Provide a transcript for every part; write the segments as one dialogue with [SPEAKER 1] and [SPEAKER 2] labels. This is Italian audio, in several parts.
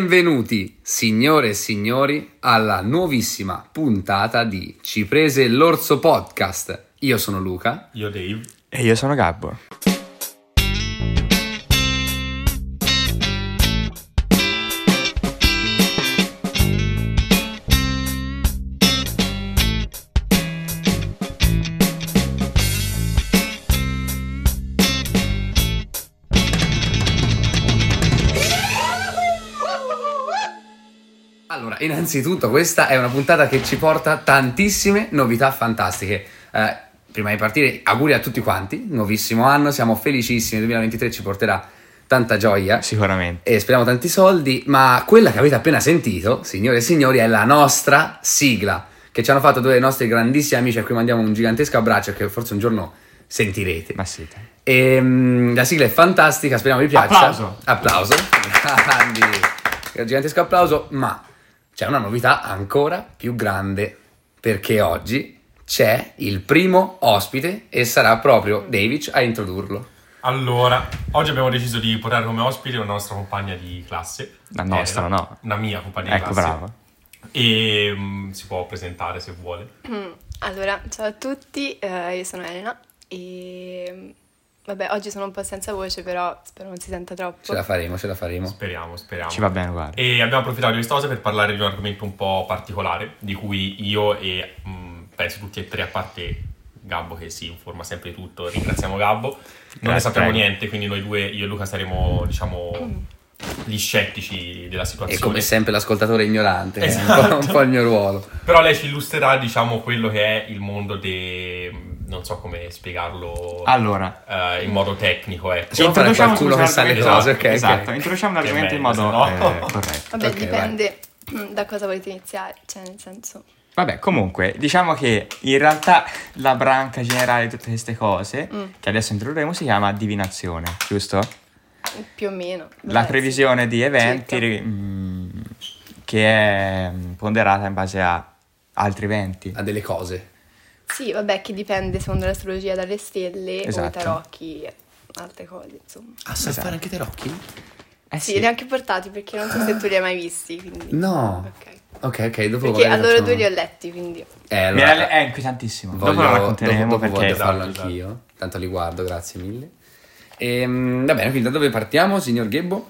[SPEAKER 1] Benvenuti, signore e signori, alla nuovissima puntata di Ci prese l'orso podcast. Io sono Luca.
[SPEAKER 2] Io Dave.
[SPEAKER 3] E io sono Gabbo.
[SPEAKER 1] Allora, innanzitutto questa è una puntata che ci porta tantissime novità fantastiche. Eh, prima di partire, auguri a tutti quanti, nuovissimo anno, siamo felicissimi, il 2023 ci porterà tanta gioia
[SPEAKER 3] Sicuramente.
[SPEAKER 1] e speriamo tanti soldi, ma quella che avete appena sentito, signore e signori, è la nostra sigla che ci hanno fatto due dei nostri grandissimi amici a cui mandiamo un gigantesco abbraccio che forse un giorno sentirete.
[SPEAKER 3] Ma sì. dai.
[SPEAKER 1] E, mm, la sigla è fantastica, speriamo vi piaccia.
[SPEAKER 2] Applauso.
[SPEAKER 1] Applauso. Grandi. Gigantesco applauso, ma c'è una novità ancora più grande perché oggi c'è il primo ospite e sarà proprio David a introdurlo.
[SPEAKER 2] Allora, oggi abbiamo deciso di portare come ospite una nostra compagna di classe.
[SPEAKER 3] La nostra,
[SPEAKER 2] Eh,
[SPEAKER 3] no.
[SPEAKER 2] Una mia compagna
[SPEAKER 3] Ecco,
[SPEAKER 2] di classe.
[SPEAKER 3] bravo.
[SPEAKER 2] E mm, si può presentare se vuole.
[SPEAKER 4] Mm, Allora, ciao a tutti, eh, io sono Elena e mm, vabbè, oggi sono un po' senza voce, però spero non si senta troppo.
[SPEAKER 3] Cioè,
[SPEAKER 1] Ce la faremo, ce la faremo.
[SPEAKER 2] Speriamo, speriamo.
[SPEAKER 3] Ci va bene, guarda.
[SPEAKER 2] E abbiamo approfittato di questa cosa per parlare di un argomento un po' particolare, di cui io e mm, penso tutti e tre, a parte Gabbo che si informa sempre di tutto, ringraziamo Gabbo, non ne
[SPEAKER 3] Grazie.
[SPEAKER 2] sappiamo niente, quindi noi due, io e Luca, saremo, diciamo, gli scettici della
[SPEAKER 1] E
[SPEAKER 2] situazione.
[SPEAKER 1] come sempre l'ascoltatore ignorante, che è un, po',
[SPEAKER 2] Esatto.
[SPEAKER 1] un po' il mio ruolo.
[SPEAKER 2] Però lei ci illustrerà, diciamo, quello che è il mondo de... non so come spiegarlo
[SPEAKER 4] Ah.
[SPEAKER 3] Allora,
[SPEAKER 2] eh, in modo tecnico, ecco.
[SPEAKER 1] Sì, Possiamo fare
[SPEAKER 3] introduciamo
[SPEAKER 1] qualcuno
[SPEAKER 3] scusa,
[SPEAKER 1] che sa le
[SPEAKER 3] l'argomento-
[SPEAKER 1] cose, ok, ok.
[SPEAKER 3] Esatto, introduciamo l'argomento in
[SPEAKER 2] meglio,
[SPEAKER 3] modo
[SPEAKER 2] se no.
[SPEAKER 3] eh, corretto.
[SPEAKER 4] Vabbè,
[SPEAKER 1] Ok, vai.
[SPEAKER 4] dipende mm, da cosa volete iniziare, cioè nel senso...
[SPEAKER 3] Vabbè, comunque, diciamo che in realtà la branca generale di tutte queste cose,
[SPEAKER 4] Mm.
[SPEAKER 3] che adesso introdurremo, si chiama divinazione, giusto?
[SPEAKER 4] Più o meno.
[SPEAKER 3] La
[SPEAKER 4] vabbè,
[SPEAKER 3] previsione
[SPEAKER 4] sì.
[SPEAKER 3] di eventi
[SPEAKER 4] Circa.
[SPEAKER 3] mm, che è mm, ponderata in base a altri eventi.
[SPEAKER 1] Ha delle cose.
[SPEAKER 4] Sì, vabbè, che dipende secondo l'astrologia dalle stelle o i
[SPEAKER 3] Esatto.
[SPEAKER 4] tarocchi e altre cose, insomma.
[SPEAKER 1] Ah, sa fare anche tarocchi?
[SPEAKER 3] Eh
[SPEAKER 4] Sì, li ho anche portati perché non so se tu li hai mai visti, quindi...
[SPEAKER 1] No.
[SPEAKER 4] Ok.
[SPEAKER 1] Ok, ok, dopo magari
[SPEAKER 4] Perché a loro
[SPEAKER 1] facciamo-
[SPEAKER 4] due li ho letti, quindi...
[SPEAKER 1] Eh,
[SPEAKER 3] Mi
[SPEAKER 1] allora,
[SPEAKER 3] era- È inquietantissimo. dopo
[SPEAKER 1] voglio-
[SPEAKER 3] lo racconteremo
[SPEAKER 1] dopo- dopo
[SPEAKER 3] perché...
[SPEAKER 1] voglio
[SPEAKER 2] Esatto,
[SPEAKER 1] farlo
[SPEAKER 2] esatto.
[SPEAKER 1] anch'io. Tanto li guardo, grazie mille. Ehm, va bene, quindi da dove partiamo, signor Ghebbo?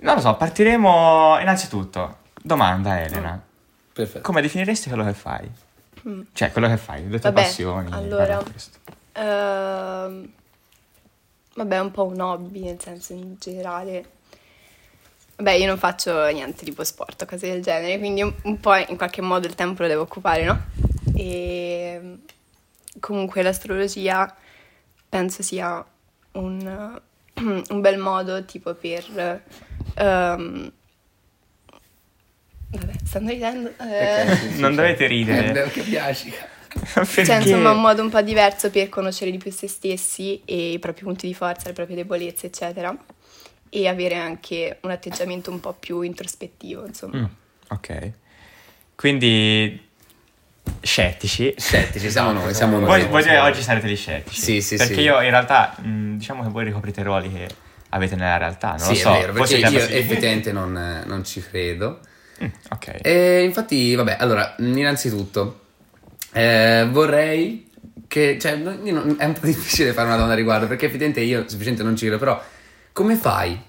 [SPEAKER 3] Non lo so, partiremo innanzitutto. Domanda Elena.
[SPEAKER 1] Perfetto.
[SPEAKER 3] Come definiresti quello che fai?
[SPEAKER 4] Mm.
[SPEAKER 3] Cioè, quello che fai, le tue
[SPEAKER 4] Vabbè,
[SPEAKER 3] passioni.
[SPEAKER 4] allora.
[SPEAKER 3] guarda questo.
[SPEAKER 4] Ehm, vabbè, è un po' un hobby, nel senso in generale. Vabbè, io non faccio niente tipo sport o cose del genere, quindi un, un po' in qualche modo il tempo lo devo occupare, no? E comunque l'astrologia penso sia un, un bel modo tipo per... ehm, vabbè, stanno ridendo. eh,
[SPEAKER 1] Ok, sì, sì,
[SPEAKER 3] non
[SPEAKER 1] sì.
[SPEAKER 3] dovete ridere.
[SPEAKER 1] Eh, che piaci.
[SPEAKER 3] Perché?
[SPEAKER 4] cioè, insomma, un modo un po' diverso per conoscere di più se stessi e i propri punti di forza, le proprie debolezze, eccetera. E avere anche un atteggiamento un po' più introspettivo, insomma.
[SPEAKER 3] Mm, ok. Quindi... Scettici.
[SPEAKER 1] Scettici, siamo noi, siamo noi.
[SPEAKER 3] Voi, voi
[SPEAKER 1] Siamo noi.
[SPEAKER 3] oggi sarete gli scettici.
[SPEAKER 1] Sì, sì,
[SPEAKER 3] Perché
[SPEAKER 1] sì.
[SPEAKER 3] io in realtà, mh, diciamo che voi ricoprite ruoli che avete nella realtà, non
[SPEAKER 1] Sì,
[SPEAKER 3] lo so.
[SPEAKER 1] è vero,
[SPEAKER 3] Voi
[SPEAKER 1] perché io
[SPEAKER 3] siete abbastanza-
[SPEAKER 1] effettivamente non, eh, non ci credo.
[SPEAKER 3] Mm, ok.
[SPEAKER 1] E Eh, infatti, vabbè, allora, mh, innanzitutto eh, vorrei che, cioè, non- io non- è un po' difficile fare una domanda a riguardo perché effettivamente io semplicemente non ci credo, però come fai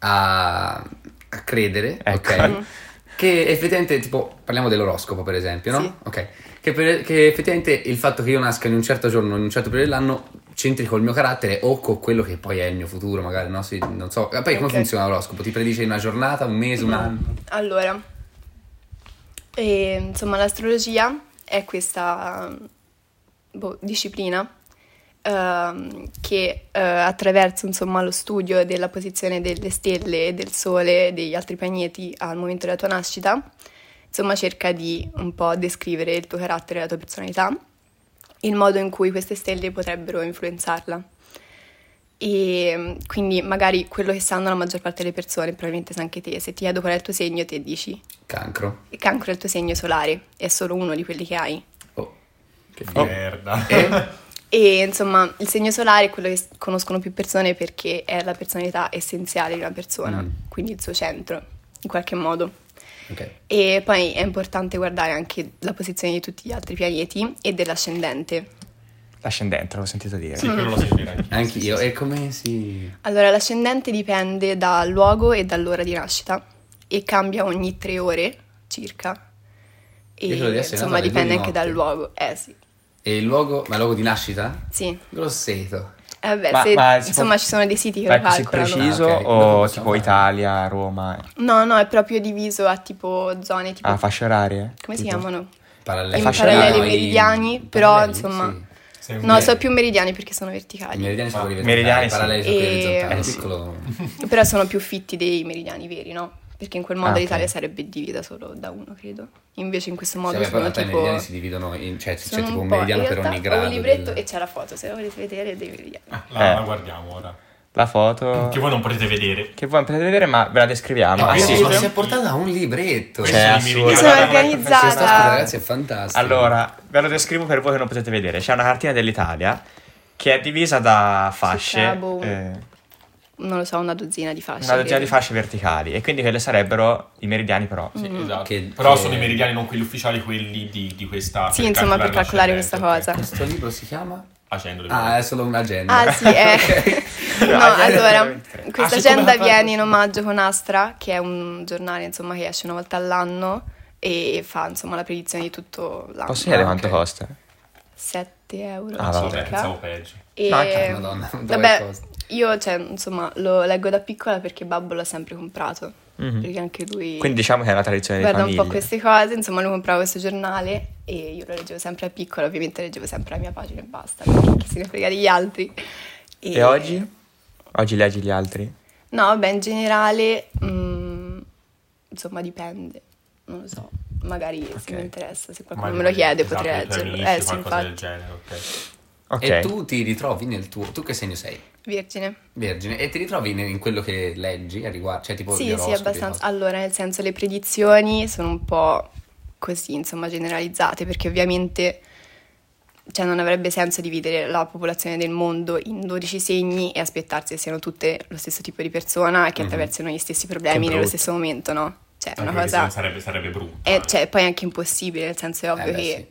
[SPEAKER 1] a, a credere,
[SPEAKER 3] Ecco.
[SPEAKER 1] ok? Che effettivamente, tipo, parliamo dell'oroscopo per esempio, no?
[SPEAKER 4] Sì.
[SPEAKER 1] Ok. Che, per- che effettivamente il fatto che io nasca in un certo giorno, in un certo periodo dell'anno, c'entri col mio carattere o con quello che poi è il mio futuro, magari, no? Sì, non so. Ah, Poi come
[SPEAKER 4] Ok.
[SPEAKER 1] funziona l'oroscopo? Ti predice una giornata, un mese, un anno?
[SPEAKER 4] Allora, e, insomma, l'astrologia è questa boh, disciplina ehm, che eh, attraverso insomma, lo studio della posizione delle stelle, del sole e degli altri pianeti al momento della tua nascita, insomma, cerca di un po' descrivere il tuo carattere, la tua personalità, il modo in cui queste stelle potrebbero influenzarla. E mm, quindi magari quello che sanno la maggior parte delle persone, probabilmente sa anche te, se ti chiedo qual è il tuo segno, te dici
[SPEAKER 1] Cancro.
[SPEAKER 4] il cancro è il tuo segno solare, è solo uno di quelli che hai.
[SPEAKER 1] Oh.
[SPEAKER 2] Che
[SPEAKER 3] Oh.
[SPEAKER 2] merda.
[SPEAKER 1] Eh?
[SPEAKER 4] E insomma, il segno solare è quello che s- conoscono più persone perché è la personalità essenziale di una persona,
[SPEAKER 1] Mm.
[SPEAKER 4] quindi il suo centro. in qualche modo.
[SPEAKER 1] Ok.
[SPEAKER 4] E poi è importante guardare anche la posizione di tutti gli altri pianeti e dell'ascendente.
[SPEAKER 3] L'ascendente, l'avevo sentito dire.
[SPEAKER 2] Sì, quello lo sentire anche.
[SPEAKER 1] Anche io, e come si...
[SPEAKER 4] Allora, l'ascendente dipende dal luogo e dall'ora di nascita e cambia ogni tre ore circa. E,
[SPEAKER 1] Io sono di Ascena,
[SPEAKER 4] insomma
[SPEAKER 1] alle due
[SPEAKER 4] dipende
[SPEAKER 1] di
[SPEAKER 4] anche dal
[SPEAKER 1] notte.
[SPEAKER 4] luogo. Eh sì,
[SPEAKER 1] E il luogo, ma il luogo di nascita?
[SPEAKER 4] sì.
[SPEAKER 1] Grosseto.
[SPEAKER 4] Eh beh,
[SPEAKER 3] Ma-
[SPEAKER 4] se-
[SPEAKER 3] ma si può-
[SPEAKER 4] insomma ci sono dei siti che
[SPEAKER 3] Ma
[SPEAKER 4] lo
[SPEAKER 3] è così
[SPEAKER 4] calcolano.
[SPEAKER 3] preciso
[SPEAKER 1] Ah, ok. Dopo
[SPEAKER 3] o
[SPEAKER 1] possiamo
[SPEAKER 3] tipo
[SPEAKER 1] fare.
[SPEAKER 3] Italia, Roma,
[SPEAKER 4] No, no, è proprio diviso a tipo zone
[SPEAKER 1] Ah,
[SPEAKER 4] tipo...
[SPEAKER 3] a Ah, fasce orarie?
[SPEAKER 4] come si
[SPEAKER 3] Tipo-
[SPEAKER 4] chiamano?
[SPEAKER 1] Paralleli.
[SPEAKER 3] I
[SPEAKER 1] Facciamo
[SPEAKER 3] paralleli
[SPEAKER 1] noi-
[SPEAKER 4] meridiani, però, insomma,
[SPEAKER 2] Sei un
[SPEAKER 4] No,
[SPEAKER 2] gay.
[SPEAKER 4] so più meridiani perché sono
[SPEAKER 1] I
[SPEAKER 4] verticali.
[SPEAKER 1] meridiani sono
[SPEAKER 2] Ma-
[SPEAKER 1] quelli
[SPEAKER 3] meridiani
[SPEAKER 1] verticali, i
[SPEAKER 3] sì.
[SPEAKER 1] paralleli sono quelli
[SPEAKER 4] E-
[SPEAKER 1] orizzontali,
[SPEAKER 3] eh,
[SPEAKER 1] un
[SPEAKER 3] sì.
[SPEAKER 1] piccolo... Cioè,
[SPEAKER 4] Però sono più fitti dei meridiani veri, no? Perché in quel modo
[SPEAKER 3] Ah, ok.
[SPEAKER 4] l'Italia sarebbe divisa solo da uno, credo. Invece in questo
[SPEAKER 1] Sì,
[SPEAKER 4] modo
[SPEAKER 1] vabbè, però in
[SPEAKER 4] sono
[SPEAKER 1] realtà i
[SPEAKER 4] tipo...
[SPEAKER 1] meridiani si dividono, in, cioè c'è
[SPEAKER 4] sono
[SPEAKER 1] tipo un
[SPEAKER 4] po'-
[SPEAKER 1] meridiano
[SPEAKER 4] in
[SPEAKER 1] per ogni
[SPEAKER 4] realtà
[SPEAKER 1] grado.
[SPEAKER 4] Ho un libretto
[SPEAKER 1] del- Ah.
[SPEAKER 4] e c'è la foto, se la volete vedere, è dei meridiani.
[SPEAKER 2] La,
[SPEAKER 3] Eh.
[SPEAKER 2] la guardiamo ora.
[SPEAKER 3] La foto
[SPEAKER 2] Che voi non potete vedere.
[SPEAKER 3] che voi potete vedere, ma ve la descriviamo.
[SPEAKER 1] No,
[SPEAKER 3] ah,
[SPEAKER 1] io
[SPEAKER 3] sì.
[SPEAKER 1] sono- si è
[SPEAKER 4] Cioè,
[SPEAKER 1] portata un libretto.
[SPEAKER 3] Cioè,
[SPEAKER 2] Sono i
[SPEAKER 3] assurdo.
[SPEAKER 2] meridiani.
[SPEAKER 4] Mi sono
[SPEAKER 2] Guarda,
[SPEAKER 4] organizzata.
[SPEAKER 1] Questa scusa, ragazzi, è fantastica.
[SPEAKER 3] Allora, ve lo descrivo per voi che non potete vedere. C'è una cartina dell'Italia che è divisa da fasce,
[SPEAKER 4] Sì, boh.
[SPEAKER 3] eh,
[SPEAKER 4] Non lo so, una dozzina di fasce.
[SPEAKER 3] una dozzina
[SPEAKER 4] credo.
[SPEAKER 3] di fasce verticali, e quindi quelle sarebbero i meridiani, però.
[SPEAKER 4] Mm.
[SPEAKER 2] Sì, esatto.
[SPEAKER 1] Che-
[SPEAKER 2] Però
[SPEAKER 1] che-
[SPEAKER 2] sono i meridiani, non quelli ufficiali, quelli di, di questa.
[SPEAKER 4] Sì, insomma, per calcolare questa
[SPEAKER 2] l'ascendente,
[SPEAKER 4] cosa.
[SPEAKER 2] ok.
[SPEAKER 1] Questo libro si chiama?
[SPEAKER 2] Facendoli
[SPEAKER 1] Ah,
[SPEAKER 2] vedere.
[SPEAKER 1] è solo un'agenda.
[SPEAKER 4] Ah sì, eh. no,
[SPEAKER 3] Ah,
[SPEAKER 4] allora,
[SPEAKER 3] veramente.
[SPEAKER 4] questa
[SPEAKER 2] Ah, sì, come
[SPEAKER 4] agenda
[SPEAKER 2] la fai?
[SPEAKER 4] viene in omaggio con Astra, che è un giornale insomma che esce una volta all'anno e fa insomma la predizione di tutto l'anno.
[SPEAKER 3] Posso chiedere
[SPEAKER 1] Ah,
[SPEAKER 3] quanto
[SPEAKER 1] ok.
[SPEAKER 3] costa?
[SPEAKER 4] 7 euro
[SPEAKER 3] Ah,
[SPEAKER 2] Sì,
[SPEAKER 3] vabbè,
[SPEAKER 4] circa.
[SPEAKER 2] pensavo peggio.
[SPEAKER 4] E...
[SPEAKER 3] No, anche-
[SPEAKER 1] Madonna, dov'è
[SPEAKER 4] vabbè,
[SPEAKER 1] costa?
[SPEAKER 4] io cioè, insomma, lo leggo da piccola perché babbo l'ha sempre comprato, perché anche lui
[SPEAKER 3] Mhm. Quindi diciamo che è una tradizione di
[SPEAKER 4] guarda
[SPEAKER 3] famiglia.
[SPEAKER 4] un po' queste cose, insomma lui comprava questo giornale e io lo leggevo sempre a piccola, ovviamente leggevo sempre la mia pagina e basta, perché chi se ne frega degli altri.
[SPEAKER 3] E oggi? Oggi leggi gli altri?
[SPEAKER 4] No, vabbè, in generale, mm, insomma, dipende. Non lo so, magari se
[SPEAKER 3] Ok.
[SPEAKER 4] mi interessa, se qualcuno
[SPEAKER 2] Magari-
[SPEAKER 4] me lo chiede
[SPEAKER 2] esatto,
[SPEAKER 4] potrei
[SPEAKER 2] i tuoi
[SPEAKER 4] leggerlo.
[SPEAKER 2] amici,
[SPEAKER 4] Eh sì,
[SPEAKER 2] qualcosa del
[SPEAKER 4] infatti,
[SPEAKER 2] genere, ok.
[SPEAKER 3] Ok.
[SPEAKER 1] E tu ti ritrovi nel tuo... Tu che segno sei?
[SPEAKER 4] Virgine.
[SPEAKER 1] Vergine. E ti ritrovi nel- in quello che leggi a riguardo? Cioè, tipo
[SPEAKER 2] Boh,
[SPEAKER 1] gli
[SPEAKER 4] Sì, sì,
[SPEAKER 1] oroscopi,
[SPEAKER 4] abbastanza.
[SPEAKER 1] no?
[SPEAKER 4] Allora, nel senso, le predizioni sono un po' così, insomma, generalizzate, perché ovviamente cioè, non avrebbe senso dividere la popolazione del mondo in 12 segni e aspettarsi che siano tutte lo stesso tipo di persona e che attraversino gli stessi problemi nello
[SPEAKER 1] brutto.
[SPEAKER 4] stesso momento, no? Cioè, è una
[SPEAKER 2] Mhm. Anche perché se no
[SPEAKER 4] cosa...
[SPEAKER 2] Sarebbe, sarebbe brutto. Esatto,
[SPEAKER 4] E cioè, poi è anche impossibile, nel senso è
[SPEAKER 1] Eh,
[SPEAKER 4] ovvio
[SPEAKER 1] beh,
[SPEAKER 4] che
[SPEAKER 1] sì.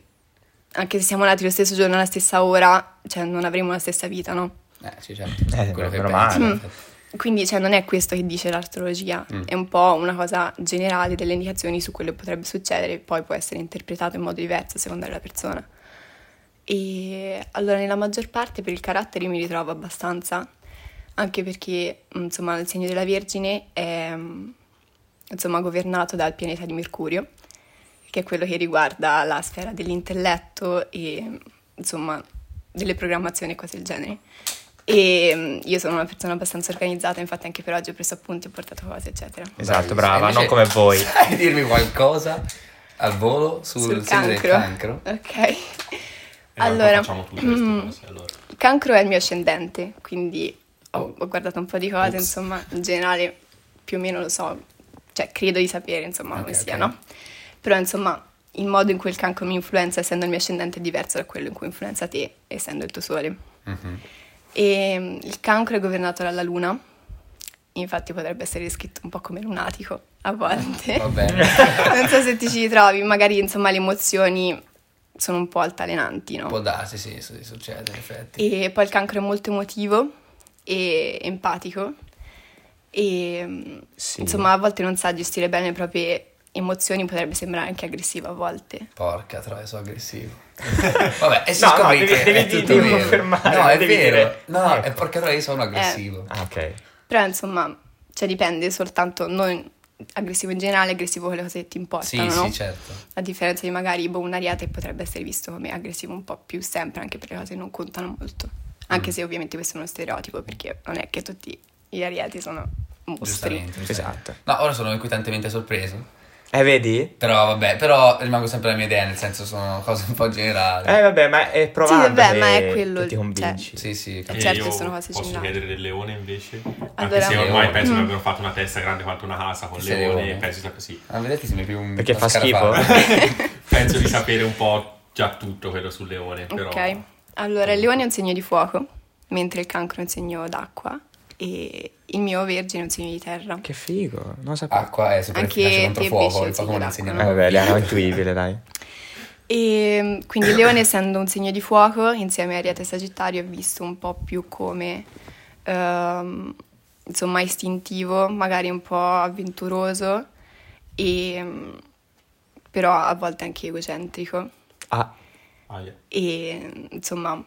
[SPEAKER 4] anche se siamo nati lo stesso giorno alla stessa ora, cioè non avremo la stessa vita, no?
[SPEAKER 1] Eh, sì, certo.
[SPEAKER 3] Eh,
[SPEAKER 1] quello che
[SPEAKER 3] meno
[SPEAKER 1] pensi. Esatto,
[SPEAKER 4] Mm.
[SPEAKER 3] male.
[SPEAKER 1] in effetti.
[SPEAKER 4] Quindi cioè, non è questo che dice l'astrologia,
[SPEAKER 1] Mm.
[SPEAKER 4] è un po' una cosa generale delle indicazioni su quello che potrebbe succedere, poi può essere interpretato in modo diverso a seconda della persona. E allora nella maggior parte per il carattere io mi ritrovo abbastanza, anche perché insomma il segno della Vergine è insomma governato dal pianeta di Mercurio, che è quello che riguarda la sfera dell'intelletto e insomma delle programmazioni e cose del genere. E mm, io sono una persona abbastanza organizzata, infatti anche per oggi ho preso appunti, ho portato cose, eccetera.
[SPEAKER 1] Bravissimo.
[SPEAKER 3] Esatto, brava,
[SPEAKER 1] Invece-
[SPEAKER 3] non come voi.
[SPEAKER 1] Sai dirmi qualcosa al volo sul,
[SPEAKER 4] Sul
[SPEAKER 1] segno del
[SPEAKER 4] cancro.
[SPEAKER 1] cancro?
[SPEAKER 4] Ok.
[SPEAKER 2] E allora
[SPEAKER 4] allora, mm,
[SPEAKER 2] facciamo tutte queste cose, allora.
[SPEAKER 4] Il cancro è il mio ascendente, quindi ho, ho guardato un po' di cose, insomma, in generale più o meno lo so, cioè credo di sapere, insomma, come
[SPEAKER 1] Ok,
[SPEAKER 4] sia,
[SPEAKER 1] ok.
[SPEAKER 4] no? Però, insomma, il modo in cui il cancro mi influenza, essendo il mio ascendente, è diverso da quello in cui influenza te, essendo il tuo sole. E mm, il cancro è governato dalla luna, infatti potrebbe essere descritto un po' come lunatico a volte.
[SPEAKER 1] Va bene.
[SPEAKER 4] non so se ti ci ritrovi, magari, insomma, le emozioni sono un po' altalenanti, no?
[SPEAKER 1] Può darsi, sì, sì, succede in effetti.
[SPEAKER 4] E poi il cancro è molto emotivo e empatico e mm,
[SPEAKER 3] Sì.
[SPEAKER 4] insomma a volte non sa gestire bene le proprie emozioni, potrebbe sembrare anche aggressivo a volte.
[SPEAKER 1] Porca troia, sono aggressivo. Vabbè, e si
[SPEAKER 3] No, no,
[SPEAKER 1] scopre
[SPEAKER 3] devi-
[SPEAKER 1] che
[SPEAKER 3] devi
[SPEAKER 1] è
[SPEAKER 3] di-
[SPEAKER 1] tutto
[SPEAKER 3] devi
[SPEAKER 1] vero.
[SPEAKER 3] confermare,
[SPEAKER 1] No, è
[SPEAKER 3] devi
[SPEAKER 1] vero.
[SPEAKER 3] dire-
[SPEAKER 1] No,
[SPEAKER 3] Ecco.
[SPEAKER 1] è porca troia, io sono aggressivo.
[SPEAKER 4] Eh,
[SPEAKER 3] Ah, ok.
[SPEAKER 4] Però insomma, cioè dipende soltanto, non aggressivo in generale, aggressivo con le cose che ti
[SPEAKER 1] sì,
[SPEAKER 4] importano, no?
[SPEAKER 1] sì, certo.
[SPEAKER 4] A differenza di magari boh, un ariete potrebbe essere visto come aggressivo un po' più sempre, anche per le cose che non contano molto. Anche
[SPEAKER 1] Mm.
[SPEAKER 4] se ovviamente questo è uno stereotipo, perché non è che tutti gli arieti sono mostri.
[SPEAKER 1] Giustamente, giustamente.
[SPEAKER 3] Esatto.
[SPEAKER 1] No, ora sono inquietantemente sorpreso.
[SPEAKER 3] Eh, vedi?
[SPEAKER 1] Però vabbè, però rimango sempre alla mia idea, nel senso sono cose un po' generali.
[SPEAKER 3] Eh, vabbè, ma è provando
[SPEAKER 4] vabbè,
[SPEAKER 3] che-
[SPEAKER 4] ma è quello,
[SPEAKER 3] che ti
[SPEAKER 4] cioè-
[SPEAKER 3] convinci.
[SPEAKER 1] Sì, sì,
[SPEAKER 2] E
[SPEAKER 1] capisco.
[SPEAKER 4] Certo,
[SPEAKER 2] Eh, io
[SPEAKER 4] sono cose
[SPEAKER 2] Posso
[SPEAKER 4] similari.
[SPEAKER 2] chiedere del leone invece? Anche
[SPEAKER 4] Allora- Mm.
[SPEAKER 2] se ormai
[SPEAKER 1] Leone.
[SPEAKER 2] penso che abbiano fatto una testa grande quanto una casa con
[SPEAKER 1] Sei
[SPEAKER 2] leone,
[SPEAKER 1] leone?
[SPEAKER 2] penso sia così.
[SPEAKER 1] Ah, vedete, sembra più un
[SPEAKER 3] Perché
[SPEAKER 1] uno
[SPEAKER 3] fa schifo?
[SPEAKER 1] scarafale.
[SPEAKER 2] Penso di sapere un po' già tutto quello sul leone, però...
[SPEAKER 4] Ok, allora il leone è un segno di fuoco, mentre il cancro è un segno d'acqua. e il mio vergine è un segno di terra.
[SPEAKER 3] Che figo, non lo sapevo.
[SPEAKER 1] Acqua eh. è super
[SPEAKER 4] Anche
[SPEAKER 1] efficace contro
[SPEAKER 4] te,
[SPEAKER 1] fuoco,
[SPEAKER 4] pesce,
[SPEAKER 1] il Pokémon
[SPEAKER 4] sì,
[SPEAKER 1] insegna.
[SPEAKER 3] Eh,
[SPEAKER 4] l'acqua,
[SPEAKER 3] vabbè, Liana, è intuibile, dai.
[SPEAKER 4] E mm, quindi il leone, essendo un segno di fuoco, insieme a Ariete e Sagittario, è visto un po' più come ehm, insomma istintivo, magari un po' avventuroso, e, mm, però a volte anche egocentrico.
[SPEAKER 3] Ah,
[SPEAKER 2] Aia.
[SPEAKER 4] E insomma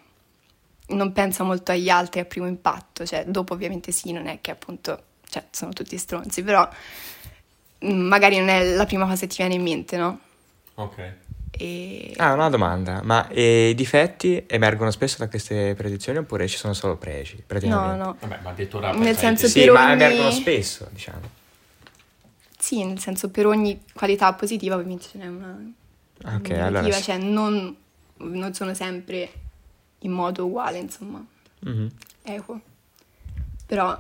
[SPEAKER 4] non pensa molto agli altri a primo impatto, cioè dopo ovviamente sì, non è che appunto cioè, sono tutti stronzi, però mm, magari non è la prima cosa che ti viene in mente, no?
[SPEAKER 2] Ok.
[SPEAKER 4] E...
[SPEAKER 3] ah, una domanda. Ma eh, i difetti emergono spesso da queste predizioni oppure ci sono solo pregi?
[SPEAKER 4] no,
[SPEAKER 3] praticamente?
[SPEAKER 4] no.
[SPEAKER 2] Vabbè, ma ha detto cioè, ora...
[SPEAKER 4] Nel
[SPEAKER 2] pensa ai
[SPEAKER 4] senso
[SPEAKER 2] testi.
[SPEAKER 3] Sì,
[SPEAKER 4] per
[SPEAKER 3] ma
[SPEAKER 4] ogni-
[SPEAKER 3] emergono spesso, diciamo.
[SPEAKER 4] Sì, nel senso per ogni qualità positiva ovviamente ce n'è una
[SPEAKER 3] Ah, Ok,
[SPEAKER 4] negativa,
[SPEAKER 3] allora... sì.
[SPEAKER 4] cioè non, non sono sempre in modo uguale, insomma,
[SPEAKER 3] Mhm.
[SPEAKER 4] equo. Però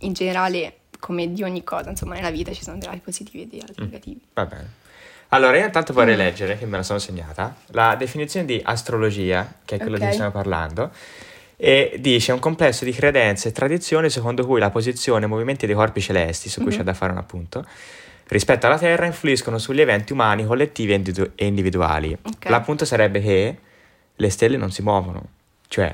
[SPEAKER 4] in generale, come di ogni cosa, insomma, nella vita ci sono dei lati positivi e dei
[SPEAKER 3] Mm.
[SPEAKER 4] lati negativi.
[SPEAKER 3] Va bene. Allora, io intanto vorrei
[SPEAKER 4] Mm.
[SPEAKER 3] leggere, che me la sono segnata, la definizione di astrologia, che è quello di
[SPEAKER 4] Ok.
[SPEAKER 3] cui stiamo parlando, e dice un complesso di credenze e tradizioni secondo cui la posizione e i movimenti dei corpi celesti, su cui
[SPEAKER 4] Mhm.
[SPEAKER 3] c'è da fare un appunto, rispetto alla Terra influiscono sugli eventi umani, collettivi e, individu- e individuali.
[SPEAKER 4] Ok.
[SPEAKER 3] L'appunto sarebbe che le stelle non si muovono, cioè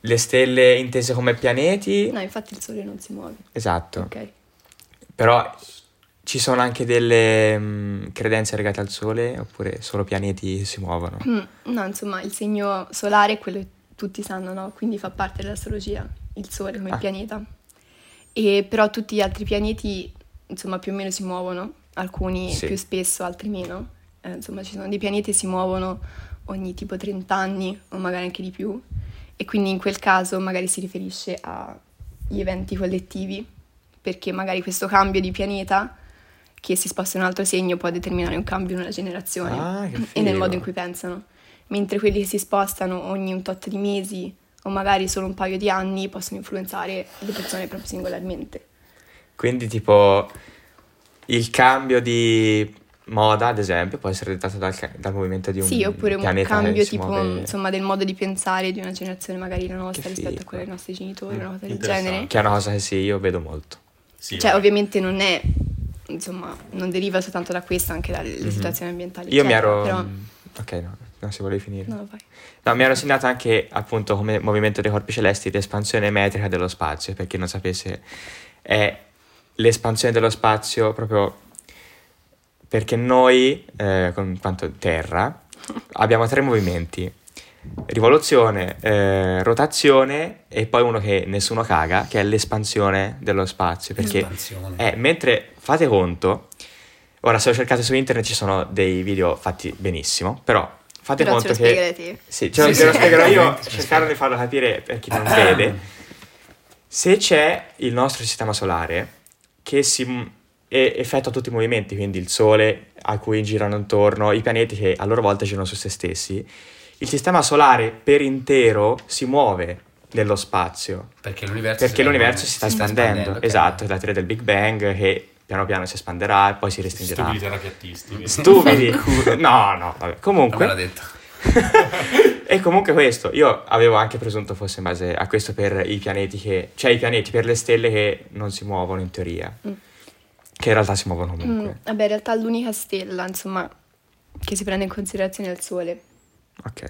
[SPEAKER 3] le stelle intese come pianeti,
[SPEAKER 4] No, infatti il sole non si muove.
[SPEAKER 3] esatto,
[SPEAKER 4] Ok.
[SPEAKER 3] però ci sono anche delle mh, credenze legate al Sole oppure solo pianeti che si muovono?
[SPEAKER 4] Mm, No, insomma, il segno solare è quello che tutti sanno, no? Quindi fa parte dell'astrologia, il Sole come
[SPEAKER 3] Ah.
[SPEAKER 4] pianeta. E però tutti gli altri pianeti, insomma, più o meno si muovono, alcuni
[SPEAKER 3] Sì.
[SPEAKER 4] più spesso, altri meno. Eh, insomma, ci sono dei pianeti che si muovono ogni tipo 30 anni o magari anche di più. E quindi in quel caso magari si riferisce agli eventi collettivi, perché magari questo cambio di pianeta che si sposta in un altro segno può determinare un cambio in una generazione
[SPEAKER 3] Ah, che
[SPEAKER 4] e nel
[SPEAKER 3] figo.
[SPEAKER 4] modo in cui pensano. Mentre quelli che si spostano ogni un tot di mesi o magari solo un paio di anni possono influenzare le persone proprio singolarmente.
[SPEAKER 3] Quindi tipo il cambio di moda, ad esempio, può essere dettato dal, ca- dal movimento di un
[SPEAKER 4] sì, oppure un
[SPEAKER 3] pianeta che
[SPEAKER 4] cambio
[SPEAKER 3] si
[SPEAKER 4] tipo
[SPEAKER 3] muove-
[SPEAKER 4] insomma, del modo di pensare di una generazione, magari la nostra,
[SPEAKER 3] Che
[SPEAKER 4] rispetto a
[SPEAKER 3] figo.
[SPEAKER 4] quella dei nostri genitori,
[SPEAKER 2] Mm,
[SPEAKER 4] una cosa del
[SPEAKER 2] interessante.
[SPEAKER 4] genere.
[SPEAKER 3] Che è una cosa che sì, io vedo molto.
[SPEAKER 2] Sì,
[SPEAKER 4] Cioè,
[SPEAKER 2] vabbè.
[SPEAKER 4] ovviamente non è, insomma, non deriva soltanto da questo, anche dalle situazioni ambientali.
[SPEAKER 3] Mhm. Io mi
[SPEAKER 4] eccetera,
[SPEAKER 3] ero...
[SPEAKER 4] Certo,
[SPEAKER 3] Ok,
[SPEAKER 4] Però,
[SPEAKER 3] no, non si vuole finire.
[SPEAKER 4] non lo fai.
[SPEAKER 3] No, mi ero segnato anche appunto come movimento dei corpi celesti l'espansione metrica dello spazio, per chi non sapesse, è l'espansione dello spazio proprio perché noi, eh, con quanto Terra, abbiamo tre movimenti, rivoluzione, eh, rotazione e poi uno che nessuno caga, che è l'espansione dello spazio, perché
[SPEAKER 1] Espansione.
[SPEAKER 3] eh, mentre fate conto, ora se lo cercate su internet ci sono dei video fatti benissimo, però fate
[SPEAKER 4] Però ce
[SPEAKER 3] conto
[SPEAKER 4] lo
[SPEAKER 3] che...
[SPEAKER 4] spiegherai te.
[SPEAKER 3] Sì, ce lo,
[SPEAKER 1] Sì,
[SPEAKER 3] te lo
[SPEAKER 1] sì,
[SPEAKER 3] spiegherò io,
[SPEAKER 1] ovviamente.
[SPEAKER 3] cercando di farlo capire per chi non vede. Se c'è il nostro sistema solare che si m- e- effettua tutti i movimenti, quindi il Sole a cui girano intorno, i pianeti che a loro volta girano su se stessi, il sistema solare per intero si muove nello spazio
[SPEAKER 1] Perché l'universo,
[SPEAKER 3] perché
[SPEAKER 1] si-
[SPEAKER 3] l'universo si sta espandendo.
[SPEAKER 1] ecco. ok.
[SPEAKER 3] Esatto, è la teoria del Big Bang che piano piano si espanderà e poi si restringerà.
[SPEAKER 2] Stupidi terapiattisti. vedi?
[SPEAKER 3] Stupidi! no, no, vabbè.
[SPEAKER 1] Vabbè, l'ha
[SPEAKER 3] Comunque,
[SPEAKER 1] detto.
[SPEAKER 3] e comunque questo, io avevo anche presunto fosse in base a questo per i pianeti che, cioè i pianeti per le stelle che non si muovono in teoria, che in realtà si muovono
[SPEAKER 4] Mm,
[SPEAKER 3] comunque.
[SPEAKER 4] vabbè, in realtà l'unica stella, insomma, che si prende in considerazione è il Sole. Mm.
[SPEAKER 3] Ok.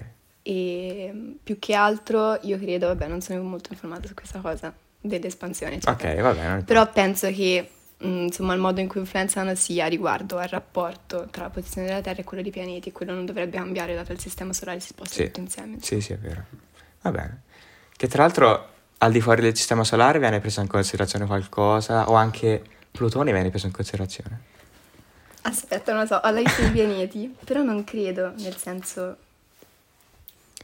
[SPEAKER 4] E mm, più che altro io credo, vabbè, non sono molto informata su questa cosa dell'espansione. eccetera.
[SPEAKER 3] Ok, va bene.
[SPEAKER 4] Però penso che mm, insomma il modo in cui influenzano sia riguardo al rapporto tra la posizione della Terra e quello dei pianeti, quello non dovrebbe cambiare dato che il sistema solare si sposta
[SPEAKER 3] Sì.
[SPEAKER 4] tutto insieme.
[SPEAKER 3] Sì, sì, è vero. Va bene. Che tra l'altro al di fuori del sistema solare viene preso in considerazione qualcosa o anche Plutone viene preso in considerazione.
[SPEAKER 4] Aspetta, non lo so, ho la lista dei pianeti, però non credo, nel senso...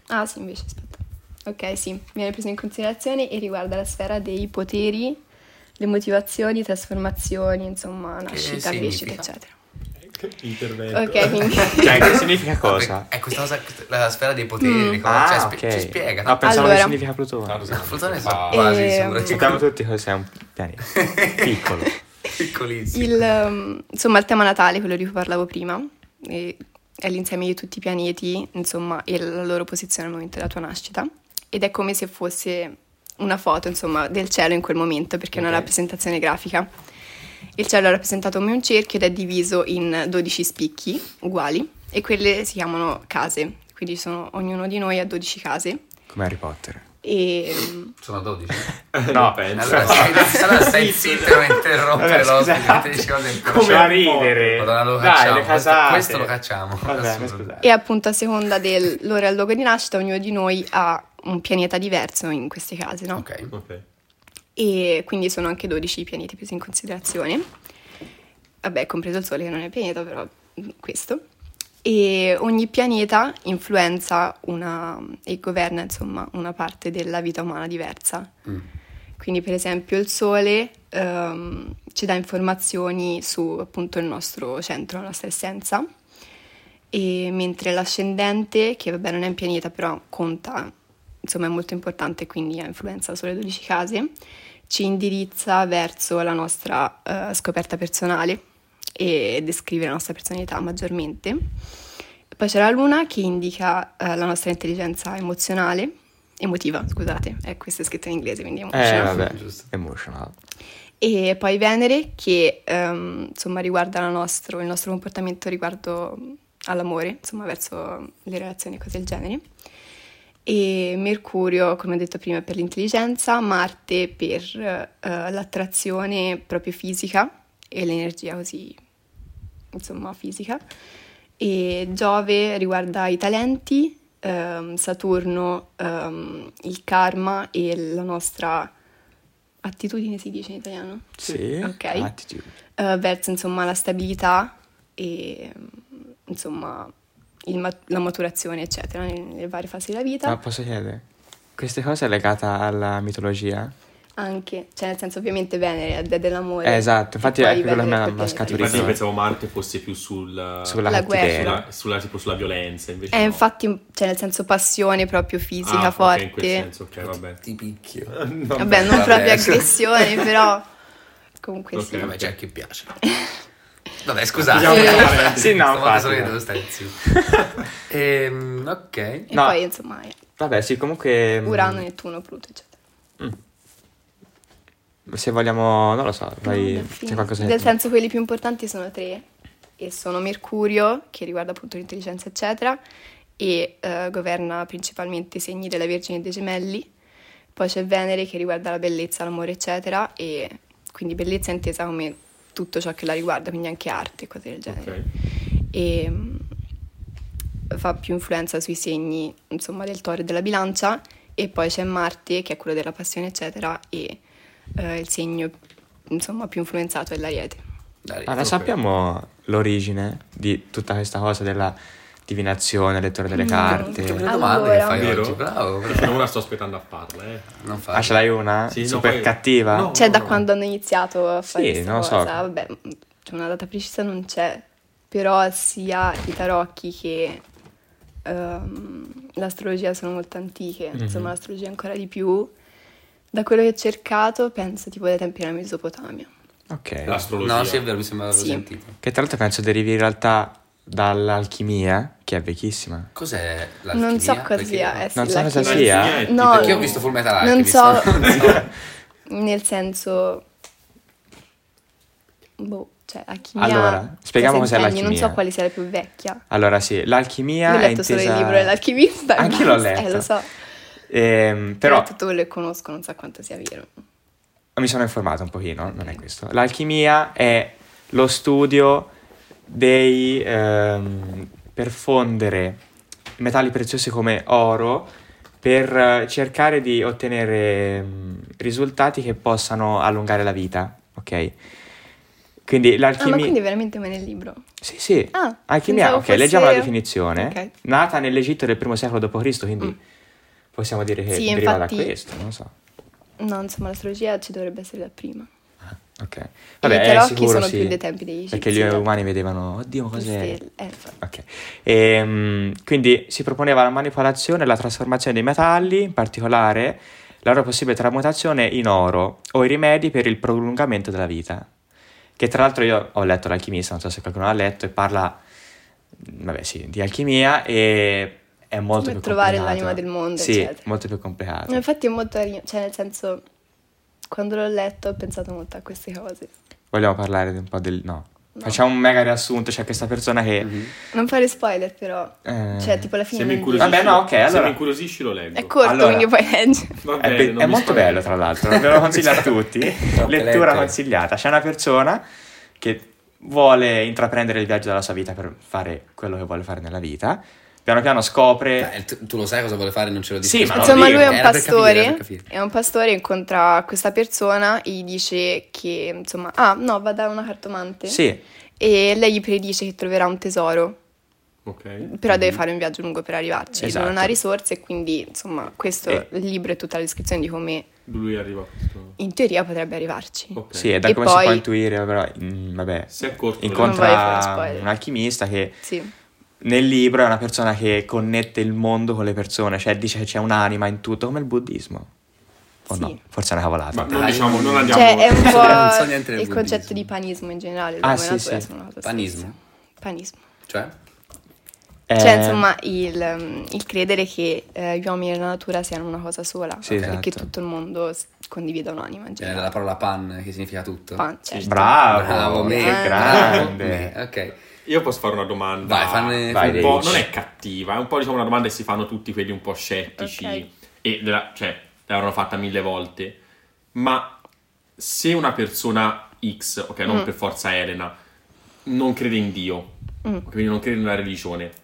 [SPEAKER 4] Ah sì, invece, aspetta. Ok, sì, viene preso in considerazione e riguarda la sfera dei poteri, le motivazioni, trasformazioni, insomma, nascita, crescita,
[SPEAKER 1] significa?
[SPEAKER 4] eccetera.
[SPEAKER 2] Intervento.
[SPEAKER 4] Ok, quindi...
[SPEAKER 3] Cioè, che significa cosa?
[SPEAKER 1] È questa cosa, la sfera dei poteri,
[SPEAKER 4] Mm.
[SPEAKER 1] le cose, cioè, spe- ci spiega.
[SPEAKER 3] No, Ah, pensavo che
[SPEAKER 4] Allora.
[SPEAKER 3] significa Plutone.
[SPEAKER 2] Tanto siamo-
[SPEAKER 1] Plutone so
[SPEAKER 2] Ah,
[SPEAKER 1] quasi
[SPEAKER 4] Ehm,
[SPEAKER 1] sicuro che-
[SPEAKER 3] Sappiamo tutti cos'è un pianeta. Piccolo.
[SPEAKER 1] piccolissimo.
[SPEAKER 4] Il, ehm, insomma, il tema natale, quello di cui parlavo prima, e- è l'insieme di tutti i pianeti, insomma, e la loro posizione al momento della tua nascita. Ed è come se fosse una foto insomma, del cielo in quel momento perché è
[SPEAKER 1] Ok.
[SPEAKER 4] una rappresentazione grafica. Il cielo è rappresentato come un cerchio ed è diviso in 12 spicchi uguali e quelle si chiamano case, quindi sono- ognuno di noi ha 12 case
[SPEAKER 3] Come Harry Potter.
[SPEAKER 4] e ehm,
[SPEAKER 1] Sono 12.
[SPEAKER 3] No,
[SPEAKER 1] Allora, stai, allora stai zitto, non interrompere
[SPEAKER 3] Vabbè,
[SPEAKER 1] l'ospite che
[SPEAKER 3] scusate.
[SPEAKER 1] ti dice cose
[SPEAKER 3] Come a
[SPEAKER 1] importanti.
[SPEAKER 3] ridere.
[SPEAKER 1] Madonna, lo
[SPEAKER 3] Dai,
[SPEAKER 1] cacciamo.
[SPEAKER 3] le
[SPEAKER 1] Questo-
[SPEAKER 3] casate.
[SPEAKER 1] questo lo cacciamo.
[SPEAKER 3] Va bene,
[SPEAKER 1] Assurdo.
[SPEAKER 3] scusate.
[SPEAKER 4] E appunto a seconda dell'ora e del luogo di nascita, ognuno di noi ha un pianeta diverso in queste case, no?
[SPEAKER 1] Ok.
[SPEAKER 2] Ok.
[SPEAKER 4] E quindi sono anche 12 i pianeti presi in considerazione. Vabbè, compreso il Sole che non è pianeta, però mm, questo. E ogni pianeta influenza una, e governa, insomma, una parte della vita umana diversa.
[SPEAKER 1] Mm.
[SPEAKER 4] Quindi, per esempio, il Sole ehm, ci dà informazioni su appunto il nostro centro, la nostra essenza, e mentre l'ascendente, che vabbè non è un pianeta, però conta, insomma è molto importante, quindi ha influenza sulle 12 case, ci indirizza verso la nostra eh, scoperta personale e descrive la nostra personalità maggiormente. Poi c'è la Luna che indica eh, la nostra intelligenza emozionale, emotiva, scusate, eh, questo è scritto in inglese, quindi emotional.
[SPEAKER 3] Eh, vabbè,
[SPEAKER 1] Giusto.
[SPEAKER 3] emotional.
[SPEAKER 4] E poi Venere, che ehm, insomma riguarda la nostro- il nostro comportamento riguardo all'amore, insomma verso le relazioni e cose del genere. E Mercurio, come ho detto prima, è per l'intelligenza, Marte per eh, l'attrazione proprio fisica e l'energia così, insomma, fisica. E Giove riguarda i talenti, ehm, Saturno ehm, il karma e la nostra attitudine, si dice in italiano?
[SPEAKER 3] Sì.
[SPEAKER 4] Ok.
[SPEAKER 3] Attitude.
[SPEAKER 4] eh, verso insomma la stabilità e mm, insomma il ma- la maturazione eccetera nel- nelle, varie fasi della vita
[SPEAKER 3] Ma posso chiedere? Queste cose è legata alla mitologia?
[SPEAKER 4] anche cioè nel senso ovviamente Venere è dea dell'amore
[SPEAKER 3] Eh, esatto, infatti
[SPEAKER 4] E poi
[SPEAKER 3] è quella che mi
[SPEAKER 4] Venere
[SPEAKER 3] ha-
[SPEAKER 4] perché
[SPEAKER 3] mi ha scaturito.
[SPEAKER 2] Infatti
[SPEAKER 3] Turismo.
[SPEAKER 2] io pensavo Marte fosse più sul...
[SPEAKER 3] Sulla
[SPEAKER 4] La
[SPEAKER 3] cattiveria.
[SPEAKER 4] guerra.
[SPEAKER 2] sulla, sulla- tipo sulla violenza, invece
[SPEAKER 4] è
[SPEAKER 2] no.
[SPEAKER 4] infatti cioè nel senso passione proprio fisica
[SPEAKER 2] Ah, ok,
[SPEAKER 4] forte
[SPEAKER 2] in quel senso, ok, cioè, vabbè.
[SPEAKER 1] Ti picchio.
[SPEAKER 4] vabbè non
[SPEAKER 1] Vabbè.
[SPEAKER 4] proprio aggressione però comunque
[SPEAKER 2] Ok,
[SPEAKER 4] sì
[SPEAKER 1] Eh, Vabbè,
[SPEAKER 2] vabbè.
[SPEAKER 1] c'è a chi piace. Vabbè, scusate. Stavolta
[SPEAKER 3] Sì, sì, no,
[SPEAKER 1] solo io
[SPEAKER 3] infatti.
[SPEAKER 1] devo stare zitto. Ehm, ok.
[SPEAKER 4] e
[SPEAKER 3] No.
[SPEAKER 4] poi insomma è
[SPEAKER 3] Vabbè, sì, comunque... mm,
[SPEAKER 4] Urano, Nettuno, Pluto eccetera
[SPEAKER 3] mm, Se vogliamo, non lo so, vai,
[SPEAKER 4] No,
[SPEAKER 3] c'è qualcosa
[SPEAKER 4] Nel
[SPEAKER 3] tu-
[SPEAKER 4] senso quelli più importanti sono tre e sono Mercurio che riguarda appunto l'intelligenza eccetera e eh, governa principalmente i segni della Vergine e dei Gemelli, poi c'è Venere che riguarda la bellezza, l'amore eccetera e quindi bellezza è intesa come tutto ciò che la riguarda, quindi anche arte e cose del genere
[SPEAKER 2] Ok.
[SPEAKER 4] e mm, fa più influenza sui segni insomma del toro e della bilancia e poi c'è Marte che è quello della passione eccetera e eh, il segno insomma più influenzato è l'ariete
[SPEAKER 1] Dai,
[SPEAKER 3] Allora, sappiamo l'origine di tutta questa cosa della divinazione, lettore
[SPEAKER 4] Mm.
[SPEAKER 3] delle
[SPEAKER 1] Che
[SPEAKER 3] carte?
[SPEAKER 1] belle
[SPEAKER 4] Allora.
[SPEAKER 1] domande che fai
[SPEAKER 2] Vero?
[SPEAKER 1] oggi, bravo. bravo.
[SPEAKER 2] Perché ora sto aspettando a farla, eh.
[SPEAKER 1] Non fai.
[SPEAKER 3] Ah, ce l'hai una?
[SPEAKER 2] Sì, no,
[SPEAKER 3] Super
[SPEAKER 2] poi-
[SPEAKER 3] cattiva?
[SPEAKER 2] No.
[SPEAKER 4] C'è Cioè, da quando hanno iniziato a fare
[SPEAKER 3] Oh. Sì,
[SPEAKER 4] questa
[SPEAKER 3] non lo so.
[SPEAKER 4] cosa, vabbè, mh, c'è una data precisa non c'è, però sia i tarocchi che ehm, l'astrologia sono molto antiche,
[SPEAKER 3] Mhm.
[SPEAKER 4] insomma l'astrologia ancora di più. Da quello che ho cercato, penso tipo dai tempi della Mesopotamia.
[SPEAKER 3] Ok.
[SPEAKER 2] L'astrologia.
[SPEAKER 1] No, sì, è vero, mi sembra l'avevo
[SPEAKER 4] Sì.
[SPEAKER 1] sentito.
[SPEAKER 3] Che tra l'altro penso derivi in realtà dall'alchimia, che è vecchissima.
[SPEAKER 1] Cos'è l'alchimia?
[SPEAKER 4] Non so cosa
[SPEAKER 1] Perché-
[SPEAKER 4] sia, eh, sì,
[SPEAKER 3] Non so cosa
[SPEAKER 4] l'alchimia.
[SPEAKER 3] sia.
[SPEAKER 2] L'alchimia è
[SPEAKER 4] No,
[SPEAKER 2] tipo-
[SPEAKER 1] Perché ho visto Full Metal
[SPEAKER 4] Non
[SPEAKER 1] Alchemist.
[SPEAKER 4] so, nel senso... Boh, cioè, alchimia...
[SPEAKER 3] Allora, spieghiamo
[SPEAKER 4] cosa
[SPEAKER 3] cos'è
[SPEAKER 4] intendi, Non so
[SPEAKER 3] l'alchimia.
[SPEAKER 4] quale sia la più vecchia.
[SPEAKER 3] Allora sì, l'alchimia
[SPEAKER 4] Io ho
[SPEAKER 3] è
[SPEAKER 4] letto solo il
[SPEAKER 3] intesa-
[SPEAKER 4] libro dell'alchimista.
[SPEAKER 3] Anche io l'ho
[SPEAKER 4] basta.
[SPEAKER 3] letto.
[SPEAKER 4] Eh, lo so.
[SPEAKER 3] Ehm,
[SPEAKER 4] Però
[SPEAKER 3] però
[SPEAKER 4] tutto quello che conosco non so quanto sia vero. Ah,
[SPEAKER 3] Ah, mi sono informato un pochino, non è questo. L'alchimia è lo studio dei ehm, perfondere metalli preziosi come oro per eh, cercare di ottenere mm, risultati che possano allungare la vita, ok? Quindi
[SPEAKER 4] Ah, ma
[SPEAKER 3] l'alchimia...
[SPEAKER 4] quindi veramente come nel libro?
[SPEAKER 3] Sì, sì.
[SPEAKER 4] Ah,
[SPEAKER 3] Alchimia,
[SPEAKER 4] pensavo
[SPEAKER 3] ok,
[SPEAKER 4] fosse-
[SPEAKER 3] leggiamo la definizione.
[SPEAKER 4] Ok. Mm.
[SPEAKER 3] Nata nell'Egitto del primo secolo d.C., quindi possiamo dire che
[SPEAKER 4] Sì,
[SPEAKER 3] deriva da
[SPEAKER 4] infatti-
[SPEAKER 3] questo, non so.
[SPEAKER 4] No, insomma, l'astrologia ci dovrebbe essere da prima.
[SPEAKER 3] Ah, Ok.
[SPEAKER 4] I
[SPEAKER 3] è
[SPEAKER 4] tarocchi
[SPEAKER 3] sicuro,
[SPEAKER 4] sono
[SPEAKER 3] sì,
[SPEAKER 4] più dei tempi degli egizi.
[SPEAKER 3] Perché gli umani vedevano, oddio,
[SPEAKER 4] Le
[SPEAKER 3] cos'è?
[SPEAKER 4] stelle, eh, infatti.
[SPEAKER 3] Ok. Ehm, quindi si proponeva la manipolazione e la trasformazione dei metalli, in particolare la loro possibile tramutazione in oro o i rimedi per il prolungamento della vita. Che tra l'altro io ho letto mm, l'alchimista, non so se qualcuno l'ha letto, e parla, vabbè sì, di alchimia e è molto
[SPEAKER 4] Come
[SPEAKER 3] più
[SPEAKER 4] trovare
[SPEAKER 3] complicato.
[SPEAKER 4] l'anima del mondo,
[SPEAKER 3] sì,
[SPEAKER 4] eccetera.
[SPEAKER 3] molto più complicato.
[SPEAKER 4] No, Infatti è molto carino, cioè nel senso, quando l'ho letto ho pensato molto a queste cose.
[SPEAKER 3] Vogliamo parlare di un po' del... no. Facciamo un mega riassunto, c'è questa persona che...
[SPEAKER 2] Mhm.
[SPEAKER 4] Non fare spoiler però,
[SPEAKER 3] Eh,
[SPEAKER 4] cioè tipo alla
[SPEAKER 2] Se
[SPEAKER 4] fine...
[SPEAKER 2] mi
[SPEAKER 4] non Ecco. dico-
[SPEAKER 2] incuriosisci,
[SPEAKER 3] Vabbè, no, ok,
[SPEAKER 2] se
[SPEAKER 3] allora.
[SPEAKER 2] mi incuriosisci lo leggo.
[SPEAKER 4] È corto,
[SPEAKER 3] Allora.
[SPEAKER 4] quindi puoi leggere.
[SPEAKER 2] Va
[SPEAKER 3] È,
[SPEAKER 2] bene,
[SPEAKER 3] be-
[SPEAKER 2] non
[SPEAKER 3] è
[SPEAKER 2] mi
[SPEAKER 3] molto
[SPEAKER 2] spavento.
[SPEAKER 3] bello, tra l'altro, ve lo consiglio a tutti. Lettura
[SPEAKER 1] lettere.
[SPEAKER 3] consigliata. C'è una persona che vuole intraprendere il viaggio della sua vita per fare quello che vuole fare nella vita. Piano piano scopre.
[SPEAKER 1] Beh, tu, tu lo sai cosa vuole fare, non ce lo dici. Eh,
[SPEAKER 3] Sì, ma no,
[SPEAKER 4] Insomma,
[SPEAKER 3] dico,
[SPEAKER 4] lui è un
[SPEAKER 1] Era per capire, era
[SPEAKER 4] pastore.
[SPEAKER 1] per capire.
[SPEAKER 4] È un pastore, incontra questa persona, gli dice che, insomma, ah no, va da una cartomante.
[SPEAKER 3] Sì,
[SPEAKER 4] E lei gli predice che troverà un tesoro,
[SPEAKER 2] Ok.
[SPEAKER 4] però deve fare un viaggio lungo per arrivarci.
[SPEAKER 3] Mm-hmm. Esatto.
[SPEAKER 4] Non ha risorse, quindi, insomma, questo
[SPEAKER 3] E-
[SPEAKER 4] il libro è tutta la descrizione di come
[SPEAKER 2] Lui arriva a questo.
[SPEAKER 4] in teoria potrebbe arrivarci.
[SPEAKER 2] Ok.
[SPEAKER 3] sì, è da
[SPEAKER 4] E
[SPEAKER 3] come si
[SPEAKER 4] poi-
[SPEAKER 3] può intuire, però. mm, vabbè.
[SPEAKER 2] Si è corto.
[SPEAKER 4] Non voglio fare
[SPEAKER 3] Incontra
[SPEAKER 4] spoiler.
[SPEAKER 3] un alchimista che
[SPEAKER 4] Sì.
[SPEAKER 3] nel libro è una persona che connette il mondo con le persone, cioè dice che c'è un'anima in tutto, come il buddismo. O
[SPEAKER 4] Sì.
[SPEAKER 3] no, forse è una cavolata.
[SPEAKER 2] Ma non
[SPEAKER 1] Dai.
[SPEAKER 2] diciamo, non andiamo.
[SPEAKER 4] Cioè, è un
[SPEAKER 1] Non so niente
[SPEAKER 4] po'
[SPEAKER 1] del
[SPEAKER 4] il
[SPEAKER 1] buddismo.
[SPEAKER 4] concetto di panismo in generale.
[SPEAKER 3] Ah,
[SPEAKER 4] come
[SPEAKER 3] sì,
[SPEAKER 4] natura,
[SPEAKER 3] sì.
[SPEAKER 4] sono una cosa
[SPEAKER 1] Panismo?
[SPEAKER 4] stessa. Panismo.
[SPEAKER 1] Cioè?
[SPEAKER 3] Eh,
[SPEAKER 4] Cioè, insomma, il, mm, il credere che eh, gli uomini e la natura siano una cosa sola
[SPEAKER 3] Sì,
[SPEAKER 4] e
[SPEAKER 3] esatto.
[SPEAKER 4] che tutto il mondo s- condivida un'anima in
[SPEAKER 1] Viene
[SPEAKER 4] generale.
[SPEAKER 1] dalla parola pan, che significa tutto.
[SPEAKER 4] Pan, certo.
[SPEAKER 3] Bravo,
[SPEAKER 1] Esatto. Bravo, me.
[SPEAKER 3] che
[SPEAKER 4] Ah.
[SPEAKER 3] grande.
[SPEAKER 1] Bravo me. Ok.
[SPEAKER 2] Io posso fare una domanda.
[SPEAKER 1] Vai, fanne...
[SPEAKER 3] Vai,
[SPEAKER 1] fanne-
[SPEAKER 2] un po',
[SPEAKER 3] Dici.
[SPEAKER 2] non è cattiva, è un po' diciamo una domanda che si fanno tutti quelli un po' scettici
[SPEAKER 4] Ok.
[SPEAKER 2] e della- cioè l'avranno fatta mille volte. Ma se una persona X, ok, non
[SPEAKER 4] Mm.
[SPEAKER 2] per forza Elena, non crede in Dio,
[SPEAKER 4] Mm.
[SPEAKER 2] quindi non crede nella religione,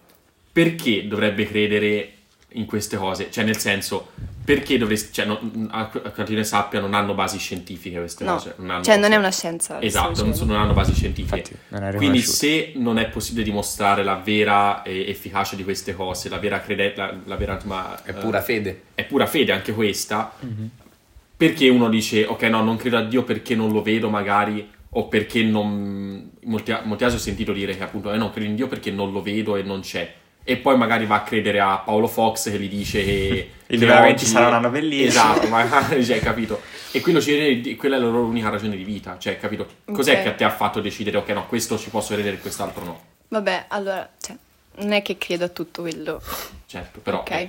[SPEAKER 2] perché dovrebbe credere in queste cose? Cioè, nel senso, perché dovresti, cioè, non, a, a quanto io ne sappia, non hanno basi scientifiche queste
[SPEAKER 4] No,
[SPEAKER 2] cose. hanno-
[SPEAKER 4] cioè non è una scienza.
[SPEAKER 2] Esatto,
[SPEAKER 4] sto
[SPEAKER 2] non,
[SPEAKER 4] dicendo.
[SPEAKER 2] sono- non hanno basi scientifiche.
[SPEAKER 3] Infatti, non è
[SPEAKER 2] Quindi
[SPEAKER 3] riconosciuto.
[SPEAKER 2] se non è possibile dimostrare la vera eh, efficacia di queste cose, la vera credenza, la, la vera... ma,
[SPEAKER 1] È
[SPEAKER 2] eh,
[SPEAKER 1] pura fede.
[SPEAKER 2] è pura fede anche questa,
[SPEAKER 3] Mhm.
[SPEAKER 2] perché uno dice, ok no, non credo a Dio perché non lo vedo magari, o perché non... in Molti, in molti casi ho sentito dire che appunto, eh no, credo in Dio perché non lo vedo e non c'è. E poi magari va a credere a Paolo Fox che gli dice che...
[SPEAKER 3] Il
[SPEAKER 2] che
[SPEAKER 3] 2020
[SPEAKER 2] oggi-
[SPEAKER 3] sarà un anno bellissimo.
[SPEAKER 2] Esatto, magari, cioè, capito? E quello ci- quella è la loro unica ragione di vita, cioè, capito? Cos'è
[SPEAKER 4] Ok.
[SPEAKER 2] che a te ha fatto decidere, ok no, questo ci posso credere e quest'altro no?
[SPEAKER 4] Vabbè, allora, cioè, non è che credo a tutto quello.
[SPEAKER 2] Certo, però...
[SPEAKER 4] ok.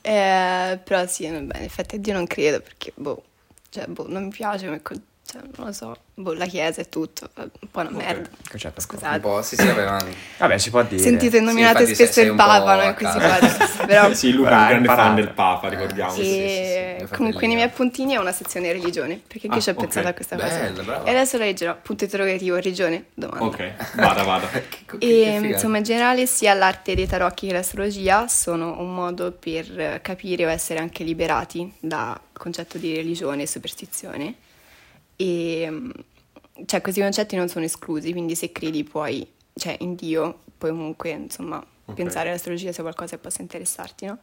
[SPEAKER 4] Eh, però sì, no, beh, in effetti a Dio non credo perché, boh, cioè, boh, non mi piace come con- cioè, non lo so, boh, la chiesa è tutto, è un po' una merda.
[SPEAKER 3] Concetto.
[SPEAKER 1] Un
[SPEAKER 4] Scusate.
[SPEAKER 1] po', sì, sì, vabbè, ma...
[SPEAKER 3] Vabbè, si può dire.
[SPEAKER 4] Sentite nominate
[SPEAKER 1] infatti sei-
[SPEAKER 4] spesso
[SPEAKER 1] sei
[SPEAKER 4] il
[SPEAKER 1] un po'
[SPEAKER 4] Papa, no?
[SPEAKER 1] a
[SPEAKER 4] In questi
[SPEAKER 1] caso.
[SPEAKER 4] podcast, però...
[SPEAKER 2] Sì, Luca è
[SPEAKER 3] Ah,
[SPEAKER 2] un grande
[SPEAKER 3] imparata.
[SPEAKER 2] fan del Papa, ricordiamo.
[SPEAKER 1] sì, sì, sì,
[SPEAKER 4] E
[SPEAKER 1] sì,
[SPEAKER 4] comunque
[SPEAKER 1] infatti
[SPEAKER 4] nei
[SPEAKER 1] lì-
[SPEAKER 4] miei appuntini ho una sezione religione, perché qui
[SPEAKER 2] Ah,
[SPEAKER 4] ci ho
[SPEAKER 2] ok.
[SPEAKER 4] pensato a questa
[SPEAKER 1] Bella,
[SPEAKER 4] cosa.
[SPEAKER 1] brava.
[SPEAKER 4] E adesso la leggerò, punto interrogativo, religione, domanda.
[SPEAKER 2] Ok, vada, vada.
[SPEAKER 1] Che- Ecco, che- che
[SPEAKER 4] E mm,
[SPEAKER 1] figata.
[SPEAKER 4] Ehm, insomma in generale sia l'arte dei tarocchi che l'astrologia sono un modo per eh, capire o essere anche liberati da concetto di religione e superstizione. E mm, cioè questi concetti non sono esclusi, quindi se credi puoi, cioè in Dio, puoi comunque insomma pensare all'astrologia sia qualcosa che possa interessarti, no?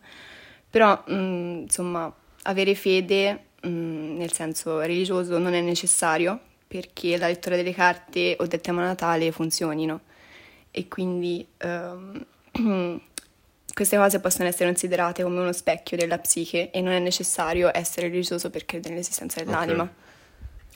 [SPEAKER 4] Però mm, insomma avere fede mm, nel senso religioso non è necessario perché la lettura delle carte o del tema natale funzionino e quindi ehm, queste cose possono essere considerate come uno specchio della psiche e non è necessario essere religioso per credere nell'esistenza dell'anima.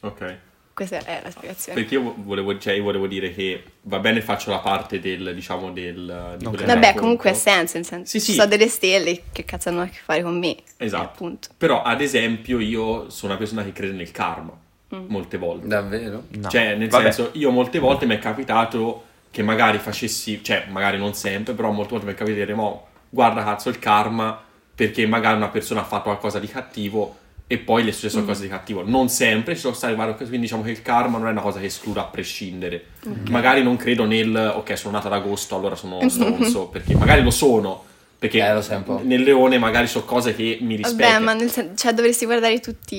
[SPEAKER 2] Ok.
[SPEAKER 4] Questa è la spiegazione.
[SPEAKER 2] Perché io vo- volevo, cioè, io volevo dire che va bene faccio la parte del, diciamo, del... di
[SPEAKER 3] Non
[SPEAKER 2] quel
[SPEAKER 3] credo.
[SPEAKER 4] Vabbè,
[SPEAKER 2] racconto.
[SPEAKER 4] comunque ha senso, nel senso,
[SPEAKER 2] Ecco, Sì, sì.
[SPEAKER 4] ci sono delle stelle che cazzo hanno a che fare con me.
[SPEAKER 2] Esatto.
[SPEAKER 4] eh, Appunto.
[SPEAKER 2] Però, ad esempio, io sono una persona che crede nel karma,
[SPEAKER 4] Mm.
[SPEAKER 2] molte volte.
[SPEAKER 1] Davvero?
[SPEAKER 3] No.
[SPEAKER 2] Cioè, nel
[SPEAKER 3] Vabbè.
[SPEAKER 2] senso, io molte volte mi è capitato che magari facessi, cioè, magari non sempre, però molte volte mi è capitato di dire, mo, guarda cazzo il karma, perché magari una persona ha fatto qualcosa di cattivo e poi le è
[SPEAKER 4] Mm.
[SPEAKER 2] successo qualcosa di cattivo. Non sempre, ci sono state varie occasioni, quindi diciamo che il karma non è una cosa che escludo a prescindere. Magari non credo nel, ok, sono nato ad agosto, allora sono stronzo, perché magari lo sono, perché
[SPEAKER 1] Eh, lo sai un po'.
[SPEAKER 2] nel leone magari so cose che mi
[SPEAKER 4] Vabbè,
[SPEAKER 2] rispecchiano.
[SPEAKER 4] ma nel sen- cioè, dovresti guardare tutte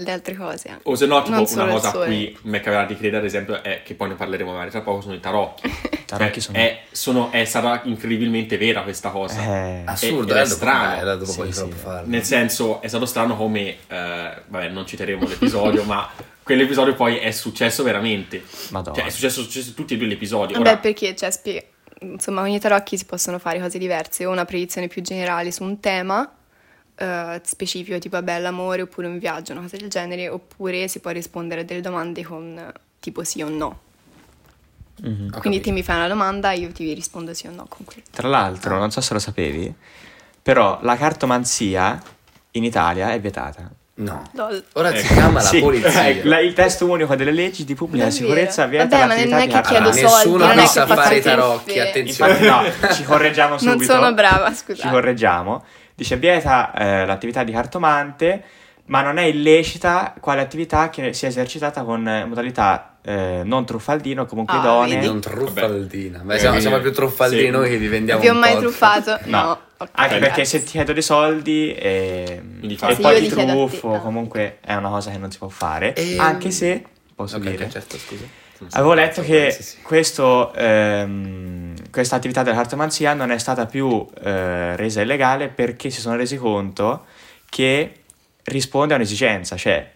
[SPEAKER 4] le altre cose. anche.
[SPEAKER 2] O se no, tipo,
[SPEAKER 4] Non solo
[SPEAKER 2] una
[SPEAKER 4] il
[SPEAKER 2] cosa a
[SPEAKER 4] sole.
[SPEAKER 2] cui mi è capitata di credere, ad esempio, è che poi ne parleremo magari tra poco, sono i tarocchi.
[SPEAKER 3] Tarocchi
[SPEAKER 2] Cioè,
[SPEAKER 3] sono-
[SPEAKER 2] È, sono- è stata incredibilmente vera questa cosa.
[SPEAKER 3] Eh,
[SPEAKER 1] Assurdo,
[SPEAKER 2] È-
[SPEAKER 1] era
[SPEAKER 2] è strano.
[SPEAKER 1] Dopo, era dopo
[SPEAKER 3] Sì,
[SPEAKER 1] poi
[SPEAKER 3] sì.
[SPEAKER 1] troppo farlo.
[SPEAKER 2] Nel senso, è stato strano come... eh, vabbè, non citeremo l'episodio, ma quell'episodio poi è successo veramente.
[SPEAKER 3] Madonna.
[SPEAKER 2] Cioè, è successo, successo tutti e due gli episodi.
[SPEAKER 4] Vabbè,
[SPEAKER 2] Ora,
[SPEAKER 4] perché, cioè, spie- insomma, ogni tarocchi si possono fare cose diverse, o una predizione più generale su un tema eh, specifico, tipo, vabbè, l'amore, oppure un viaggio, una cosa del genere, oppure si può rispondere a delle domande con eh, tipo sì o no.
[SPEAKER 1] Ho
[SPEAKER 4] Quindi
[SPEAKER 1] capito.
[SPEAKER 4] te mi fai una domanda e io ti rispondo sì o no con quella.
[SPEAKER 3] Tra l'altro,
[SPEAKER 2] Ah.
[SPEAKER 3] non so se lo sapevi, però la cartomanzia in Italia è vietata.
[SPEAKER 1] No.
[SPEAKER 4] Lol.
[SPEAKER 1] Ora si
[SPEAKER 2] Ecco.
[SPEAKER 1] chiama la
[SPEAKER 3] Eh, Sì,
[SPEAKER 1] polizia.
[SPEAKER 3] ecco, la- il testo unico delle leggi di pubblica
[SPEAKER 4] Davvero?
[SPEAKER 3] sicurezza vieta
[SPEAKER 4] Vabbè, ma
[SPEAKER 3] l'attività
[SPEAKER 4] non è
[SPEAKER 3] di
[SPEAKER 4] che chiedo
[SPEAKER 3] cartomanzia.
[SPEAKER 1] Nessuno
[SPEAKER 4] soldi, non è
[SPEAKER 1] mi
[SPEAKER 4] che
[SPEAKER 1] sa
[SPEAKER 4] faccio
[SPEAKER 1] fare i
[SPEAKER 4] le
[SPEAKER 1] tarocchi,
[SPEAKER 4] feste.
[SPEAKER 1] attenzione.
[SPEAKER 3] Infatti no, ci correggiamo subito.
[SPEAKER 4] Non sono brava, scusate.
[SPEAKER 3] Ci correggiamo. Dice vieta eh, l'attività di cartomante, ma non è illecita quale attività che sia esercitata con eh, modalità eh, non truffaldino o comunque
[SPEAKER 4] Ah,
[SPEAKER 3] idonee.
[SPEAKER 4] vedi?
[SPEAKER 1] Non truffaldina. Beh,
[SPEAKER 2] Eh,
[SPEAKER 1] siamo,
[SPEAKER 2] quindi-
[SPEAKER 1] siamo più truffaldini
[SPEAKER 2] sì.
[SPEAKER 1] noi che vi vendiamo
[SPEAKER 4] Non vi ho
[SPEAKER 1] un
[SPEAKER 4] mai
[SPEAKER 1] podcast.
[SPEAKER 4] truffato?
[SPEAKER 3] No.
[SPEAKER 4] ok,
[SPEAKER 3] Anche perché
[SPEAKER 4] grazie.
[SPEAKER 3] se ti chiedo dei soldi eh,
[SPEAKER 2] Quindi
[SPEAKER 3] e
[SPEAKER 2] fai-
[SPEAKER 4] Sì,
[SPEAKER 3] poi
[SPEAKER 4] io
[SPEAKER 3] ti
[SPEAKER 4] li chiedo a te,
[SPEAKER 3] truffo,
[SPEAKER 4] no.
[SPEAKER 3] comunque è una cosa che non si può fare.
[SPEAKER 1] Ehm,
[SPEAKER 3] Anche se, posso
[SPEAKER 1] Ok,
[SPEAKER 3] dire,
[SPEAKER 1] ok, certo, scusa.
[SPEAKER 3] Avevo letto che
[SPEAKER 1] Sì, sì.
[SPEAKER 3] questo, ehm, questa attività della cartomanzia non è stata più eh, resa illegale perché si sono resi conto che risponde a un'esigenza, cioè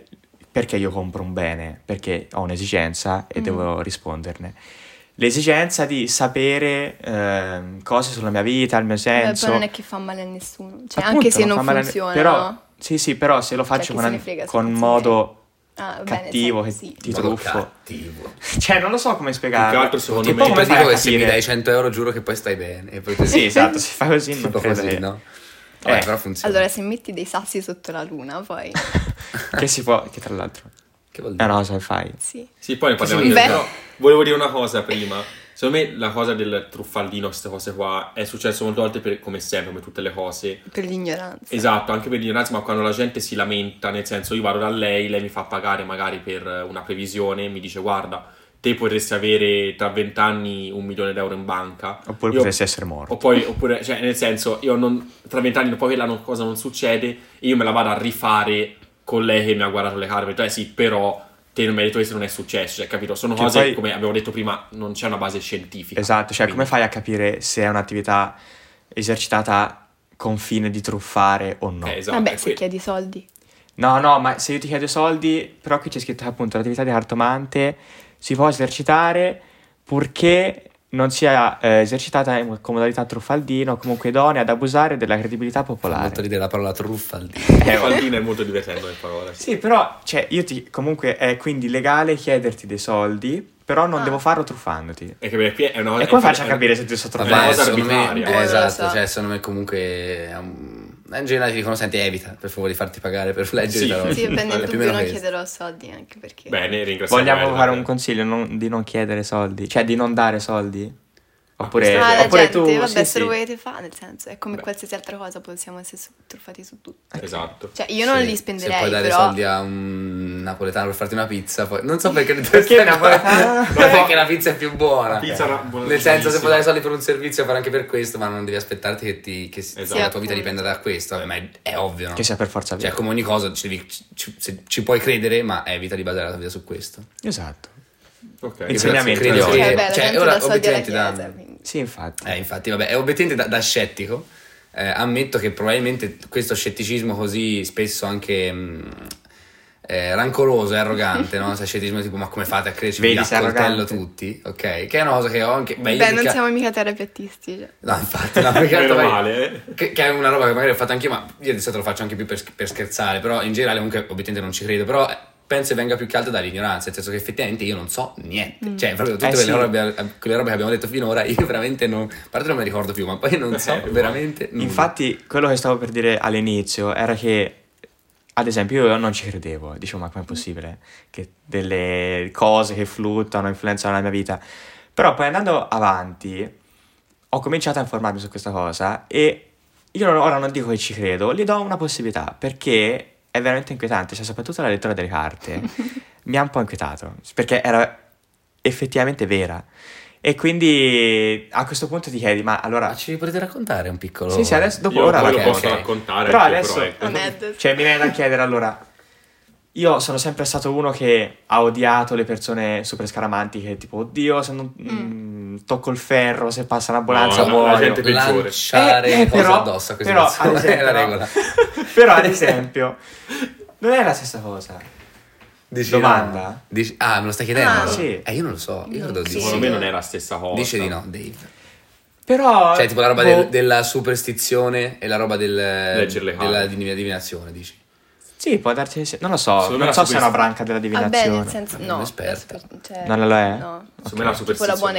[SPEAKER 3] perché io compro un bene, perché ho un'esigenza e
[SPEAKER 4] Mm.
[SPEAKER 3] devo risponderne. L'esigenza di sapere ehm, cose sulla mia vita, il mio
[SPEAKER 4] Beh,
[SPEAKER 3] senso.
[SPEAKER 4] Però non è che fa male a nessuno. Cioè,
[SPEAKER 3] Appunto,
[SPEAKER 4] anche se non
[SPEAKER 3] fa male a ne-
[SPEAKER 4] funziona,
[SPEAKER 3] però,
[SPEAKER 4] no? Cioè,
[SPEAKER 3] Sì, sì, però se lo faccio
[SPEAKER 4] chi
[SPEAKER 3] con,
[SPEAKER 4] se
[SPEAKER 3] an-
[SPEAKER 4] ne frega se
[SPEAKER 3] con
[SPEAKER 4] funziona.
[SPEAKER 3] modo
[SPEAKER 4] Ah, va bene,
[SPEAKER 3] cattivo,
[SPEAKER 4] sai-
[SPEAKER 3] che
[SPEAKER 4] sì.
[SPEAKER 3] ti
[SPEAKER 1] Modo
[SPEAKER 3] truffo.
[SPEAKER 1] cattivo.
[SPEAKER 3] Cioè, non lo so come spiegare.
[SPEAKER 2] Più che altro, secondo
[SPEAKER 1] Tipo
[SPEAKER 2] me-
[SPEAKER 1] come
[SPEAKER 2] come
[SPEAKER 1] dico
[SPEAKER 3] fai a
[SPEAKER 1] che se mi
[SPEAKER 3] capire?
[SPEAKER 1] dai 100 euro giuro che poi stai bene. E poi
[SPEAKER 3] Sì, esatto, si fa così, non
[SPEAKER 1] Tipo
[SPEAKER 3] credo
[SPEAKER 1] così,
[SPEAKER 3] che-
[SPEAKER 1] no? Vabbè,
[SPEAKER 3] Eh,
[SPEAKER 1] però funziona.
[SPEAKER 4] Allora, se metti dei sassi sotto la luna, poi
[SPEAKER 3] che si può, che tra l'altro
[SPEAKER 1] che vuol
[SPEAKER 3] è
[SPEAKER 1] dire?
[SPEAKER 3] una cosa che fai.
[SPEAKER 4] sì.
[SPEAKER 2] Sì, poi ne parliamo di
[SPEAKER 4] significa?
[SPEAKER 2] però volevo dire una cosa prima. Secondo me la cosa del truffaldino, queste cose qua, è successo molte volte per- come sempre, come tutte le cose.
[SPEAKER 4] Per l'ignoranza.
[SPEAKER 2] Esatto, anche per l'ignoranza, ma quando la gente si lamenta, nel senso io vado da lei, lei mi fa pagare magari per una previsione, mi dice guarda, te potresti avere tra vent'anni un milione d'euro in banca.
[SPEAKER 3] Oppure
[SPEAKER 2] Io-
[SPEAKER 3] potresti essere morto.
[SPEAKER 2] O poi- oppure, cioè, nel senso, io non, tra vent'anni dopo che la non- cosa non succede, io me la vado a rifare con lei che mi ha guardato le carte. Cioè, sì, però te non mi hai detto questo non è successo, cioè, capito? Sono
[SPEAKER 3] Che
[SPEAKER 2] cose,
[SPEAKER 3] poi-
[SPEAKER 2] come abbiamo detto prima, non c'è una base scientifica.
[SPEAKER 3] Esatto, cioè
[SPEAKER 2] Quindi-
[SPEAKER 3] come fai a capire se è un'attività esercitata con fine di truffare o no?
[SPEAKER 2] Eh, esatto,
[SPEAKER 4] Vabbè,
[SPEAKER 2] è
[SPEAKER 4] se
[SPEAKER 2] que-
[SPEAKER 4] chiedi soldi.
[SPEAKER 3] No, no, ma se io ti chiedo i soldi, però qui c'è scritto che appunto l'attività di cartomante si può esercitare purché non sia eh, esercitata in- con modalità truffaldino o comunque idonea ad abusare della credibilità
[SPEAKER 1] Fa molto
[SPEAKER 3] popolare.
[SPEAKER 1] ridere la parola truffaldino.
[SPEAKER 2] Truffaldino è molto divertente come parola.
[SPEAKER 3] Sì, però, cioè, io ti, comunque è quindi legale chiederti dei soldi, però non
[SPEAKER 4] Ah.
[SPEAKER 3] devo farlo truffandoti.
[SPEAKER 2] E capire, qui è una cosa...
[SPEAKER 3] E come
[SPEAKER 2] è-
[SPEAKER 3] faccio a
[SPEAKER 2] è-
[SPEAKER 3] capire se ti sto
[SPEAKER 2] Vabbè,
[SPEAKER 1] Vabbè,
[SPEAKER 3] trovando?
[SPEAKER 2] cosa
[SPEAKER 1] secondo me,
[SPEAKER 2] arbitraria.
[SPEAKER 1] eh,
[SPEAKER 4] Eh,
[SPEAKER 1] esatto,
[SPEAKER 4] lo so.
[SPEAKER 1] cioè, secondo me comunque è un- in generale ti dicono, senti, evita, per favore, di farti pagare per leggere
[SPEAKER 2] Sì.
[SPEAKER 1] la roba.
[SPEAKER 4] Sì, io prendo
[SPEAKER 1] È più
[SPEAKER 4] il
[SPEAKER 1] o
[SPEAKER 4] dubbio,
[SPEAKER 1] meno
[SPEAKER 4] non
[SPEAKER 1] questo.
[SPEAKER 4] chiederò soldi anche perché.
[SPEAKER 2] Bene, ringraziamo.
[SPEAKER 3] Vogliamo
[SPEAKER 2] Elena
[SPEAKER 3] fare
[SPEAKER 2] per-
[SPEAKER 3] un consiglio non- di non chiedere soldi, cioè di non dare soldi?
[SPEAKER 1] eh,
[SPEAKER 3] Oppure,
[SPEAKER 4] Ah, la
[SPEAKER 3] oppure
[SPEAKER 4] gente,
[SPEAKER 3] tu...
[SPEAKER 4] vabbè,
[SPEAKER 3] sì,
[SPEAKER 4] se
[SPEAKER 3] sì.
[SPEAKER 4] lo volete fare, nel senso, è come
[SPEAKER 2] Beh.
[SPEAKER 4] qualsiasi altra cosa, possiamo essere su- truffati su tutto.
[SPEAKER 2] Esatto.
[SPEAKER 4] Cioè, io non
[SPEAKER 1] Sì,
[SPEAKER 4] li
[SPEAKER 1] Se
[SPEAKER 4] spenderei,
[SPEAKER 1] puoi dare
[SPEAKER 4] però...
[SPEAKER 1] soldi a un napoletano per farti una pizza, poi... non so perché...
[SPEAKER 3] Perché il napoletano?
[SPEAKER 1] No, perché la pizza è più buona.
[SPEAKER 2] Pizza era buona-
[SPEAKER 1] Nel senso, se
[SPEAKER 2] buonissima.
[SPEAKER 1] puoi dare soldi per un servizio, fare anche per questo, ma non devi aspettarti che, ti- che s-
[SPEAKER 2] Esatto.
[SPEAKER 1] la tua vita
[SPEAKER 4] Sì, appunto.
[SPEAKER 1] dipenda da questo. Vabbè, ma è, è ovvio, no?
[SPEAKER 3] Che sia per forza
[SPEAKER 1] Cioè,
[SPEAKER 3] vera.
[SPEAKER 1] come ogni cosa, ci, devi- ci- ci- se- ci puoi credere, ma evita di basare la tua vita su questo.
[SPEAKER 3] Esatto.
[SPEAKER 2] Ok.
[SPEAKER 3] Io Insegnamento.
[SPEAKER 1] Credi-
[SPEAKER 3] Sì,
[SPEAKER 4] Cioè,
[SPEAKER 1] credi-
[SPEAKER 4] vabbè, la
[SPEAKER 1] cioè,
[SPEAKER 4] gente
[SPEAKER 1] ora,
[SPEAKER 4] dà soldi alla
[SPEAKER 1] obiettivamente, da-
[SPEAKER 4] chiesa, quindi-
[SPEAKER 3] Sì, infatti.
[SPEAKER 1] eh, infatti, vabbè, è obiettivamente da, da scettico. eh, ammetto che probabilmente questo scetticismo così spesso anche mh, eh, rancoroso e arrogante, no? Questo scetticismo tipo ma come fate a crescere? Vi
[SPEAKER 3] Vedi, sei
[SPEAKER 1] accoltello
[SPEAKER 3] arrogante.
[SPEAKER 1] tutti, ok? Che è una cosa che ho anche... io
[SPEAKER 4] Beh, non
[SPEAKER 1] mica-
[SPEAKER 4] siamo mica terapeutisti, cioè.
[SPEAKER 1] No, infatti, no, perché tanto
[SPEAKER 2] Meno
[SPEAKER 1] vai-
[SPEAKER 2] male, eh.
[SPEAKER 1] Che, che è una roba che magari ho fatto anch'io, ma io di solito lo faccio anche più per, sch- per scherzare, però in generale comunque obiettivamente non ci credo, però eh, penso che venga più che altro dall'ignoranza, nel senso che effettivamente io non so niente,
[SPEAKER 2] Mm.
[SPEAKER 1] cioè proprio tutte
[SPEAKER 3] Eh,
[SPEAKER 1] quelle,
[SPEAKER 3] sì.
[SPEAKER 1] robe, quelle robe che abbiamo detto finora io veramente non, a parte non me le ricordo più, ma poi non so
[SPEAKER 2] Eh,
[SPEAKER 1] veramente nulla.
[SPEAKER 3] Infatti, quello che stavo per dire all'inizio era che, ad esempio, io non ci credevo. Dicevo, ma com'è possibile che delle cose che fluttuano influenzano la mia vita? Però poi andando avanti, ho cominciato a informarmi su questa cosa e io non- ora non dico che ci credo, gli do una possibilità perché è veramente inquietante, cioè soprattutto la lettura delle carte mi ha un po' inquietato perché era effettivamente vera. E quindi a questo punto ti chiedi, ma allora
[SPEAKER 1] Ma Ah, ci potete raccontare un piccolo...
[SPEAKER 3] sì, sì, adesso dopo
[SPEAKER 2] Io
[SPEAKER 3] ora
[SPEAKER 2] poi
[SPEAKER 3] la
[SPEAKER 2] lo
[SPEAKER 3] chiedo.
[SPEAKER 2] posso
[SPEAKER 3] ok.
[SPEAKER 1] Ah,
[SPEAKER 2] raccontare,
[SPEAKER 3] Però
[SPEAKER 2] anche,
[SPEAKER 3] adesso
[SPEAKER 2] però, ecco.
[SPEAKER 4] Ahmed.
[SPEAKER 3] cioè, mi viene da chiedere allora. Io sono sempre stato uno che ha odiato le persone super scaramanti che tipo, oddio, se non mm, tocco il ferro, se passa un'ambulanza
[SPEAKER 2] No, no, la
[SPEAKER 3] muoio.
[SPEAKER 2] gente peggiore.
[SPEAKER 1] Lanciare
[SPEAKER 3] Eh, eh,
[SPEAKER 1] cose
[SPEAKER 3] però-
[SPEAKER 1] addosso a queste
[SPEAKER 3] però,
[SPEAKER 1] persone,
[SPEAKER 3] ad esempio,
[SPEAKER 1] è la
[SPEAKER 3] no?
[SPEAKER 1] regola.
[SPEAKER 3] Però ad esempio, non è la stessa cosa.
[SPEAKER 1] Dici
[SPEAKER 3] Domanda?
[SPEAKER 1] no? Dici- ah, me lo stai chiedendo?
[SPEAKER 4] Ah,
[SPEAKER 3] sì.
[SPEAKER 1] Eh, io non lo so, io credo di
[SPEAKER 4] Sì.
[SPEAKER 2] Secondo
[SPEAKER 1] sì.
[SPEAKER 2] me non è la stessa cosa.
[SPEAKER 1] Dice di no, Dave.
[SPEAKER 3] Però...
[SPEAKER 1] Cioè, tipo la roba
[SPEAKER 3] boh,
[SPEAKER 1] del- della superstizione e la roba del,
[SPEAKER 2] Leggere le
[SPEAKER 1] della
[SPEAKER 2] carte.
[SPEAKER 1] divina- divinazione, dici.
[SPEAKER 3] Sì, può darsi che sia- Non lo so,
[SPEAKER 2] Secondo me
[SPEAKER 3] non
[SPEAKER 2] la
[SPEAKER 3] so se è una
[SPEAKER 2] superstiz-
[SPEAKER 3] branca della
[SPEAKER 4] Vabbè,
[SPEAKER 3] divinazione.
[SPEAKER 4] Ah, nel senso,
[SPEAKER 1] Non
[SPEAKER 4] no.
[SPEAKER 1] esperta.
[SPEAKER 4] Cioè,
[SPEAKER 3] Non lo è? Mhm.
[SPEAKER 2] Insomma, è
[SPEAKER 4] No.
[SPEAKER 2] una
[SPEAKER 4] Tipo la buona e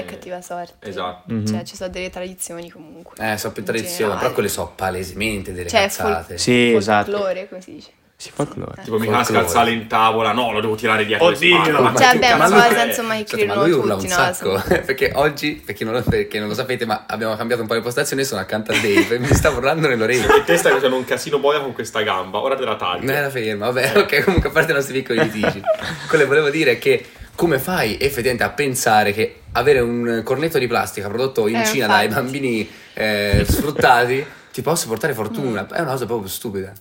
[SPEAKER 2] superstizione-
[SPEAKER 4] cattiva sorte.
[SPEAKER 2] Esatto.
[SPEAKER 4] Cioè, ci sono delle tradizioni comunque.
[SPEAKER 1] Eh, so più
[SPEAKER 4] in Ah,
[SPEAKER 1] tradizione, però
[SPEAKER 4] generale.
[SPEAKER 1] quelle so palesemente delle
[SPEAKER 4] Cioè,
[SPEAKER 1] cazzate.
[SPEAKER 3] Sì, esatto.
[SPEAKER 4] Folklore, come si dice.
[SPEAKER 3] Sì, folklore.
[SPEAKER 2] Tipo mi
[SPEAKER 1] Folklore.
[SPEAKER 2] casca il sale in tavola, no, lo devo tirare dietro. le
[SPEAKER 3] Oddio!
[SPEAKER 2] spalle, ma
[SPEAKER 4] Cioè,
[SPEAKER 2] che
[SPEAKER 4] beh,
[SPEAKER 1] ma
[SPEAKER 4] una
[SPEAKER 2] cazzo
[SPEAKER 1] lui-
[SPEAKER 4] cosa,
[SPEAKER 2] è?
[SPEAKER 4] insomma, che
[SPEAKER 1] Aspetta, ma
[SPEAKER 4] credono
[SPEAKER 1] lui urla
[SPEAKER 4] tutti,
[SPEAKER 1] un
[SPEAKER 4] no?
[SPEAKER 1] sacco perché oggi, per chi, non lo, per chi non lo sapete, ma abbiamo cambiato un po' le postazioni. Sono accanto a Dave e mi sta urlando nell'orecchio.
[SPEAKER 2] E te stai facendo un casino boia con questa gamba, ora te la taglio.
[SPEAKER 1] Non era ferma,
[SPEAKER 2] Eh.
[SPEAKER 1] vabbè, ok, comunque a parte i nostri piccoli litigi. Quello che volevo dire è che come fai effettivamente a pensare che avere un cornetto di plastica prodotto in
[SPEAKER 4] Eh,
[SPEAKER 1] Cina dai
[SPEAKER 4] infatti.
[SPEAKER 1] bambini eh, sfruttati ti possa portare fortuna?
[SPEAKER 4] Mm.
[SPEAKER 1] È una cosa proprio stupida.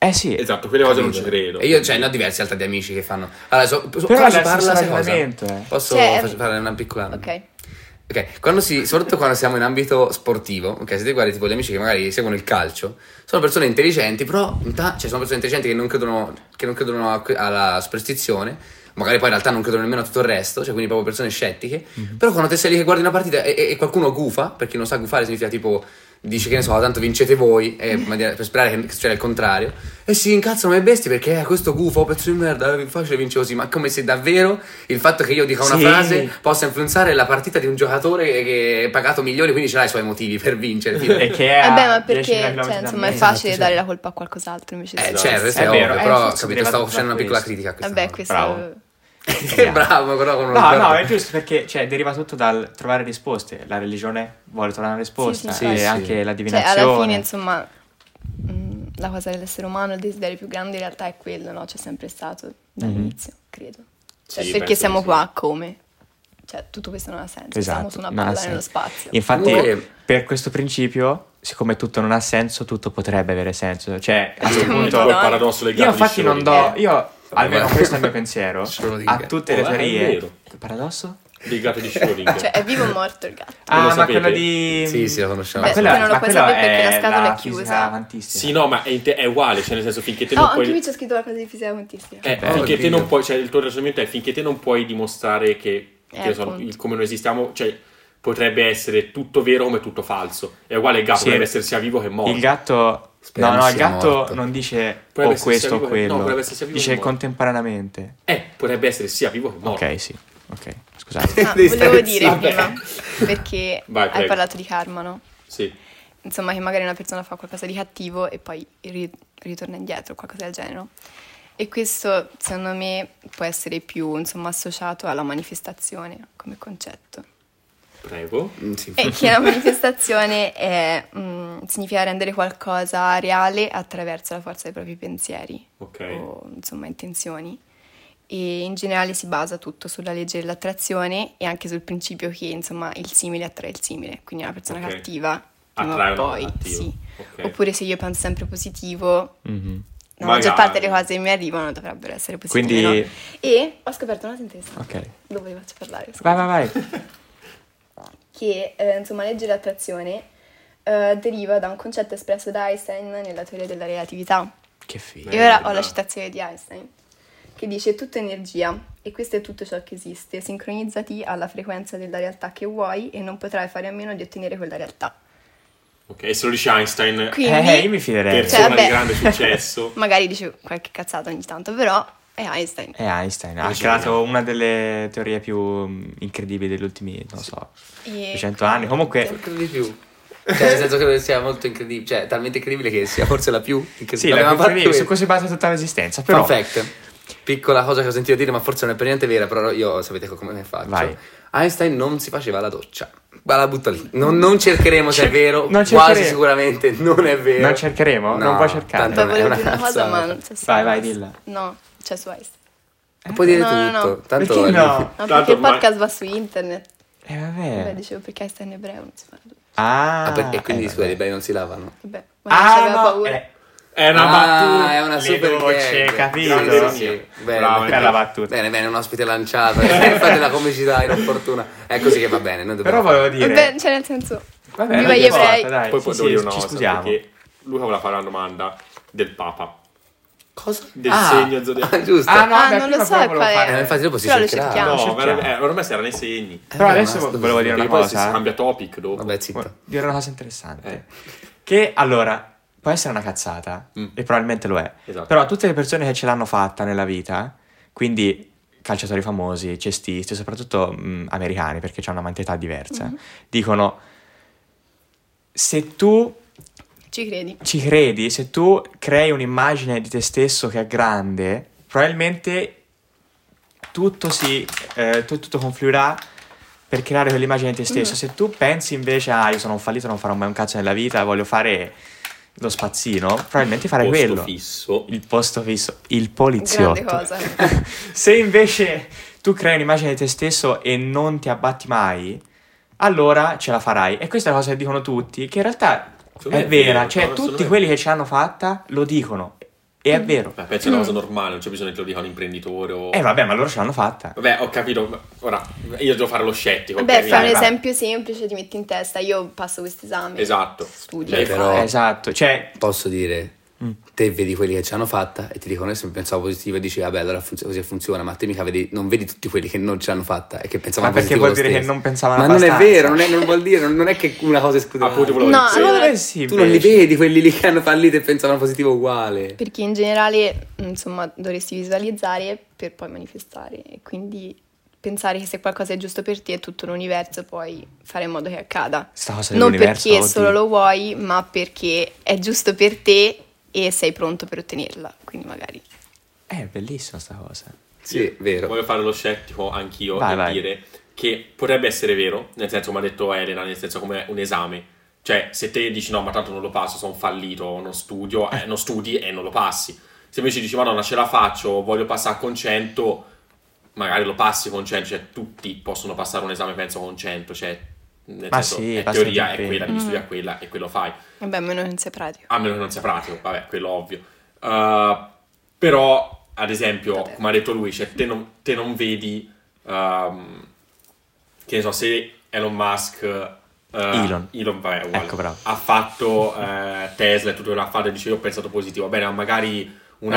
[SPEAKER 3] Eh sì,
[SPEAKER 2] Esatto, quelle cose non ci
[SPEAKER 1] Capito?
[SPEAKER 2] credo.
[SPEAKER 1] E io, cioè, ne ho diversi altri di amici che fanno. Allora, so, so-
[SPEAKER 3] Però
[SPEAKER 1] quando si
[SPEAKER 3] è lo
[SPEAKER 1] parla
[SPEAKER 3] stesso
[SPEAKER 1] sai cosa?
[SPEAKER 3] ragionamento, eh.
[SPEAKER 1] Posso
[SPEAKER 4] Cioè,
[SPEAKER 1] fa- fare una piccola.
[SPEAKER 4] Ok.
[SPEAKER 1] Ok, quando si, soprattutto quando siamo in ambito sportivo, ok, se ti guardi tipo gli amici che magari seguono il calcio, sono persone intelligenti, però in realtà cioè, sono persone intelligenti che non credono, che non credono a que- alla superstizione, magari poi in realtà non credono nemmeno a tutto il resto, cioè quindi proprio persone scettiche, però quando te sei lì che guardi una partita e, e- e qualcuno gufa, perché non sa gufare significa tipo dice che ne so, tanto vincete voi, e magari- per sperare che succeda il contrario, e si incazzano come bestie perché eh, questo gufo, pezzo di merda, è facile vincere così, ma come se davvero il fatto che io dica una
[SPEAKER 3] Sì.
[SPEAKER 1] frase possa influenzare la partita di un giocatore che è pagato milioni, quindi ce l'ha i suoi motivi per vincere. fine.
[SPEAKER 3] E
[SPEAKER 1] eh,
[SPEAKER 3] che è a
[SPEAKER 4] Vabbè, ma
[SPEAKER 3] 10.000
[SPEAKER 4] perché
[SPEAKER 3] km
[SPEAKER 4] cioè,
[SPEAKER 3] da
[SPEAKER 4] insomma, è
[SPEAKER 3] me.
[SPEAKER 4] facile
[SPEAKER 1] esatto,
[SPEAKER 4] dare
[SPEAKER 1] cioè.
[SPEAKER 4] la colpa a qualcos'altro invece di
[SPEAKER 1] certo, questo è,
[SPEAKER 3] È
[SPEAKER 1] ovvio,
[SPEAKER 3] vero, eh,
[SPEAKER 1] però
[SPEAKER 3] sì, si
[SPEAKER 1] capito,
[SPEAKER 3] deriva
[SPEAKER 1] stavo
[SPEAKER 3] da
[SPEAKER 1] facendo una piccola
[SPEAKER 3] questo.
[SPEAKER 1] critica a questa
[SPEAKER 4] Vabbè,
[SPEAKER 1] cosa.
[SPEAKER 4] questo cioè,
[SPEAKER 3] Bravo.
[SPEAKER 1] Che bravo, però con uno
[SPEAKER 3] No,
[SPEAKER 1] sguardo.
[SPEAKER 3] no, è giusto perché cioè, deriva tutto dal trovare risposte. La religione vuole trovare una risposta
[SPEAKER 4] Sì, sì,
[SPEAKER 3] e
[SPEAKER 1] sì.
[SPEAKER 3] anche la
[SPEAKER 4] Cioè,
[SPEAKER 3] divinazione.
[SPEAKER 4] alla fine, insomma, mh, la cosa dell'essere umano, il desiderio più grande in realtà è quello, no? C'è sempre stato dall'inizio,
[SPEAKER 3] Mhm.
[SPEAKER 4] credo. Cioè,
[SPEAKER 2] Sì, penso
[SPEAKER 4] perché
[SPEAKER 2] di
[SPEAKER 4] siamo
[SPEAKER 2] sì.
[SPEAKER 4] qua, come? Cioè, tutto questo non ha Esatto. senso. Siamo su una
[SPEAKER 3] Esatto. non ha
[SPEAKER 4] palla nello
[SPEAKER 3] senso.
[SPEAKER 4] spazio.
[SPEAKER 3] Infatti,
[SPEAKER 1] Comunque-
[SPEAKER 3] per questo principio, siccome tutto non ha senso, tutto potrebbe avere senso. Cioè,
[SPEAKER 4] Ah,
[SPEAKER 3] a questo
[SPEAKER 2] È tipo
[SPEAKER 3] punto,
[SPEAKER 2] il
[SPEAKER 4] Madonna.
[SPEAKER 2] paradosso del
[SPEAKER 3] io
[SPEAKER 2] gatto di
[SPEAKER 3] infatti non do.
[SPEAKER 2] Schrödinger.
[SPEAKER 3] Io, almeno
[SPEAKER 1] Vabbè.
[SPEAKER 3] questo è il mio pensiero,
[SPEAKER 1] Schrödinger.
[SPEAKER 3] a tutte le
[SPEAKER 2] Oh, è
[SPEAKER 3] teorie.
[SPEAKER 2] vero.
[SPEAKER 3] Paradosso?
[SPEAKER 2] Del gatto di Schrödinger.
[SPEAKER 4] Cioè, è vivo o morto il gatto?
[SPEAKER 2] lo
[SPEAKER 3] Ah, ma
[SPEAKER 2] sapete?
[SPEAKER 3] quello di.
[SPEAKER 1] Sì, sì, la conosciamo.
[SPEAKER 4] Beh,
[SPEAKER 1] quella-
[SPEAKER 4] perché non lo
[SPEAKER 3] ma
[SPEAKER 4] puoi
[SPEAKER 3] quello
[SPEAKER 4] sapere perché la scatola è
[SPEAKER 3] fisica
[SPEAKER 4] chiusa.
[SPEAKER 3] quantistica.
[SPEAKER 2] Sì, no, ma è, in te- è uguale, cioè nel senso finché te
[SPEAKER 4] No,
[SPEAKER 2] non
[SPEAKER 4] anche
[SPEAKER 2] puoi...
[SPEAKER 4] qui c'è scritto la cosa di fisica quantistica.
[SPEAKER 2] Eh,
[SPEAKER 1] Beh,
[SPEAKER 2] finché te
[SPEAKER 1] oddio.
[SPEAKER 2] non puoi, cioè il tuo ragionamento è finché te non puoi dimostrare che,
[SPEAKER 4] Eh,
[SPEAKER 2] che ne so,
[SPEAKER 4] appunto.
[SPEAKER 2] il- come noi esistiamo, cioè potrebbe essere tutto vero come tutto falso. È uguale il gatto,
[SPEAKER 3] Sì.
[SPEAKER 2] Ah, potrebbe essere sia vivo che morto.
[SPEAKER 3] Il gatto.
[SPEAKER 1] Speriamo
[SPEAKER 3] no, no, il
[SPEAKER 1] sia
[SPEAKER 3] gatto
[SPEAKER 1] morto.
[SPEAKER 3] non dice
[SPEAKER 2] Potrebbe
[SPEAKER 3] o
[SPEAKER 2] essere sia
[SPEAKER 3] questo o
[SPEAKER 2] vivo- no,
[SPEAKER 3] quello.
[SPEAKER 2] potrebbe essere sia vivo che
[SPEAKER 3] dice
[SPEAKER 2] morto.
[SPEAKER 3] contemporaneamente.
[SPEAKER 2] Eh, potrebbe essere sia vivo che morto.
[SPEAKER 3] Ok, sì. Ok, scusate.
[SPEAKER 4] Ah,
[SPEAKER 1] Devi
[SPEAKER 4] volevo
[SPEAKER 1] stare
[SPEAKER 4] dire
[SPEAKER 1] zitto.
[SPEAKER 4] prima, perché
[SPEAKER 2] Vai,
[SPEAKER 4] hai
[SPEAKER 2] prego.
[SPEAKER 4] parlato di karma, no?
[SPEAKER 2] Sì.
[SPEAKER 4] Insomma, che magari una persona fa qualcosa di cattivo e poi ri- ritorna indietro, qualcosa del genere. no? E questo, secondo me, può essere più, insomma, associato alla manifestazione come concetto.
[SPEAKER 2] Prego.
[SPEAKER 1] Mm, sì.
[SPEAKER 4] E che la manifestazione è, mm, significa rendere qualcosa reale attraverso la forza dei propri pensieri
[SPEAKER 2] Ok.
[SPEAKER 4] o insomma intenzioni. E in generale si basa tutto sulla legge dell'attrazione e anche sul principio che insomma il simile attrae il simile, quindi una persona
[SPEAKER 2] Ok.
[SPEAKER 4] cattiva prima
[SPEAKER 2] Attrae
[SPEAKER 4] o
[SPEAKER 2] una
[SPEAKER 4] poi
[SPEAKER 2] malattia.
[SPEAKER 4] sì.
[SPEAKER 2] Ok.
[SPEAKER 4] Oppure se io penso sempre positivo,
[SPEAKER 3] Mhm.
[SPEAKER 4] la maggior
[SPEAKER 2] Magari.
[SPEAKER 4] parte delle cose che mi arrivano dovrebbero essere positive.
[SPEAKER 3] Quindi-
[SPEAKER 4] no? E ho scoperto una cosa interessante.
[SPEAKER 3] Ok.
[SPEAKER 4] Dove vi faccio parlare? scusa
[SPEAKER 3] Vai, vai, vai.
[SPEAKER 4] che eh, insomma legge dell'attrazione eh, deriva da un concetto espresso da Einstein nella teoria della relatività.
[SPEAKER 3] Che figo.
[SPEAKER 4] E ora ho
[SPEAKER 2] Bella.
[SPEAKER 4] la citazione di Einstein che dice tutto è energia e questo è tutto ciò che esiste, sincronizzati alla frequenza della realtà che vuoi e non potrai fare a meno di ottenere quella realtà.
[SPEAKER 2] Ok, e se lo dice Einstein,
[SPEAKER 4] Quindi
[SPEAKER 3] Eh, io mi fiderei.
[SPEAKER 2] persona
[SPEAKER 4] Cioè, vabbè.
[SPEAKER 2] di grande successo.
[SPEAKER 4] magari dice qualche cazzata ogni tanto, però è Einstein.
[SPEAKER 3] È Eh, Einstein, ha
[SPEAKER 2] Sì, sì.
[SPEAKER 3] creato una delle teorie più mh, incredibili degli ultimi, non so,
[SPEAKER 4] E
[SPEAKER 3] 200 anni. Comunque,
[SPEAKER 1] Credo di più. Cioè, nel senso che sia molto incredibile, cioè, talmente incredibile che sia forse la più incredibile.
[SPEAKER 3] sì, la
[SPEAKER 1] Abbiamo
[SPEAKER 3] più
[SPEAKER 1] fatto
[SPEAKER 3] incredibile, su
[SPEAKER 1] questo.
[SPEAKER 3] cui si basa tutta l'esistenza. Però,
[SPEAKER 1] Fun fact. Piccola cosa che ho sentito dire, ma forse non è per niente vera, però io sapete come ne faccio.
[SPEAKER 3] Vai.
[SPEAKER 1] Einstein non si faceva la doccia. Ma la butto lì. Non, non cercheremo se è
[SPEAKER 3] Cer-
[SPEAKER 1] vero,
[SPEAKER 3] non
[SPEAKER 1] quasi
[SPEAKER 3] cercheremo.
[SPEAKER 1] sicuramente non è vero.
[SPEAKER 3] Non cercheremo? Non puoi cercare.
[SPEAKER 1] tanto
[SPEAKER 4] poi
[SPEAKER 1] è
[SPEAKER 4] volevo dire una cosa,
[SPEAKER 1] cazzata.
[SPEAKER 4] ma non so se
[SPEAKER 3] Vai, vai, dilla.
[SPEAKER 4] No, cioè su Einstein.
[SPEAKER 1] Eh, Puoi dire
[SPEAKER 4] No, no, no.
[SPEAKER 1] tutto. Tanto
[SPEAKER 3] perché no?
[SPEAKER 4] No,
[SPEAKER 2] Tanto
[SPEAKER 4] perché il
[SPEAKER 2] ormai-
[SPEAKER 4] podcast va su internet.
[SPEAKER 3] Eh,
[SPEAKER 4] Beh,
[SPEAKER 3] vabbè.
[SPEAKER 4] dicevo perché Einstein è ebreo, non si fa.
[SPEAKER 3] Ah,
[SPEAKER 1] Ah, per- e quindi
[SPEAKER 3] eh,
[SPEAKER 1] scusa,
[SPEAKER 3] vabbè.
[SPEAKER 1] i bei non si lavano.
[SPEAKER 4] Vabbè, ma non
[SPEAKER 3] Ah,
[SPEAKER 4] c'aveva
[SPEAKER 3] no,
[SPEAKER 4] paura.
[SPEAKER 3] eh,
[SPEAKER 2] È una
[SPEAKER 1] ah,
[SPEAKER 2] battuta.
[SPEAKER 1] è una
[SPEAKER 3] le
[SPEAKER 1] super
[SPEAKER 3] docce,
[SPEAKER 1] gag.
[SPEAKER 3] capito?
[SPEAKER 1] Sì, sì, sì. Bene.
[SPEAKER 2] Ah,
[SPEAKER 3] Bravo, bella battuta.
[SPEAKER 1] Bene, bene, un ospite lanciato. Eh, Fate la comicità inopportuna. È così che va bene. Noi dobbiamo
[SPEAKER 3] Però volevo dire...
[SPEAKER 4] Vabbè, cioè nel senso,
[SPEAKER 3] Vabbè,
[SPEAKER 4] viva
[SPEAKER 3] dai,
[SPEAKER 4] gli
[SPEAKER 3] che importa,
[SPEAKER 4] ebrei.
[SPEAKER 3] dai,
[SPEAKER 2] Poi
[SPEAKER 3] sì,
[SPEAKER 2] poi
[SPEAKER 3] sì,
[SPEAKER 2] devo dire una
[SPEAKER 3] ci
[SPEAKER 2] cosa,
[SPEAKER 3] scusiamo.
[SPEAKER 2] perché Luca voleva fare una domanda del Papa.
[SPEAKER 1] Cosa?
[SPEAKER 2] Del segno zodiacale.
[SPEAKER 1] Ah, giusto.
[SPEAKER 3] Ah, no,
[SPEAKER 4] Ah,
[SPEAKER 3] vabbè,
[SPEAKER 4] non
[SPEAKER 3] prima
[SPEAKER 4] lo so
[SPEAKER 3] però volevo
[SPEAKER 4] qual è.
[SPEAKER 3] fare-
[SPEAKER 1] Eh, infatti dopo si
[SPEAKER 4] Però lo
[SPEAKER 1] cercherà.
[SPEAKER 4] cerchiamo.
[SPEAKER 2] no,
[SPEAKER 3] cerchiamo.
[SPEAKER 2] ver- eh, ormai si era nei segni.
[SPEAKER 1] Eh,
[SPEAKER 3] Però
[SPEAKER 1] no,
[SPEAKER 3] adesso
[SPEAKER 1] ma-
[SPEAKER 3] volevo dire una
[SPEAKER 2] Perché poi si
[SPEAKER 3] cosa. eh.
[SPEAKER 2] cambia topic dopo. Eh,
[SPEAKER 1] Vabbè, zitto.
[SPEAKER 3] Dire una cosa interessante. Che allora, può essere una cazzata,
[SPEAKER 2] Mm.
[SPEAKER 3] e probabilmente lo è.
[SPEAKER 2] Esatto.
[SPEAKER 3] Però tutte le persone che ce l'hanno fatta nella vita, quindi calciatori famosi, cestisti, soprattutto mh, americani perché hanno una mentalità diversa, dicono se tu
[SPEAKER 4] Ci credi?
[SPEAKER 3] ci credi, se tu crei un'immagine di te stesso che è grande, probabilmente tutto si eh, tu- tutto confluirà per creare quell'immagine di te
[SPEAKER 2] Mm.
[SPEAKER 3] stesso. Se tu pensi invece "Ah, io sono un fallito, non farò mai un cazzo nella vita, voglio fare lo spazzino", probabilmente farai
[SPEAKER 2] Posto
[SPEAKER 3] quello.
[SPEAKER 2] fisso.
[SPEAKER 3] Il posto fisso, il
[SPEAKER 4] Grande
[SPEAKER 3] poliziotto.
[SPEAKER 4] cosa.
[SPEAKER 3] Se invece tu crei un'immagine di te stesso e non ti abbatti mai, allora ce la farai. E questa è la cosa che dicono tutti, che in realtà
[SPEAKER 2] Secondo me
[SPEAKER 3] è
[SPEAKER 2] è
[SPEAKER 3] vera.
[SPEAKER 2] vero,
[SPEAKER 3] Cioè,
[SPEAKER 2] no,
[SPEAKER 3] tutti
[SPEAKER 2] assolutamente.
[SPEAKER 3] quelli che ce l'hanno fatta lo dicono. E è vero.
[SPEAKER 2] Beh, penso è una cosa normale, non c'è bisogno che te lo dica un imprenditore o...
[SPEAKER 3] Mm. Eh vabbè, ma loro ce l'hanno fatta.
[SPEAKER 2] Vabbè, ho capito, ma ora io devo fare lo scettico.
[SPEAKER 4] Beh,
[SPEAKER 2] ok?
[SPEAKER 4] fai un
[SPEAKER 3] vai.
[SPEAKER 4] esempio semplice, ti metti in testa, io passo questo esame.
[SPEAKER 2] Esatto.
[SPEAKER 4] Studio.
[SPEAKER 1] Beh, però-
[SPEAKER 3] Eh, Esatto, cioè...
[SPEAKER 1] Posso dire,
[SPEAKER 3] Mm.
[SPEAKER 1] te vedi quelli che ci hanno fatta e ti dicono sempre pensavo positivo e dici vabbè allora funziona, così funziona, ma te mica vedi, non vedi tutti quelli che non ci hanno fatta e che pensavano
[SPEAKER 3] Ma Ah, perché
[SPEAKER 1] positivo
[SPEAKER 3] vuol dire
[SPEAKER 1] lo
[SPEAKER 3] che
[SPEAKER 1] stesso.
[SPEAKER 3] non pensavano
[SPEAKER 1] Ma non è
[SPEAKER 3] abbastanza.
[SPEAKER 1] vero, non, è- non vuol dire, non, non è che una cosa esclude
[SPEAKER 2] Ah, Appunto,
[SPEAKER 1] l'altra.
[SPEAKER 2] volevo
[SPEAKER 4] No,
[SPEAKER 2] dire.
[SPEAKER 4] allora-
[SPEAKER 3] Secondo me sì,
[SPEAKER 1] Tu non li
[SPEAKER 3] invece.
[SPEAKER 1] vedi quelli lì che hanno fallito e pensavano positivo uguale.
[SPEAKER 4] Perché in generale, insomma, dovresti visualizzare per poi manifestare. E quindi pensare che se qualcosa è giusto per te, è tutto l'universo, puoi fare in modo che accada.
[SPEAKER 3] Sta cosa
[SPEAKER 4] Non
[SPEAKER 3] dell'universo,
[SPEAKER 4] perché
[SPEAKER 3] oddio.
[SPEAKER 4] solo lo vuoi, ma perché è giusto per te e sei pronto per ottenerla. Quindi magari.
[SPEAKER 3] Eh, è bellissima sta cosa.
[SPEAKER 1] Sì, vero.
[SPEAKER 2] Voglio fare lo scettico anch'io
[SPEAKER 3] Vai,
[SPEAKER 2] e
[SPEAKER 3] vai.
[SPEAKER 2] dire che potrebbe essere vero, nel senso come ha detto Elena, nel senso come un esame. Cioè, se te dici no, ma tanto non lo passo, sono fallito, non studio, eh, non studi e non lo passi. Se invece dici madonna ce la faccio, voglio passare con 100, magari lo passi con 100, cioè tutti possono passare un esame penso con 100, cioè nel
[SPEAKER 3] Ma
[SPEAKER 2] senso
[SPEAKER 3] sì,
[SPEAKER 2] è
[SPEAKER 3] basta
[SPEAKER 2] teoria,
[SPEAKER 3] tutti.
[SPEAKER 2] è quella,
[SPEAKER 4] Mm.
[SPEAKER 2] devi studiare quella e quello fai.
[SPEAKER 4] Vabbè, a meno che non sia pratico.
[SPEAKER 2] A meno che non sia pratico, vabbè, quello ovvio. Uh, però, ad esempio,
[SPEAKER 4] Vabbè.
[SPEAKER 2] come ha detto lui, cioè, te, non, te non vedi, um, che ne so, se Elon Musk... uh,
[SPEAKER 3] Elon.
[SPEAKER 2] vabbè, è uguale.
[SPEAKER 3] Ecco, bravo.
[SPEAKER 2] Ha fatto eh, Tesla e tutto quello che ha fatto e dice io ho pensato positivo. Bene, ma magari
[SPEAKER 1] Magari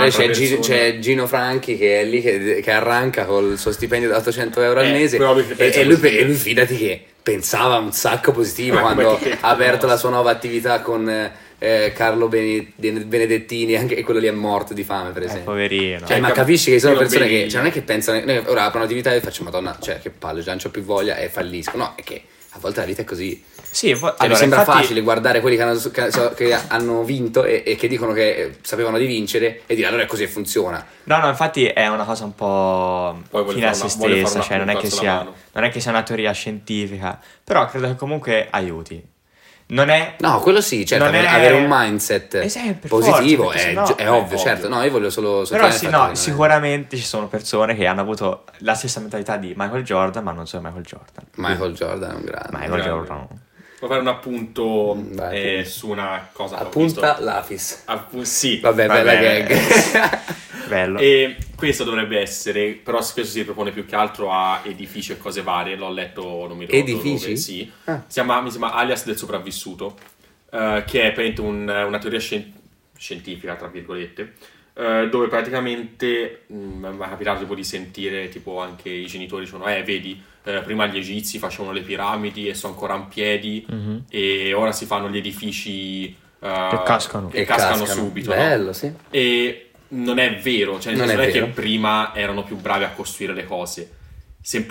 [SPEAKER 2] un'altra
[SPEAKER 1] c'è, Gi-
[SPEAKER 2] persona...
[SPEAKER 3] cioè-
[SPEAKER 1] c'è Gino Franchi che è lì che, che arranca col suo stipendio da 800 euro al
[SPEAKER 2] Eh,
[SPEAKER 1] mese
[SPEAKER 2] però lui che
[SPEAKER 1] e-
[SPEAKER 2] pensa
[SPEAKER 1] e, lui,
[SPEAKER 2] positivo.
[SPEAKER 1] e lui fidati che pensava un sacco positivo
[SPEAKER 2] Eh, Ma come
[SPEAKER 1] quando
[SPEAKER 2] ti-
[SPEAKER 1] ha aperto la sua nuova attività con eh, Carlo Bene- Benedettini anche e quello lì è morto di fame per
[SPEAKER 3] Eh,
[SPEAKER 1] esempio.
[SPEAKER 3] poverino.
[SPEAKER 1] Cioè,
[SPEAKER 2] Cioè,
[SPEAKER 1] ma
[SPEAKER 2] cap-
[SPEAKER 1] capisci che ci sono
[SPEAKER 2] io
[SPEAKER 1] persone che
[SPEAKER 2] vedi-
[SPEAKER 1] cioè, non è che pensano noi ora aprono attività e faccio madonna cioè che palle già non c'ho più voglia e fallisco no è che a volte la vita è così
[SPEAKER 3] sì, vo-
[SPEAKER 1] cioè,
[SPEAKER 3] allora,
[SPEAKER 1] mi sembra
[SPEAKER 3] infatti-
[SPEAKER 1] facile guardare quelli che hanno, che- so- che hanno vinto e, e che dicono che eh, sapevano di vincere e dire allora è così che funziona.
[SPEAKER 3] No, no, infatti è una cosa un po'
[SPEAKER 2] Poi vuole
[SPEAKER 3] fine a
[SPEAKER 2] fare
[SPEAKER 3] se
[SPEAKER 2] una- vuole fare
[SPEAKER 3] stessa,
[SPEAKER 2] una
[SPEAKER 3] cioè non è, che
[SPEAKER 2] punta sulla
[SPEAKER 3] sia,
[SPEAKER 2] mano.
[SPEAKER 3] non è che sia una teoria scientifica, però credo che comunque aiuti. Non è...
[SPEAKER 1] No, quello sì, certo,
[SPEAKER 3] Non
[SPEAKER 1] avere,
[SPEAKER 3] è-
[SPEAKER 1] avere un mindset
[SPEAKER 3] Eh sì, per
[SPEAKER 1] positivo
[SPEAKER 3] forza, perché
[SPEAKER 1] è,
[SPEAKER 3] sennò-
[SPEAKER 1] gi- è
[SPEAKER 3] eh,
[SPEAKER 1] ovvio,
[SPEAKER 2] ovvio.
[SPEAKER 1] certo. No, io voglio solo
[SPEAKER 3] Però
[SPEAKER 1] sottolineare
[SPEAKER 3] sì,
[SPEAKER 1] il fatto
[SPEAKER 3] no,
[SPEAKER 1] che non è-
[SPEAKER 3] sicuramente ci sono persone che hanno avuto la stessa mentalità di Michael Jordan, ma non sono Michael Jordan.
[SPEAKER 1] Michael Jordan è un grande.
[SPEAKER 3] Michael
[SPEAKER 2] Grande.
[SPEAKER 3] Jordan.
[SPEAKER 2] Vuoi fare un appunto
[SPEAKER 1] Mm, vai,
[SPEAKER 2] eh,
[SPEAKER 1] appunto.
[SPEAKER 2] su una cosa che ho
[SPEAKER 1] Appunta
[SPEAKER 2] visto?
[SPEAKER 1] l'Afis.
[SPEAKER 2] Appu- sì. eh,
[SPEAKER 1] Vabbè,
[SPEAKER 3] Va
[SPEAKER 1] bella
[SPEAKER 3] bene.
[SPEAKER 1] gag.
[SPEAKER 3] Bello.
[SPEAKER 2] E questo dovrebbe essere, però spesso si propone più che altro a edifici e cose varie, l'ho letto, non mi ricordo
[SPEAKER 1] Edifici?
[SPEAKER 2] dove, sì.
[SPEAKER 1] Ah.
[SPEAKER 2] Si chiama, mi si chiama Alias del sopravvissuto, eh, che è praticamente un- una teoria scien- scientifica, tra virgolette, eh, dove praticamente mh, mi è capitato tipo di sentire tipo anche i genitori dicono, eh vedi, eh, prima gli egizi facevano le piramidi e sono ancora in piedi
[SPEAKER 3] Mhm.
[SPEAKER 2] e ora si fanno gli edifici... eh,
[SPEAKER 3] Che cascano.
[SPEAKER 2] che cascano, subito no?
[SPEAKER 1] Bello, sì.
[SPEAKER 2] E non è vero, cioè nel
[SPEAKER 1] Non
[SPEAKER 2] senso non
[SPEAKER 1] è
[SPEAKER 2] è,
[SPEAKER 1] vero.
[SPEAKER 2] che prima erano più bravi a costruire le cose,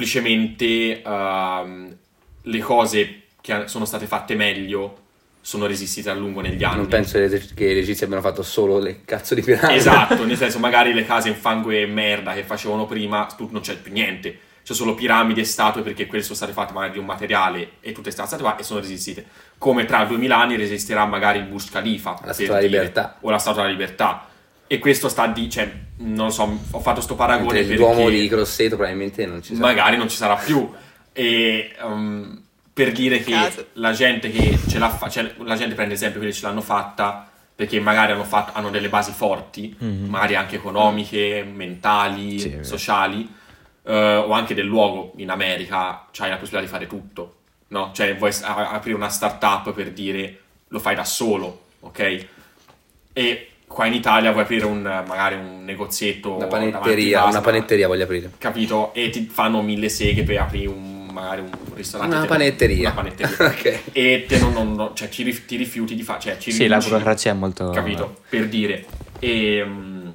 [SPEAKER 2] semplicemente ehm, le cose che sono state fatte meglio sono resistite a lungo negli anni.
[SPEAKER 1] Non penso che che gli egizi abbiano fatto solo le cazzo di piramidi.
[SPEAKER 2] Esatto, nel senso magari le case in fango e merda che facevano prima, tu- non c'è più niente, c'è solo piramidi e statue perché quelle sono state fatte magari di un materiale e tutte queste statue qua e sono resistite. Come tra 2000 anni resisterà magari il Burj Khalifa,
[SPEAKER 1] La
[SPEAKER 2] per
[SPEAKER 1] Statua della
[SPEAKER 2] dire,
[SPEAKER 1] Libertà.
[SPEAKER 2] o la Statua della Libertà. E questo sta di, cioè, non lo so, ho fatto sto paragone
[SPEAKER 1] Mentre
[SPEAKER 2] perché
[SPEAKER 1] l'uomo di Grosseto probabilmente non ci sarà.
[SPEAKER 2] magari non ci sarà più. E ehm, per dire che
[SPEAKER 4] Caso.
[SPEAKER 2] la gente che ce l'ha fa- cioè, la gente prende sempre quelli che ce l'hanno fatta perché magari hanno, fatto- hanno delle basi forti,
[SPEAKER 3] Mhm.
[SPEAKER 2] magari anche economiche, mentali,
[SPEAKER 3] Sì, è vero.
[SPEAKER 2] sociali, eh, o anche del luogo. In America c'hai la possibilità di fare tutto, no? Cioè, vuoi s- a- aprire una startup per dire lo fai da solo, ok? E qua in Italia vuoi aprire un, magari un negozietto
[SPEAKER 1] Una
[SPEAKER 2] davanti
[SPEAKER 1] panetteria,
[SPEAKER 2] basta,
[SPEAKER 1] una panetteria voglio aprire.
[SPEAKER 2] capito? E ti fanno mille seghe per aprire un magari un ristorante.
[SPEAKER 1] Una
[SPEAKER 2] te lo-
[SPEAKER 1] panetteria.
[SPEAKER 2] Una panetteria.
[SPEAKER 1] Ok.
[SPEAKER 2] E te non, non- non- cioè, ci rif- ti rifiuti di fare. Cioè, ci
[SPEAKER 3] Sì, la
[SPEAKER 2] rinunci.
[SPEAKER 3] burocrazia è
[SPEAKER 1] Ah,
[SPEAKER 3] molto...
[SPEAKER 2] Capito? Per dire. E, mm,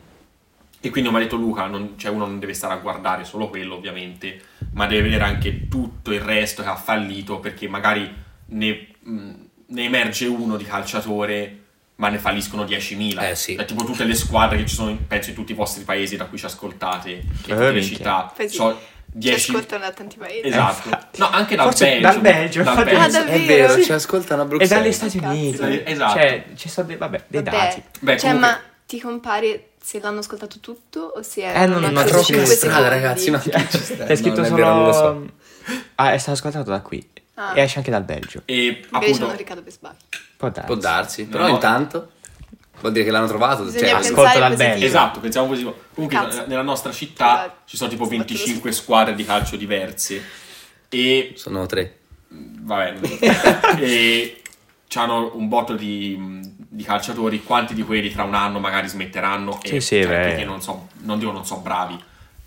[SPEAKER 2] e quindi come ha detto Luca, non- cioè uno non deve stare a guardare solo quello ovviamente, ma deve vedere anche tutto il resto che ha fallito perché magari ne, mm, ne emerge uno di calciatore ma ne falliscono 10.000.
[SPEAKER 1] Eh, sì.
[SPEAKER 2] Cioè, tipo tutte le squadre che ci sono, in- penso in tutti i vostri paesi da cui ci ascoltate, e
[SPEAKER 1] Eh,
[SPEAKER 2] tutte le
[SPEAKER 3] minchia.
[SPEAKER 2] città.
[SPEAKER 4] Poi sì,
[SPEAKER 2] so,
[SPEAKER 4] Ci
[SPEAKER 2] 10...
[SPEAKER 4] ascoltano da tanti paesi.
[SPEAKER 2] Esatto. no, anche dal
[SPEAKER 3] Eh, Forse
[SPEAKER 2] Belgio.
[SPEAKER 3] dal Belgio, infatti.
[SPEAKER 4] Ah,
[SPEAKER 2] Belgio.
[SPEAKER 4] davvero?
[SPEAKER 1] È vero,
[SPEAKER 4] Sì.
[SPEAKER 1] ci ascoltano a
[SPEAKER 3] E
[SPEAKER 1] Bruxelles.
[SPEAKER 3] dagli Stati
[SPEAKER 4] Cazzo.
[SPEAKER 3] Uniti.
[SPEAKER 2] Esatto.
[SPEAKER 3] Cioè, ci sono dei, vabbè, dei
[SPEAKER 4] Vabbè,
[SPEAKER 3] dati.
[SPEAKER 2] Beh,
[SPEAKER 4] cioè,
[SPEAKER 2] comunque-
[SPEAKER 4] ma ti compare se l'hanno ascoltato tutto o se
[SPEAKER 3] Eh, non-
[SPEAKER 4] hanno
[SPEAKER 3] non
[SPEAKER 4] acceso
[SPEAKER 3] trovo
[SPEAKER 1] troppo in
[SPEAKER 4] cinque
[SPEAKER 1] strada,
[SPEAKER 4] secondi?
[SPEAKER 1] ragazzi. No, ci sta.
[SPEAKER 3] È scritto
[SPEAKER 1] No, non è
[SPEAKER 3] solo...
[SPEAKER 1] vero, non lo so.
[SPEAKER 3] Ah, è stato ascoltato da qui.
[SPEAKER 4] Ah.
[SPEAKER 3] E esce anche dal Belgio.
[SPEAKER 2] E
[SPEAKER 4] Invece
[SPEAKER 2] appunto...
[SPEAKER 4] hanno Riccardo per sbaglio.
[SPEAKER 3] Può darsi.
[SPEAKER 1] Può darsi, però
[SPEAKER 2] No, no.
[SPEAKER 1] intanto vuol dire che l'hanno trovato.
[SPEAKER 4] Bisogna
[SPEAKER 1] Cioè,
[SPEAKER 4] pensare
[SPEAKER 3] ascolta dal
[SPEAKER 4] positivo.
[SPEAKER 3] bene.
[SPEAKER 2] Esatto, pensiamo positivo. Comunque,
[SPEAKER 4] Cazzo.
[SPEAKER 2] n- nella nostra
[SPEAKER 4] Sì,
[SPEAKER 2] città
[SPEAKER 4] va.
[SPEAKER 2] ci sono tipo
[SPEAKER 4] Sì, ma te lo
[SPEAKER 2] 25 squadre di calcio diverse. E
[SPEAKER 1] sono tre.
[SPEAKER 2] vabbè, e c'hanno un botto di, di calciatori. Quanti di quelli tra un anno magari smetteranno?
[SPEAKER 3] Sì,
[SPEAKER 2] e,
[SPEAKER 3] sì,
[SPEAKER 2] cioè,
[SPEAKER 3] beh.
[SPEAKER 2] perché non, so, non dico non sono bravi,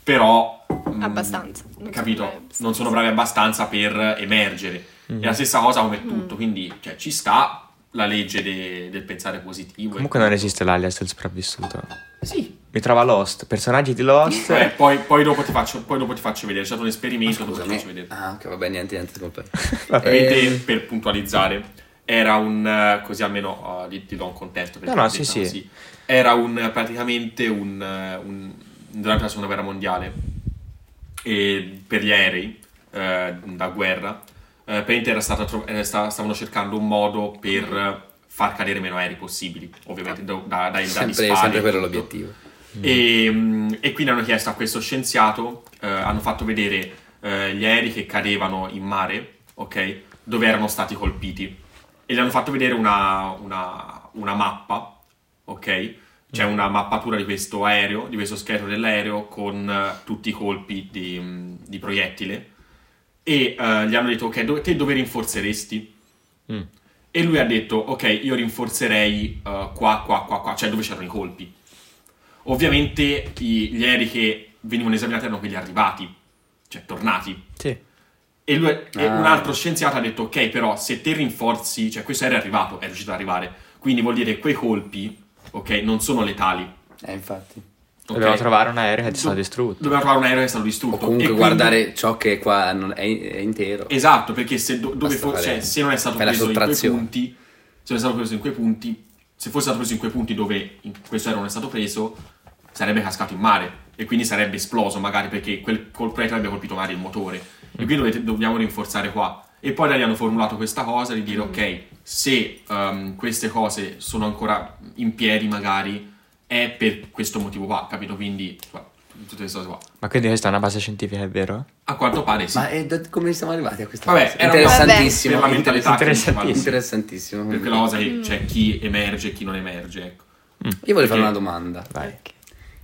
[SPEAKER 2] però mm,
[SPEAKER 4] Abbastanza. Non
[SPEAKER 2] capito?
[SPEAKER 4] sono bravi abbastanza.
[SPEAKER 2] non sono bravi abbastanza per emergere. È
[SPEAKER 3] Mhm.
[SPEAKER 2] la stessa cosa come
[SPEAKER 4] Mm.
[SPEAKER 2] tutto, quindi cioè, ci sta la legge de- del pensare positivo. e-
[SPEAKER 3] Comunque non esiste l'alias del sopravvissuto.
[SPEAKER 2] sì,
[SPEAKER 3] Mi trova Lost, personaggi di Lost.
[SPEAKER 1] Eh.
[SPEAKER 2] Vabbè, poi, poi dopo ti faccio, poi dopo ti faccio vedere, c'è stato un esperimento, dopo ti
[SPEAKER 1] Scusami.
[SPEAKER 2] faccio vedere.
[SPEAKER 1] Ah, ok, vabbè, niente, niente. ti compagno.
[SPEAKER 3] Vabbè.
[SPEAKER 2] Mentre,
[SPEAKER 1] Ehm.
[SPEAKER 2] per puntualizzare, era un, eh, così almeno eh, ti, ti do un contesto. perché
[SPEAKER 3] No, no,
[SPEAKER 2] l'ho
[SPEAKER 3] sì,
[SPEAKER 2] detta
[SPEAKER 3] sì.
[SPEAKER 2] così. Era un, eh, praticamente un, eh, un- durante la seconda guerra mondiale, e per gli aerei eh, da guerra, eh, praticamente era stata tro- eh, sta- stavano cercando un modo per far cadere meno aerei possibili, ovviamente da, da, dai- dagli
[SPEAKER 1] Ah. sempre,
[SPEAKER 2] spari
[SPEAKER 1] sempre
[SPEAKER 2] e
[SPEAKER 1] quello
[SPEAKER 2] tutto.
[SPEAKER 1] l'obiettivo.
[SPEAKER 2] E, mm, e quindi hanno chiesto a questo scienziato, eh, hanno fatto vedere eh, gli aerei che cadevano in mare, ok? Dove erano stati colpiti. E gli hanno fatto vedere una, una- una mappa, ok? C'è una mappatura di questo aereo, di questo scheletro dell'aereo con eh, tutti i colpi di, mm, di proiettile. E eh, gli hanno detto, ok, dove- te dove rinforzeresti?
[SPEAKER 3] Mm.
[SPEAKER 2] E lui ha detto, ok, io rinforzerei eh, qua, qua, qua, qua, cioè dove c'erano i colpi. Ovviamente i- gli aerei che venivano esaminati erano quelli arrivati, cioè tornati.
[SPEAKER 3] Sì.
[SPEAKER 2] E, lui- e
[SPEAKER 1] Ah.
[SPEAKER 2] un altro scienziato ha detto, ok, però se te rinforzi, cioè questo aereo è arrivato, è riuscito ad arrivare, quindi vuol dire che quei colpi, ok, non sono letali.
[SPEAKER 1] Eh, infatti.
[SPEAKER 3] Dobbiamo
[SPEAKER 2] ok?
[SPEAKER 3] trovare un aereo che è
[SPEAKER 2] Do-
[SPEAKER 3] stato distrutto.
[SPEAKER 2] Dobbiamo trovare un aereo che è stato
[SPEAKER 1] O
[SPEAKER 2] distrutto.
[SPEAKER 1] comunque
[SPEAKER 2] E quindi-
[SPEAKER 1] guardare ciò che qua non è, è intero.
[SPEAKER 2] Esatto, perché se, do- dove
[SPEAKER 1] Basta
[SPEAKER 2] fo-
[SPEAKER 1] fare-
[SPEAKER 2] cioè, se non è stato
[SPEAKER 1] fai la
[SPEAKER 2] preso in quei
[SPEAKER 1] sottrazione.
[SPEAKER 2] punti, se non è stato preso in quei punti, se fosse stato preso in quei punti dove in- questo aereo non è stato preso, sarebbe cascato in mare e quindi sarebbe esploso magari perché quel col proiettile avrebbe colpito magari il motore. E quindi dovete- dobbiamo rinforzare qua. E poi gli hanno formulato questa cosa di dire ok, se ehm, queste cose sono ancora in piedi magari è per questo motivo qua, capito? Quindi insomma, tutte queste cose qua.
[SPEAKER 3] Ma quindi questa è una base scientifica, è vero?
[SPEAKER 2] A quanto pare sì.
[SPEAKER 1] Ma è da- come siamo arrivati a questa
[SPEAKER 2] Vabbè,
[SPEAKER 1] cosa?
[SPEAKER 2] era una-
[SPEAKER 1] Interessantissimo.
[SPEAKER 2] per la mentalità che
[SPEAKER 3] interessantissimo.
[SPEAKER 2] dicevano.
[SPEAKER 1] Interessantissimo.
[SPEAKER 2] Per quella cosa che c'è chi emerge e chi non emerge, ecco.
[SPEAKER 1] Io volevo fare
[SPEAKER 2] Perché-
[SPEAKER 1] una domanda.
[SPEAKER 3] Vai.
[SPEAKER 4] Ok.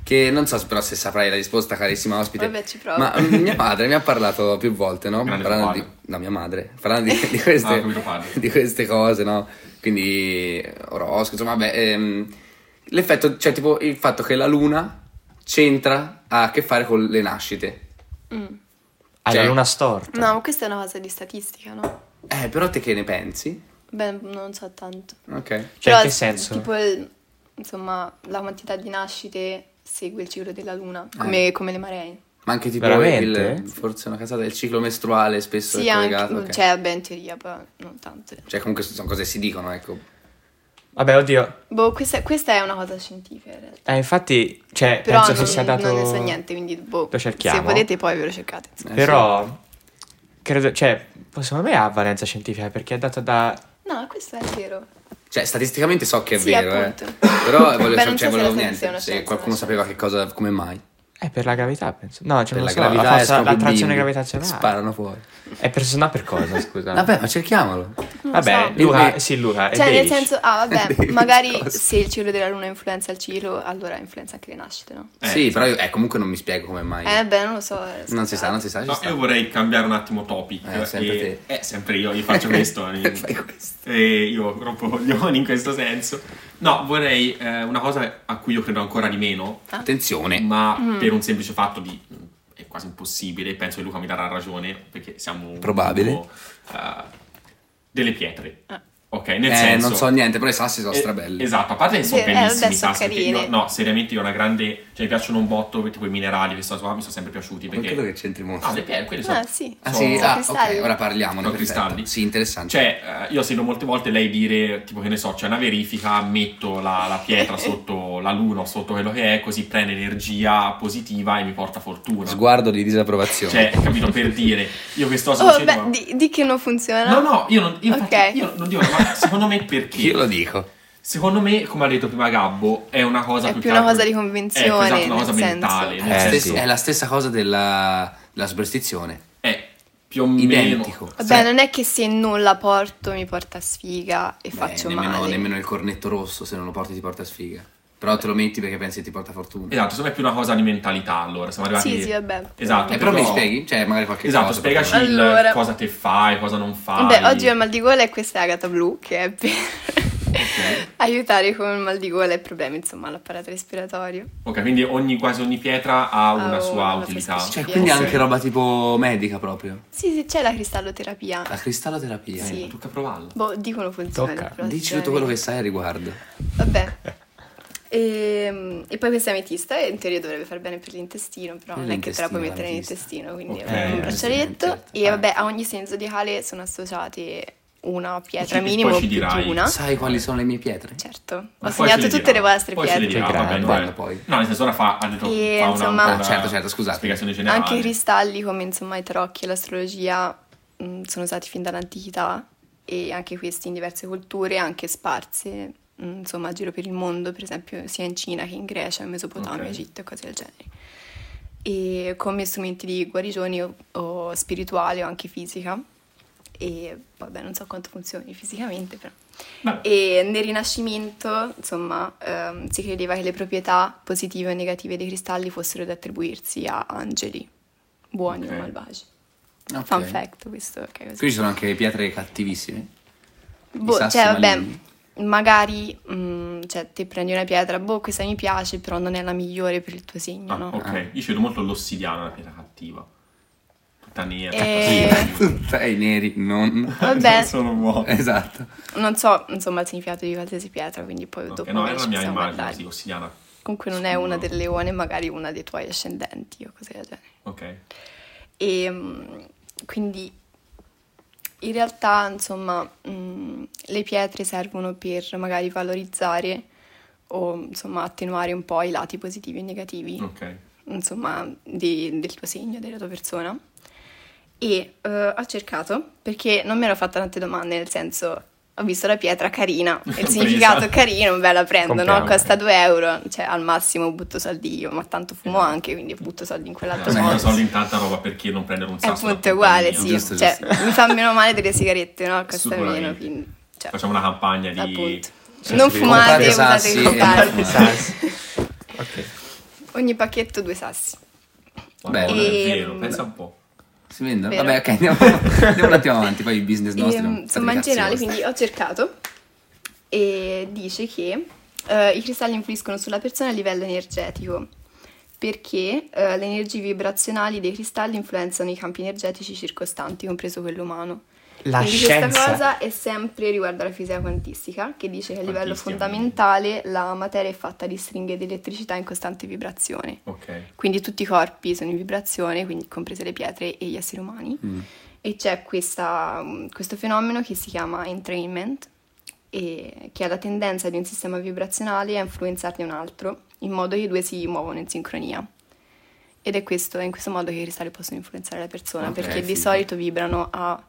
[SPEAKER 1] Che non so se- però se saprai la risposta, carissima ospite.
[SPEAKER 4] Vabbè, ci provo.
[SPEAKER 1] Ma mm, mio padre mi ha parlato più volte, no?
[SPEAKER 2] Grande
[SPEAKER 1] Parlando
[SPEAKER 2] tuo
[SPEAKER 1] di,
[SPEAKER 2] Ah, padre.
[SPEAKER 1] no, mia madre. Parlando di, di queste,
[SPEAKER 2] Ah, come tuo padre.
[SPEAKER 1] di queste cose, no? Quindi oroscopo, insomma, vabbè. ehm, l'effetto, cioè tipo il fatto che la luna c'entra ha a che fare con le nascite.
[SPEAKER 4] Mm.
[SPEAKER 3] Hai
[SPEAKER 1] Cioè-
[SPEAKER 3] la luna storta.
[SPEAKER 4] No, ma questa è una cosa di statistica, no?
[SPEAKER 1] Eh, però te che ne pensi?
[SPEAKER 4] Beh, non so tanto.
[SPEAKER 1] Ok.
[SPEAKER 3] Cioè,
[SPEAKER 4] Però,
[SPEAKER 3] in che senso?
[SPEAKER 4] Tipo, il- insomma, la quantità di nascite segue il ciclo della luna,
[SPEAKER 3] Ah.
[SPEAKER 4] come, come le maree.
[SPEAKER 1] Ma anche tipo
[SPEAKER 3] Veramente?
[SPEAKER 1] il, forse una casata, il ciclo mestruale spesso
[SPEAKER 4] Sì,
[SPEAKER 1] è
[SPEAKER 4] anche,
[SPEAKER 1] collegato. ok.
[SPEAKER 4] cioè, vabbè, in teoria, però non tanto.
[SPEAKER 1] Cioè, comunque sono cose che si dicono, ecco.
[SPEAKER 3] Vabbè, oddio.
[SPEAKER 4] Boh, questa, questa è una cosa scientifica, in realtà.
[SPEAKER 3] Eh, infatti, cioè,
[SPEAKER 4] Però
[SPEAKER 3] penso
[SPEAKER 4] non,
[SPEAKER 3] che sia dato...
[SPEAKER 4] non ne so niente, quindi boh,
[SPEAKER 3] Lo cerchiamo.
[SPEAKER 4] se volete poi ve lo cercate. insomma.
[SPEAKER 1] Eh,
[SPEAKER 3] Però, credo, cioè, secondo me ha valenza scientifica perché è data da...
[SPEAKER 4] No, questo è vero.
[SPEAKER 1] Cioè, statisticamente so che è
[SPEAKER 4] Sì,
[SPEAKER 1] vero,
[SPEAKER 4] appunto.
[SPEAKER 1] eh. però voglio,
[SPEAKER 4] Beh,
[SPEAKER 1] cioè,
[SPEAKER 4] non so se
[SPEAKER 1] volevo
[SPEAKER 4] la
[SPEAKER 1] niente.
[SPEAKER 4] statistica è una
[SPEAKER 1] se
[SPEAKER 4] scienza,
[SPEAKER 1] qualcuno
[SPEAKER 4] una
[SPEAKER 1] sapeva che cosa, come mai.
[SPEAKER 3] È Eh, per la gravità, penso. No, cioè,
[SPEAKER 1] Per
[SPEAKER 3] non
[SPEAKER 1] la
[SPEAKER 3] so,
[SPEAKER 1] gravità
[SPEAKER 3] la forza,
[SPEAKER 1] escono quei bimbi.
[SPEAKER 3] l'attrazione gravitazionale.
[SPEAKER 1] Sparano fuori.
[SPEAKER 3] È per no per cosa, scusa.
[SPEAKER 1] Vabbè, ma cerchiamolo.
[SPEAKER 4] Non
[SPEAKER 3] Vabbè,
[SPEAKER 4] so.
[SPEAKER 3] Luca,
[SPEAKER 1] Eh,
[SPEAKER 3] sì, Luca, è
[SPEAKER 4] Cioè, nel
[SPEAKER 3] beige.
[SPEAKER 4] senso, ah, vabbè,
[SPEAKER 1] Beige,
[SPEAKER 4] magari
[SPEAKER 1] cosa?
[SPEAKER 4] se il ciclo della luna influenza il ciclo, allora influenza anche le nascite, no?
[SPEAKER 2] Eh,
[SPEAKER 1] sì, però io, eh, comunque non mi spiego come mai.
[SPEAKER 4] Eh, beh, non lo so. eh,
[SPEAKER 1] non si sa, non si sa. ci
[SPEAKER 2] No,
[SPEAKER 1] sta.
[SPEAKER 2] io vorrei cambiare un attimo topic.
[SPEAKER 1] Eh, sempre
[SPEAKER 2] e- eh, sempre io, io faccio questo. eh,
[SPEAKER 1] Fai questo.
[SPEAKER 2] E io rompo coglioni in questo senso. No, vorrei eh, una cosa a cui io credo ancora di meno,
[SPEAKER 1] Attenzione.
[SPEAKER 2] ma per un semplice fatto di... eh, quasi impossibile, penso che Luca mi darà ragione, perché siamo un
[SPEAKER 1] Probabile.
[SPEAKER 2] gruppo, eh, delle pietre.
[SPEAKER 4] Ah.
[SPEAKER 2] Ok, nel
[SPEAKER 1] eh,
[SPEAKER 2] senso...
[SPEAKER 1] non so niente, però i sassi sono
[SPEAKER 2] Eh,
[SPEAKER 1] strabelli.
[SPEAKER 2] Esatto, a parte che sono
[SPEAKER 4] Sì, eh,
[SPEAKER 2] bellissimi
[SPEAKER 4] vabbè,
[SPEAKER 2] i
[SPEAKER 4] sono
[SPEAKER 2] sassi, perché
[SPEAKER 4] carini.
[SPEAKER 2] io- no, seriamente io ho una grande... Cioè mi piacciono un botto, tipo i minerali, questa cosa qua mi sono sempre piaciuti,
[SPEAKER 1] Non credo
[SPEAKER 2] perché...
[SPEAKER 1] che c'entri molto.
[SPEAKER 2] Ah, le pietre, quelle sono...
[SPEAKER 4] Ah, sì.
[SPEAKER 1] Ah,
[SPEAKER 2] sono-
[SPEAKER 1] sì,
[SPEAKER 4] Sono
[SPEAKER 1] ah,
[SPEAKER 4] cristalli.
[SPEAKER 1] ok, ora parliamo.
[SPEAKER 2] Sono cristalli.
[SPEAKER 1] Sì, interessante.
[SPEAKER 2] Cioè, eh, io sento molte volte lei dire, tipo che ne so, c'è una verifica, metto la, la pietra sotto la luna o sotto quello che è, così prende energia positiva e mi porta fortuna.
[SPEAKER 1] Sguardo di disapprovazione.
[SPEAKER 2] Cioè, capito, per dire, io questa cosa
[SPEAKER 4] Oh,
[SPEAKER 2] facevo-
[SPEAKER 4] beh, di, di che non funziona.
[SPEAKER 2] No, no, io non, io, infatti,
[SPEAKER 4] Ok.
[SPEAKER 2] io non dico, ma secondo me perché?
[SPEAKER 1] Io lo dico.
[SPEAKER 2] Secondo me, come ha detto prima Gabbo, è una cosa
[SPEAKER 4] È
[SPEAKER 2] più
[SPEAKER 4] più
[SPEAKER 2] che
[SPEAKER 4] una
[SPEAKER 2] altro-
[SPEAKER 4] cosa di convinzione,
[SPEAKER 2] Ecco, esatto, una
[SPEAKER 4] nel
[SPEAKER 2] cosa
[SPEAKER 4] senso.
[SPEAKER 2] mentale. nel
[SPEAKER 1] È la
[SPEAKER 2] senso,
[SPEAKER 1] stessa- È la stessa cosa della, della superstizione.
[SPEAKER 2] è più o
[SPEAKER 1] Identico.
[SPEAKER 2] meno...
[SPEAKER 4] Vabbè,
[SPEAKER 1] Sì.
[SPEAKER 4] non è che se non la porto mi porta sfiga e
[SPEAKER 1] Beh,
[SPEAKER 4] faccio
[SPEAKER 1] Eh, nemmeno,
[SPEAKER 4] male.
[SPEAKER 1] nemmeno il cornetto rosso, se non lo porti ti porta sfiga. Però te lo metti perché pensi che ti porta fortuna.
[SPEAKER 2] Esatto, secondo me è più una cosa di mentalità, allora, siamo arrivati...
[SPEAKER 4] Sì, sì, vabbè.
[SPEAKER 2] Esatto,
[SPEAKER 1] E però mi
[SPEAKER 2] però-
[SPEAKER 1] spieghi? Cioè, magari qualche
[SPEAKER 2] esatto,
[SPEAKER 1] cosa.
[SPEAKER 2] spiegaci
[SPEAKER 4] perché-
[SPEAKER 2] il
[SPEAKER 4] Allora.
[SPEAKER 2] cosa te fai, cosa non fai.
[SPEAKER 4] Beh, oggi ho il mal di gola e questa è Agata Blu che è per aiutare con il mal di gola e problemi, insomma, all'apparato respiratorio.
[SPEAKER 2] Ok, quindi ogni, quasi ogni pietra ha una
[SPEAKER 4] una
[SPEAKER 2] sua
[SPEAKER 4] sua
[SPEAKER 2] utilità.
[SPEAKER 4] specificità.
[SPEAKER 1] Cioè, quindi
[SPEAKER 4] Sì.
[SPEAKER 1] anche roba tipo medica proprio.
[SPEAKER 4] Sì, sì, c'è la cristalloterapia.
[SPEAKER 1] La cristalloterapia.
[SPEAKER 4] Sì.
[SPEAKER 2] Eh, Tocca provarla.
[SPEAKER 4] Boh, dicono funziona.
[SPEAKER 3] Tocca.
[SPEAKER 4] però
[SPEAKER 1] Dici tutto quello che
[SPEAKER 4] sinceramente-
[SPEAKER 1] sai al riguardo.
[SPEAKER 4] Vabbè. Ehm, E, poi questa è ametista e in teoria dovrebbe far bene per l'intestino, però non è che te la
[SPEAKER 1] L'intestino,
[SPEAKER 4] puoi mettere
[SPEAKER 1] l'ametista.
[SPEAKER 4] nell'intestino, quindi
[SPEAKER 3] Ok,
[SPEAKER 4] è un braccialetto.
[SPEAKER 1] certo.
[SPEAKER 4] E vabbè, a ogni segno zodiacale sono associate una pietra
[SPEAKER 2] E ci- e
[SPEAKER 4] minimo
[SPEAKER 2] poi
[SPEAKER 4] o
[SPEAKER 2] ci
[SPEAKER 4] più di
[SPEAKER 2] dirai.
[SPEAKER 4] una.
[SPEAKER 1] Sai quali sono le mie pietre?
[SPEAKER 4] Certo,
[SPEAKER 2] Ma
[SPEAKER 4] ho
[SPEAKER 2] poi ce
[SPEAKER 4] segnato
[SPEAKER 2] le dirà.
[SPEAKER 4] tutte le vostre
[SPEAKER 2] Poi ce le
[SPEAKER 4] pietre.
[SPEAKER 2] dirà,
[SPEAKER 3] Che
[SPEAKER 2] vabbè,
[SPEAKER 3] grande.
[SPEAKER 2] non è-
[SPEAKER 1] Quando poi?
[SPEAKER 2] No, nel senso ora fa, ha detto,
[SPEAKER 4] E,
[SPEAKER 2] fa una,
[SPEAKER 4] insomma-
[SPEAKER 2] una
[SPEAKER 1] Ah, certo, certo, scusate.
[SPEAKER 2] spiegazione generale.
[SPEAKER 4] Anche i cristalli, come insomma i tarocchi e l'astrologia, mh, sono usati fin dall'antichità e anche questi in diverse culture, anche sparse, mh, insomma, a giro per il mondo, per esempio sia in Cina che in Grecia, in Mesopotamia,
[SPEAKER 2] Ok.
[SPEAKER 4] Egitto e cose del genere. E come strumenti di guarigione o, o spirituale o anche fisica. E vabbè, non so quanto funzioni fisicamente, però.
[SPEAKER 2] Vabbè.
[SPEAKER 4] E nel Rinascimento, insomma, ehm, si credeva che le proprietà positive e negative dei cristalli fossero da attribuirsi a angeli, buoni
[SPEAKER 2] Ok.
[SPEAKER 4] o malvagi.
[SPEAKER 1] Ok.
[SPEAKER 4] Fun fact, questo ok, così.
[SPEAKER 1] Qui ci sono anche pietre cattivissime.
[SPEAKER 4] Boh,
[SPEAKER 1] sassi
[SPEAKER 4] cioè, vabbè,
[SPEAKER 1] maligni.
[SPEAKER 4] magari, mm, cioè, te prendi una pietra, boh, questa mi piace, però non è la migliore per il tuo segno,
[SPEAKER 2] Ah,
[SPEAKER 4] no?
[SPEAKER 2] ok,
[SPEAKER 1] Ah.
[SPEAKER 2] io scelgo molto l'ossidiana, la pietra cattiva. Tutta nera.
[SPEAKER 4] Eh. Eh.
[SPEAKER 2] cattiva.
[SPEAKER 1] Tutta i neri, non.
[SPEAKER 4] Vabbè,
[SPEAKER 2] Sono buono.
[SPEAKER 1] Esatto.
[SPEAKER 4] non so, insomma, il significato di qualsiasi pietra, quindi poi
[SPEAKER 2] Ok,
[SPEAKER 4] dopo
[SPEAKER 2] no, era
[SPEAKER 4] magari
[SPEAKER 2] la
[SPEAKER 4] ci
[SPEAKER 2] mia
[SPEAKER 4] possiamo
[SPEAKER 2] immagine,
[SPEAKER 4] guardare.
[SPEAKER 2] sì, ossidiana.
[SPEAKER 4] Comunque non è
[SPEAKER 2] Scudo.
[SPEAKER 4] una del leone, magari una dei tuoi ascendenti o cose del genere.
[SPEAKER 2] Ok.
[SPEAKER 4] E mm, quindi in realtà, insomma, mm, le pietre servono per magari valorizzare o insomma attenuare un po' i lati positivi e negativi,
[SPEAKER 2] Ok.
[SPEAKER 4] insomma, di- del tuo segno, della tua persona. E eh, ho cercato, perché non mi ero fatta tante domande, nel senso, ho visto la pietra carina, e il
[SPEAKER 2] Presa.
[SPEAKER 4] significato carino, beh la prendo, no?
[SPEAKER 3] Compriamo.
[SPEAKER 4] Costa 2 euro, cioè al massimo butto soldi io, ma tanto fumo
[SPEAKER 2] Esatto.
[SPEAKER 4] anche, quindi butto soldi in
[SPEAKER 2] Allora,
[SPEAKER 4] quell'altro modo.
[SPEAKER 2] Eh, sono soldi in tanta roba perché non prendere un
[SPEAKER 4] È
[SPEAKER 2] sasso? da
[SPEAKER 4] appunto uguale, sì.
[SPEAKER 2] compagnia?
[SPEAKER 1] Giusto,
[SPEAKER 4] cioè,
[SPEAKER 1] giusto.
[SPEAKER 4] mi fa meno male delle sigarette, no? Costa
[SPEAKER 2] Sicuramente.
[SPEAKER 4] meno, quindi... Cioè,
[SPEAKER 2] Facciamo una campagna di...
[SPEAKER 4] appunto.
[SPEAKER 3] Sì,
[SPEAKER 4] non
[SPEAKER 3] sì,
[SPEAKER 4] fumate,
[SPEAKER 1] comprate
[SPEAKER 4] usate
[SPEAKER 1] sassi
[SPEAKER 4] i
[SPEAKER 1] e
[SPEAKER 4] cristalli.
[SPEAKER 1] non
[SPEAKER 2] Ok.
[SPEAKER 4] Ogni pacchetto due sassi.
[SPEAKER 2] Madonna,
[SPEAKER 4] Beh.
[SPEAKER 2] è vero,
[SPEAKER 4] Ehm,
[SPEAKER 2] pensa un po'.
[SPEAKER 1] Si vendono?
[SPEAKER 4] Vero.
[SPEAKER 1] Vabbè, ok, andiamo, andiamo un attimo avanti, poi i business nostri.
[SPEAKER 4] Ehm,
[SPEAKER 1] non-
[SPEAKER 4] insomma, in
[SPEAKER 1] fate i
[SPEAKER 4] generale,
[SPEAKER 1] cazzi vostri.
[SPEAKER 4] quindi ho cercato e dice che eh, i cristalli influiscono sulla persona a livello energetico perché eh, le energie vibrazionali dei cristalli influenzano i campi energetici circostanti, compreso quello umano.
[SPEAKER 3] La
[SPEAKER 4] Quindi
[SPEAKER 3] scienza.
[SPEAKER 4] questa cosa è sempre riguardo alla fisica quantistica, che dice che a livello
[SPEAKER 2] Quantistica,
[SPEAKER 4] fondamentale la materia è fatta di stringhe di elettricità in costante vibrazione.
[SPEAKER 2] Ok.
[SPEAKER 4] Quindi tutti i corpi sono in vibrazione, quindi comprese le pietre e gli esseri umani.
[SPEAKER 1] Mm.
[SPEAKER 4] E c'è questa- mh, questo fenomeno che si chiama entrainment, e che ha la tendenza di un sistema vibrazionale a influenzarne un altro, in modo che i due si muovono in sincronia. Ed è, questo, è in questo modo che i cristalli possono influenzare la persona,
[SPEAKER 1] Ok,
[SPEAKER 4] perché di
[SPEAKER 1] figo.
[SPEAKER 4] solito vibrano a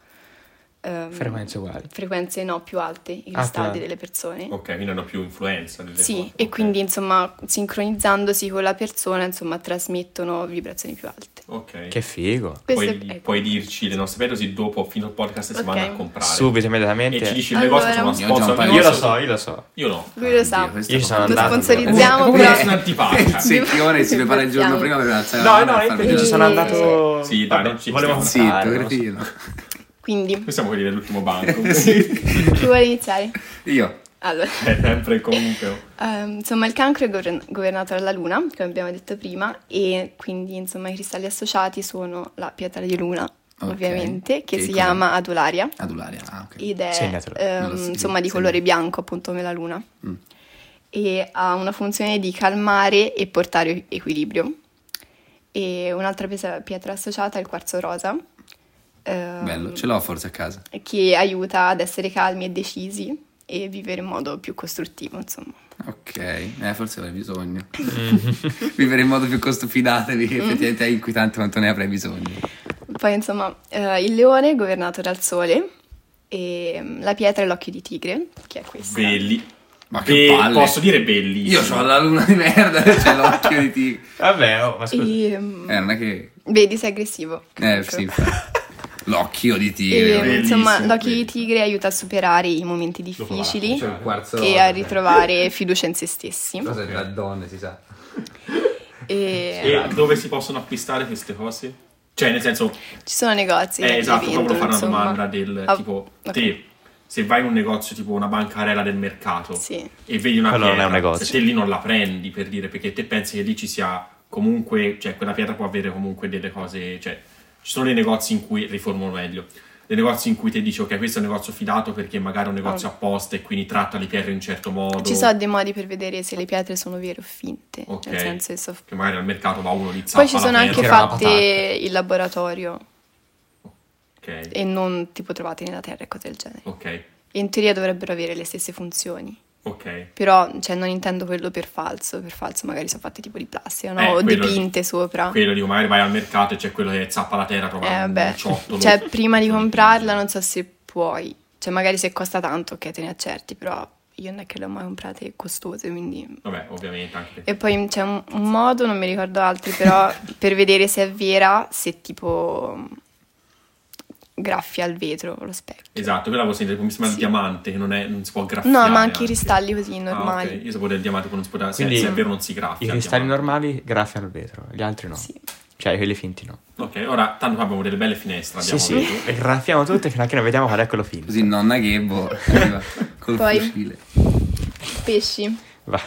[SPEAKER 4] ehm,
[SPEAKER 3] Frequenze uguali.
[SPEAKER 4] frequenze no più alte, i
[SPEAKER 3] Ah,
[SPEAKER 4] cristalli
[SPEAKER 3] più-
[SPEAKER 4] delle persone.
[SPEAKER 2] Ok, quindi hanno più influenza. delle
[SPEAKER 4] Sì,
[SPEAKER 2] cose,
[SPEAKER 4] e
[SPEAKER 2] ok.
[SPEAKER 4] quindi insomma sincronizzandosi con la persona, insomma, trasmettono vibrazioni più alte.
[SPEAKER 2] Ok.
[SPEAKER 3] Che figo.
[SPEAKER 4] Questo
[SPEAKER 2] puoi,
[SPEAKER 4] è- ecco.
[SPEAKER 2] puoi dirci le nostre pietre, così dopo, fino al podcast, si
[SPEAKER 4] Ok.
[SPEAKER 2] vanno a comprare.
[SPEAKER 3] Subito,
[SPEAKER 2] E ci
[SPEAKER 3] immediatamente.
[SPEAKER 2] dici le cose,
[SPEAKER 4] Allora-
[SPEAKER 2] sono uno
[SPEAKER 1] Io ho già un
[SPEAKER 2] sponsor.
[SPEAKER 1] paio.
[SPEAKER 3] Io lo so, io lo so.
[SPEAKER 2] Io no.
[SPEAKER 4] Lui lo sa.
[SPEAKER 1] Oddio, Ah, questo
[SPEAKER 3] Io
[SPEAKER 1] è
[SPEAKER 3] ci sono
[SPEAKER 1] proprio-
[SPEAKER 4] Lo
[SPEAKER 3] andato.
[SPEAKER 4] sponsorizziamo,
[SPEAKER 1] È proprio-
[SPEAKER 4] però-
[SPEAKER 1] è
[SPEAKER 2] un antipatico.
[SPEAKER 1] Il secchione si prepara il giorno prima per alzare la
[SPEAKER 3] No,
[SPEAKER 1] mano
[SPEAKER 3] no,
[SPEAKER 1] e fare
[SPEAKER 3] io
[SPEAKER 1] il
[SPEAKER 3] ci
[SPEAKER 4] Sì.
[SPEAKER 3] sono
[SPEAKER 1] giro.
[SPEAKER 3] andato. Ah,
[SPEAKER 2] Sì, dai, non ci
[SPEAKER 3] volevo
[SPEAKER 2] stiamo.
[SPEAKER 1] Zitto,
[SPEAKER 3] fare, non so.
[SPEAKER 1] gretino.
[SPEAKER 4] Quindi,
[SPEAKER 2] Noi siamo quelli dell'ultimo banco.
[SPEAKER 4] chi vuole iniziare?
[SPEAKER 1] Io.
[SPEAKER 4] Allora,
[SPEAKER 2] È sempre e comunque.
[SPEAKER 4] ehm, insomma, il cancro è govern- governato dalla Luna, come abbiamo detto prima, e quindi insomma i cristalli associati sono la pietra di Luna,
[SPEAKER 1] Ok.
[SPEAKER 4] ovviamente, che
[SPEAKER 1] Che
[SPEAKER 4] si
[SPEAKER 1] col-
[SPEAKER 4] chiama Adularia.
[SPEAKER 1] Adularia, ah, ok.
[SPEAKER 4] ed è
[SPEAKER 3] Segnatelo.
[SPEAKER 4] ehm,
[SPEAKER 1] Non lo so,
[SPEAKER 4] insomma di
[SPEAKER 1] segna.
[SPEAKER 4] colore bianco appunto come la luna
[SPEAKER 1] Mm.
[SPEAKER 4] e ha una funzione di calmare e portare equilibrio e un'altra pesa- pietra associata è il quarzo rosa ehm,
[SPEAKER 1] Bello, cioè. ce l'ho forse a casa.
[SPEAKER 4] che aiuta ad essere calmi e decisi e vivere in modo più costruttivo insomma
[SPEAKER 1] Ok, eh, forse avrei bisogno.
[SPEAKER 3] Mm.
[SPEAKER 1] Vivere in modo più costo, fidatevi,
[SPEAKER 4] Mm.
[SPEAKER 1] che effettivamente è inquietante quanto ne avrei bisogno.
[SPEAKER 4] poi insomma eh, il leone è governato dal sole e ehm, la pietra è l'occhio di tigre che è questa
[SPEAKER 2] Belli.
[SPEAKER 1] Ma
[SPEAKER 2] Be-
[SPEAKER 1] che
[SPEAKER 3] Eh,
[SPEAKER 1] palle.
[SPEAKER 2] posso dire bellissimo.
[SPEAKER 1] Io ho la luna di merda, c'è l'occhio di tigre.
[SPEAKER 3] Vabbè, oh, ma scusa.
[SPEAKER 4] E, ehm,
[SPEAKER 1] Eh, non è che...
[SPEAKER 4] vedi sei aggressivo
[SPEAKER 1] Eh,
[SPEAKER 4] ecco.
[SPEAKER 1] sì, infatti. L'occhio di
[SPEAKER 4] E,
[SPEAKER 1] tigre.
[SPEAKER 2] Bellissimo,
[SPEAKER 4] insomma, l'occhio
[SPEAKER 2] quello.
[SPEAKER 4] di tigre aiuta a superare i momenti difficili
[SPEAKER 1] C'è il quarzo
[SPEAKER 4] che
[SPEAKER 1] rosa,
[SPEAKER 4] a
[SPEAKER 1] cioè.
[SPEAKER 4] ritrovare fiducia in se stessi.
[SPEAKER 1] Cosa è da donne, si sa.
[SPEAKER 4] E
[SPEAKER 2] E dove si possono acquistare queste cose? Cioè, nel senso,
[SPEAKER 4] ci sono negozi.
[SPEAKER 2] eh,
[SPEAKER 4] che
[SPEAKER 2] esatto,
[SPEAKER 4] li
[SPEAKER 2] proprio volevo fare
[SPEAKER 4] vendono,
[SPEAKER 2] una domanda
[SPEAKER 4] insomma.
[SPEAKER 2] del
[SPEAKER 4] Ah,
[SPEAKER 2] tipo,
[SPEAKER 4] ok.
[SPEAKER 2] te, se vai in un negozio tipo una bancarella del mercato
[SPEAKER 4] Sì.
[SPEAKER 2] e vedi una
[SPEAKER 3] Quello non è
[SPEAKER 2] pietra,
[SPEAKER 3] un negozio.
[SPEAKER 2] se te lì non la prendi, per dire, perché te pensi che lì ci sia comunque, cioè quella pietra può avere comunque delle cose, cioè, ci sono dei negozi in cui, riformulo meglio, dei negozi in cui te dici, ok, questo è un negozio fidato perché magari è un negozio
[SPEAKER 4] Oh.
[SPEAKER 2] apposta e quindi tratta le pietre in un certo modo.
[SPEAKER 4] Ci sono dei modi per vedere se le pietre sono vere o finte.
[SPEAKER 2] Ok.
[SPEAKER 4] Nel senso che so-
[SPEAKER 2] Che magari al mercato va uno di zappa
[SPEAKER 4] Poi ci
[SPEAKER 2] la
[SPEAKER 4] sono anche
[SPEAKER 2] pietra.
[SPEAKER 3] Era una
[SPEAKER 4] fatte
[SPEAKER 3] patacca.
[SPEAKER 4] in laboratorio
[SPEAKER 2] Ok,
[SPEAKER 4] e non tipo trovate nella terra e cose del genere.
[SPEAKER 2] ok,
[SPEAKER 4] In teoria dovrebbero avere le stesse funzioni.
[SPEAKER 2] ok.
[SPEAKER 4] Però cioè, non intendo quello per falso, per falso magari sono fatte tipo di plastica no?
[SPEAKER 2] Eh,
[SPEAKER 4] o
[SPEAKER 2] quello-
[SPEAKER 4] dipinte sopra.
[SPEAKER 2] Quello dico, magari vai al mercato e c'è quello che zappa la terra, trova
[SPEAKER 4] Eh,
[SPEAKER 2] un
[SPEAKER 4] vabbè.
[SPEAKER 2] ciottolo.
[SPEAKER 4] Cioè, prima di comprarla, non so se puoi. Cioè, magari se costa tanto, ok, te ne accerti, però io non è che le ho mai comprate costose, quindi...
[SPEAKER 2] Vabbè, ovviamente anche perché...
[SPEAKER 4] E poi c'è un, un modo, non mi ricordo altri, però per vedere se è vera, se tipo graffia il vetro, lo specchio.
[SPEAKER 2] Esatto, quella cosa come si chiama il
[SPEAKER 4] Sì.
[SPEAKER 2] diamante, che non, è, non si può graffiare.
[SPEAKER 4] No, ma anche i
[SPEAKER 2] anche.
[SPEAKER 4] cristalli così
[SPEAKER 2] Ah, ok.
[SPEAKER 4] normali.
[SPEAKER 2] Io sapevo del diamante che non si può se-
[SPEAKER 3] Quindi-
[SPEAKER 2] se è vero non si graffia.
[SPEAKER 3] I
[SPEAKER 2] il
[SPEAKER 3] cristalli
[SPEAKER 2] diamante.
[SPEAKER 3] normali graffiano il vetro, gli altri no.
[SPEAKER 4] Sì.
[SPEAKER 3] Cioè, quelli finti no.
[SPEAKER 2] Ok, ora tanto qua abbiamo delle belle finestre, abbiamo
[SPEAKER 3] sì,
[SPEAKER 2] detto.
[SPEAKER 3] sì. Graffiamo tutte fino a che non vediamo qual è quello finto.
[SPEAKER 1] Così nonna Ghebbo arriva col
[SPEAKER 4] Poi-
[SPEAKER 1] fucile.
[SPEAKER 4] Pesci.
[SPEAKER 3] Vai.